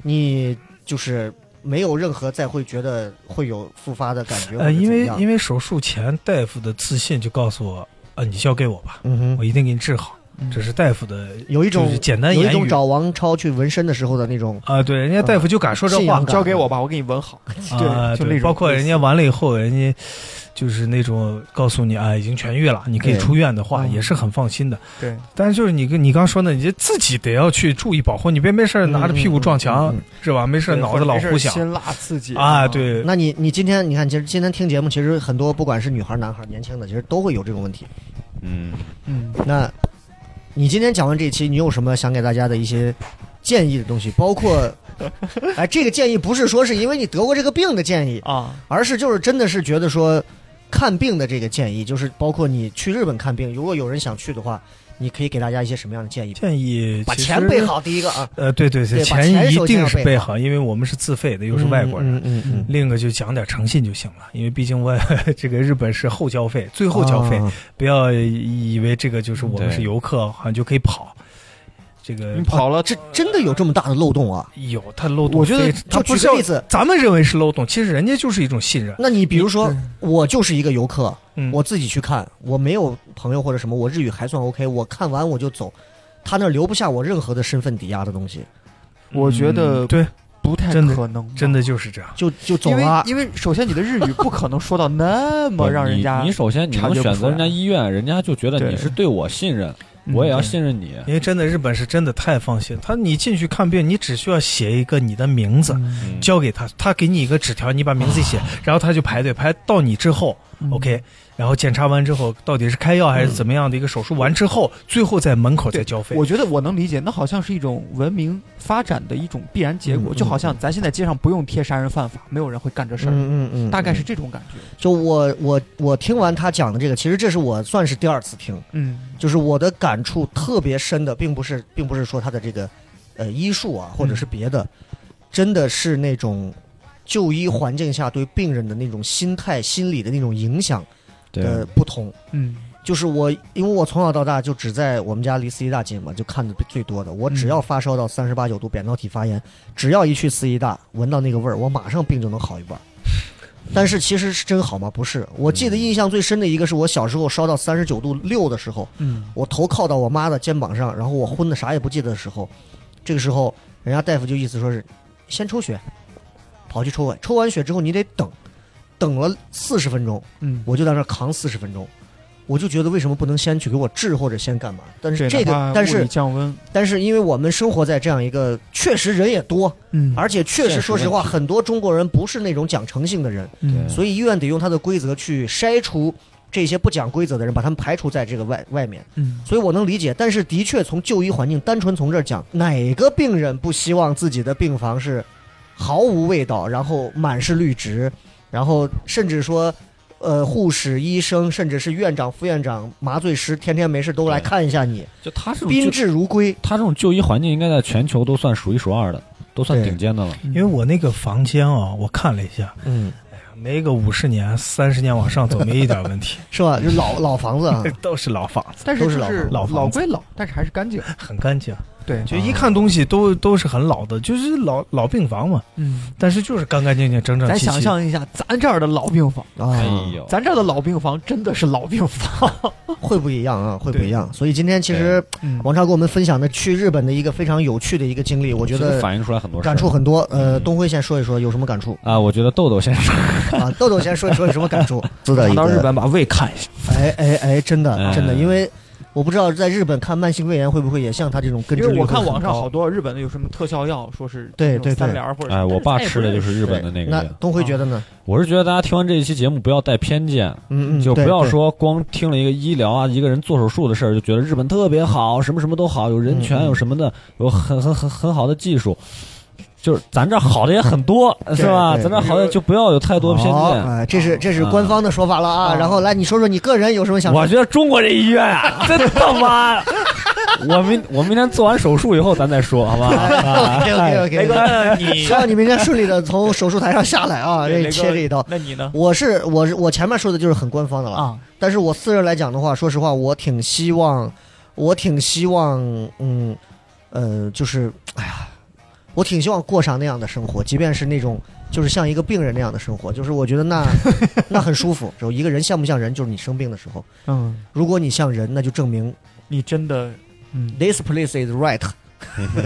Speaker 2: 你就是没有任何再会觉得会有复发的感觉，
Speaker 5: 呃，因为
Speaker 2: 为
Speaker 5: 因为手术前大夫的自信就告诉我，呃，你交给我吧，
Speaker 2: 嗯
Speaker 5: 我
Speaker 2: 哼，
Speaker 5: 一定给你治好。
Speaker 3: 嗯
Speaker 5: 这是大夫的
Speaker 2: 有一种
Speaker 5: 就是简单
Speaker 2: 有一
Speaker 5: 言
Speaker 2: 种
Speaker 5: 语
Speaker 2: 找王超去纹身的时候的那种，
Speaker 5: 啊、对，人家大夫就敢说这
Speaker 2: 信
Speaker 5: 话
Speaker 2: 仰感
Speaker 3: 交给我吧，我给你纹好。
Speaker 5: 啊，
Speaker 3: 就那
Speaker 5: 对，
Speaker 3: 种
Speaker 5: 包括
Speaker 3: 类
Speaker 5: 人
Speaker 3: 似
Speaker 5: 家完了以后，人家就是那种告诉你啊，已经痊愈了，你可以
Speaker 2: 对
Speaker 5: 出院的话，
Speaker 3: 嗯
Speaker 5: 也是很放心的。
Speaker 3: 对，
Speaker 5: 但是就是你跟你刚说的，你自己得要去注意保护，你别没事儿拿着屁股撞墙、
Speaker 2: 嗯嗯嗯
Speaker 5: 是吧？没事儿
Speaker 3: 对
Speaker 5: 脑子
Speaker 3: 或者
Speaker 5: 老
Speaker 3: 没事儿
Speaker 5: 胡想
Speaker 3: 辛辣刺激
Speaker 5: 啊，，对，
Speaker 2: 那你你今天你看，其实今天听节目，其实很多不管是女孩儿男孩儿年轻的，其实都会有这种问题。
Speaker 6: 嗯，
Speaker 3: 嗯，
Speaker 2: 那，你今天讲完这一期，你有什么想给大家的一些建议的东西？包 括，哎，这个建议不是说是因为你得过这个病的建议，
Speaker 3: 啊，
Speaker 2: 而是就是真的是觉得说看病的这个建议，就是包括你去日本看病，如果有人想去的话，你可以给大家一些什么样的建议？
Speaker 5: 建议
Speaker 2: 把
Speaker 5: 其
Speaker 2: 钱
Speaker 5: 实
Speaker 2: 备好，第一个啊，
Speaker 5: 呃，对对
Speaker 2: 对把钱
Speaker 5: 钱一
Speaker 2: 首先
Speaker 5: 定
Speaker 2: 要
Speaker 5: 是
Speaker 2: 备
Speaker 5: 备
Speaker 2: 好
Speaker 5: 好，因为我们是自费的，又是外国人。
Speaker 2: 嗯嗯嗯嗯，
Speaker 5: 另一个就讲点诚信就行了，因为毕竟我 这个日本是后交费，最后交费，
Speaker 2: 啊
Speaker 5: 不要以为这个就是我们
Speaker 4: 对
Speaker 5: 是游客，好像就可以跑。这个
Speaker 3: 你
Speaker 2: 嗯
Speaker 3: 跑了，
Speaker 2: 这真的有这么大的漏洞啊？
Speaker 5: 有它漏洞非，
Speaker 3: 我觉得
Speaker 5: 它
Speaker 2: 就
Speaker 5: 不
Speaker 2: 举
Speaker 5: 是
Speaker 2: 个
Speaker 5: 要
Speaker 2: 例子，
Speaker 5: 咱们认为是漏洞，其实人家就是一种信任。
Speaker 2: 那你比如说，我就是一个游客，
Speaker 5: 嗯，
Speaker 2: 我自己去看，我没有朋友或者什么，我日语还算 OK，我看完我就走，他那儿留不下我任何的身份抵押的东西，
Speaker 3: 我觉得
Speaker 5: 嗯对，
Speaker 3: 不太
Speaker 5: 真的
Speaker 3: 可能吧，
Speaker 5: 真的就是这样。
Speaker 2: 就就走
Speaker 3: 因为
Speaker 2: 了。
Speaker 3: 因为首先你的日语不可能说到那
Speaker 5: 哦
Speaker 3: 么让人家
Speaker 4: 你你首先你
Speaker 3: 察
Speaker 4: 能
Speaker 3: 觉不
Speaker 4: 选
Speaker 3: 出来
Speaker 4: 择人家医院，人家就觉得
Speaker 3: 对
Speaker 4: 你是对我信任，
Speaker 3: 嗯
Speaker 4: 我也要
Speaker 5: 对
Speaker 4: 信任你。
Speaker 5: 因为真的，日本是真的太放心。他你进去看病，你只需要写一个你的名字，
Speaker 4: 嗯
Speaker 5: 交给他，他给你一个纸条，你把名字一写，然后他就排队排到你之后，OK，
Speaker 3: 嗯
Speaker 5: 然后检查完之后，到底是开药还是怎么样的一个手术完之后，最后在门口再交费。
Speaker 3: 我觉得我能理解，那好像是一种文明发展的一种必然结果，
Speaker 2: 嗯
Speaker 3: 就好像咱现在街上不用贴杀人犯法，没有人会干这事儿，
Speaker 2: 嗯嗯嗯，
Speaker 3: 大概是这种感觉。
Speaker 2: 就我我我听完他讲的这个，其实这是我算是第二次听，
Speaker 3: 嗯
Speaker 2: 就是我的感触特别深的，并不是并不是说他的这个呃医术啊，或者是别的，
Speaker 3: 嗯
Speaker 2: 真的是那种就医环境下对病人的那种心态、心理的那种影响
Speaker 4: 对
Speaker 2: 的不同。
Speaker 3: 嗯
Speaker 2: 就是我，因为我从小到大就只在我们家离四医大近嘛，就看的最多的。我只要发烧到三十八九度，扁桃体发炎，只要一去四医大，闻到那个味儿，我马上病就能好一半儿。但是其实是真好吗？不是。我记得印象最深的一个是我小时候烧到三十九度六的时候，
Speaker 3: 嗯
Speaker 2: 我头靠到我妈的肩膀上，然后我昏的啥也不记得的时候，这个时候人家大夫就意思说是先抽血，跑去抽完，抽完血之后你得等，等了四十分钟，
Speaker 3: 嗯，
Speaker 2: 我就在那儿扛四十分钟，我就觉得为什么不能先去给我治或者先干嘛？但是
Speaker 3: 对
Speaker 2: 这
Speaker 3: 哪怕
Speaker 2: 个，但
Speaker 3: 物理
Speaker 2: 是
Speaker 3: 降温，
Speaker 2: 但是因为我们生活在这样一个确实人也多，
Speaker 3: 嗯
Speaker 2: 而且确
Speaker 4: 现
Speaker 2: 实
Speaker 4: 实
Speaker 2: 说实话，很多中国人不是那种讲诚信的人，
Speaker 3: 嗯
Speaker 2: 所以医院得用他的规则去筛除这些不讲规则的人，把他们排除在这个外外面。
Speaker 3: 嗯
Speaker 2: 所以我能理解，但是的确从就医环境，单纯从这儿讲，哪个病人不希望自己的病房是毫无味道，然后满是绿植，然后甚至说呃，护士、医生，甚至是院长、副院长、麻醉师，天天没事都来看一下你，
Speaker 4: 就他这种
Speaker 2: 宾
Speaker 4: 就
Speaker 2: 至如归。
Speaker 4: 他这种就医环境，应该在全球都算数一数二的，都算
Speaker 2: 对
Speaker 4: 顶尖的了。
Speaker 5: 因为我那个房间啊，我看了一下，
Speaker 2: 嗯，
Speaker 5: 没个五十年、三十年往上走，没一点问题，
Speaker 2: 是吧？就老老房子啊，
Speaker 5: 都是老房 子，
Speaker 3: 但是
Speaker 2: 都
Speaker 3: 就是
Speaker 2: 老
Speaker 3: 是
Speaker 2: 房
Speaker 5: 老房
Speaker 3: 老
Speaker 5: 子
Speaker 3: 归老，但是还是干净。
Speaker 5: 很干净，
Speaker 3: 对，
Speaker 5: 就一看东西都都是很老的，就是老老病房嘛。
Speaker 3: 嗯，
Speaker 5: 但是就是干干净净、整整
Speaker 3: 咱
Speaker 5: 齐齐。
Speaker 3: 想象一下，咱这儿的老病房，
Speaker 2: 啊
Speaker 4: 哎呦，
Speaker 3: 咱这儿的老病房真的是老病房。
Speaker 2: 会不一样啊，会不一样。所以今天其实
Speaker 3: 嗯
Speaker 2: 王超给我们分享的去日本的一个非常有趣的一个经历，我觉
Speaker 4: 这个
Speaker 2: 得
Speaker 4: 反映出来很多事儿
Speaker 2: 感触很多。呃，
Speaker 4: 嗯
Speaker 2: 东辉先说一说有什么感触
Speaker 4: 啊，我觉得豆豆先生
Speaker 2: 啊？豆豆先说一说有什么感 触？是的一
Speaker 7: 到日
Speaker 2: 个，
Speaker 7: 本把胃看一下，
Speaker 2: 哎哎哎，真的
Speaker 4: 哎
Speaker 2: 真的，因为我不知道在日本看慢性胃炎会不会也像他这种根
Speaker 3: 因
Speaker 2: 治率
Speaker 3: 为我
Speaker 2: 会
Speaker 3: 看
Speaker 2: 很
Speaker 3: 网上
Speaker 2: 高
Speaker 3: 好多日本的有什么特效药，说是
Speaker 2: 对
Speaker 3: 那种
Speaker 2: 对对
Speaker 3: 三联儿或者
Speaker 4: 哎，我爸吃的就是是日本的那个啊
Speaker 2: 那
Speaker 4: 药。
Speaker 2: 东辉觉得呢？
Speaker 4: 我是觉得大家听完这一期节目不要带偏见，
Speaker 2: 嗯嗯，
Speaker 4: 就不
Speaker 2: 对
Speaker 4: 要
Speaker 2: 对
Speaker 4: 说光听了一个医疗啊，一个人做手术的事儿，就觉得日本特别好，什么什么都好，有人
Speaker 2: 嗯
Speaker 4: 权，
Speaker 2: 嗯
Speaker 4: 有什么的，有很很很很好的技术。就是咱这儿好的也很多，是吧？
Speaker 2: 嗯对
Speaker 4: 咱这儿好的就不要有太多偏
Speaker 2: 好
Speaker 4: 见。
Speaker 2: 哎，这是这是官方的说法了啊。
Speaker 3: 啊
Speaker 2: 然后来，你说说你个人有什么想？
Speaker 4: 我觉得中国这医 院啊，真他妈！我明我明天做完手术以后咱再说， 好吧？啊
Speaker 2: OK OK OK，
Speaker 3: 雷哥，你
Speaker 2: 哎希望你明天顺利的从手术台上下来啊，
Speaker 3: 对
Speaker 2: 这
Speaker 3: 雷
Speaker 2: 切
Speaker 3: 哥
Speaker 2: 这一刀。
Speaker 3: 那你呢？
Speaker 2: 我是我是我前面说的就是很官方的了，
Speaker 3: 啊，
Speaker 2: 但是我私人来讲的话，说实话，我挺希望，我挺希望，嗯，呃，就是，哎呀，我挺希望过上那样的生活，即便是那种就是像一个病人那样的生活，就是我觉得那 那很舒服。就一个人像不像人，就是你生病的时候，
Speaker 3: 嗯，
Speaker 2: 如果你像人，那就证明
Speaker 3: 你真的，嗯，
Speaker 2: this place is right。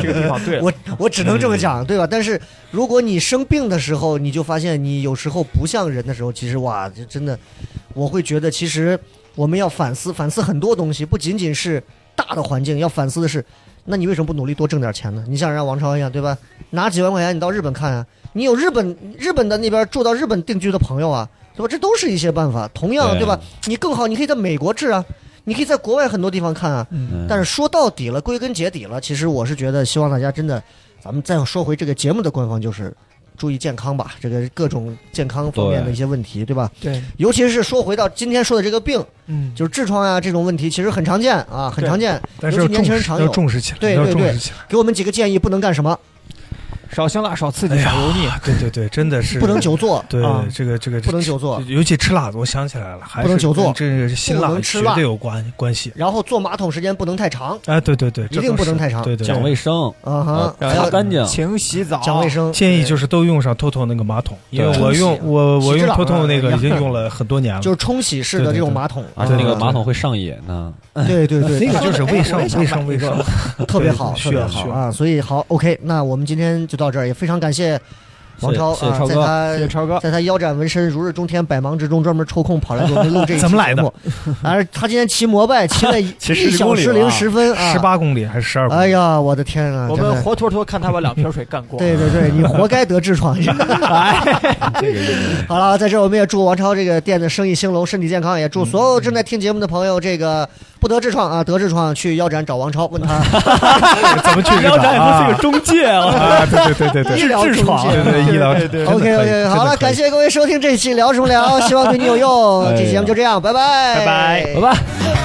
Speaker 3: 这个地方 对了，
Speaker 2: 我我只能这么讲，对吧？但是如果你生病的时候，你就发现你有时候不像人的时候，其实哇，就真的，我会觉得其实我们要反思反思很多东西，不仅仅是大的环境，要反思的是，那你为什么不努力多挣点钱呢？你像人家王超一样，对吧？拿几万块钱你到日本看啊，你有日本日本的那边住到日本定居的朋友啊，对吧？这都是一些办法。同样，对吧？？你更好，你可以在美国治啊，你可以在国外很多地方看啊。
Speaker 3: 嗯，
Speaker 2: 但
Speaker 4: 是
Speaker 2: 是说到底了，归根结底了，其实我是觉得，希望大家真的，咱们再说回这个节目的官方，就是注意健康吧，这个各种健康方面的一些问题，对吧？
Speaker 3: 对，
Speaker 2: 尤其是说回到今天说的这个病，
Speaker 3: 嗯，
Speaker 2: 就是痔疮啊这种问题，其实很常见啊，很
Speaker 3: 对
Speaker 2: 常见。
Speaker 5: 但是要
Speaker 2: 尤其年
Speaker 5: 重
Speaker 2: 轻人
Speaker 5: 视，
Speaker 2: 常有
Speaker 5: 要重视起来，
Speaker 2: 对
Speaker 5: 要
Speaker 2: 对
Speaker 5: 重
Speaker 2: 对
Speaker 5: 视起来。
Speaker 2: 给我们几个建议，不能干什么，
Speaker 3: 少辛辣，少刺
Speaker 5: 哎
Speaker 3: 激，
Speaker 5: 呀
Speaker 3: 少油 腻，
Speaker 5: 对对对，真的是
Speaker 2: 不能久坐，
Speaker 5: 对
Speaker 3: 啊
Speaker 5: 这个这个
Speaker 2: 不能久坐，
Speaker 5: 尤其吃辣子，我想起来了，还
Speaker 2: 不能
Speaker 5: 是
Speaker 2: 久坐
Speaker 5: 跟这个辛
Speaker 2: 不
Speaker 5: 辣
Speaker 2: 能吃
Speaker 5: 绝
Speaker 2: 辣
Speaker 5: 对有关关系。
Speaker 2: 然后坐马桶时间不能太长
Speaker 5: 哎，对对对，
Speaker 2: 一定不能太长
Speaker 5: 对对，
Speaker 4: 讲卫生，
Speaker 2: 啊哈，
Speaker 4: 呃
Speaker 2: 还
Speaker 4: 擦
Speaker 2: 要
Speaker 4: 干净。
Speaker 3: 勤洗澡，
Speaker 2: 讲卫生。
Speaker 5: 建议就是都用上 TOTO 那个马桶，因为
Speaker 4: 对
Speaker 5: 我用
Speaker 2: 冲洗
Speaker 5: 我我
Speaker 2: 洗
Speaker 5: 用
Speaker 2: 之朗
Speaker 5: TOTO 那个
Speaker 2: 啊
Speaker 5: 已经用了很多年了，
Speaker 2: 就是冲洗式的
Speaker 5: 对对
Speaker 2: 这种
Speaker 5: 对
Speaker 2: 马桶，
Speaker 4: 而啊且那
Speaker 2: 嗯
Speaker 4: 个马桶会上瘾呢。
Speaker 2: 啊，对对 对，
Speaker 5: 那个就是卫生
Speaker 3: 哎我也想
Speaker 5: 卫生
Speaker 3: 买一
Speaker 5: 卫
Speaker 3: 个
Speaker 5: 生，
Speaker 2: 特别好，特
Speaker 5: 需
Speaker 2: 别
Speaker 5: 要
Speaker 2: 好
Speaker 5: 需要
Speaker 2: 啊！所以好，OK，那我们今天就到这儿，也非常感谢王超
Speaker 4: 谢谢
Speaker 2: 啊，
Speaker 4: 超
Speaker 2: 在
Speaker 4: 哥
Speaker 2: 他
Speaker 3: 谢谢超哥，
Speaker 2: 在他腰斩纹身、如日中天、百忙之中，专门抽空跑来给我们录这一期
Speaker 5: 怎么来的
Speaker 2: 节目？而他今天骑摩拜骑了一
Speaker 4: 骑
Speaker 2: 一
Speaker 4: 10
Speaker 2: 小
Speaker 4: 公里
Speaker 2: 时
Speaker 4: 了
Speaker 2: 零
Speaker 4: 啊
Speaker 2: 十分啊！
Speaker 5: 十，八公里还是十二公
Speaker 2: 哎
Speaker 5: 里？
Speaker 2: 呀，我的天啊！
Speaker 3: 我
Speaker 2: 真的
Speaker 3: 呃们活脱脱看他把两瓶水干光。
Speaker 2: 对 对对，你活该得痔疮。
Speaker 4: 这个
Speaker 2: 好了，在这儿我们也祝王超这个店的生意兴隆，身体健康，也祝所有正在听节目的朋友，这个不得痔疮啊，得痔疮去腰斩找王超，问他
Speaker 5: 怎么去找
Speaker 2: 哎
Speaker 5: 啊？
Speaker 4: 中介啊，
Speaker 5: 啊，对对对对
Speaker 2: 医
Speaker 5: 对，
Speaker 2: 疗中介。哎
Speaker 5: 对对医疗
Speaker 3: 对对
Speaker 2: OK OK，好了，感。谢各位收听这期聊什么聊，希望对你有用。这期节目就这样，拜拜，
Speaker 5: 拜拜
Speaker 4: 拜拜。
Speaker 1: 嘿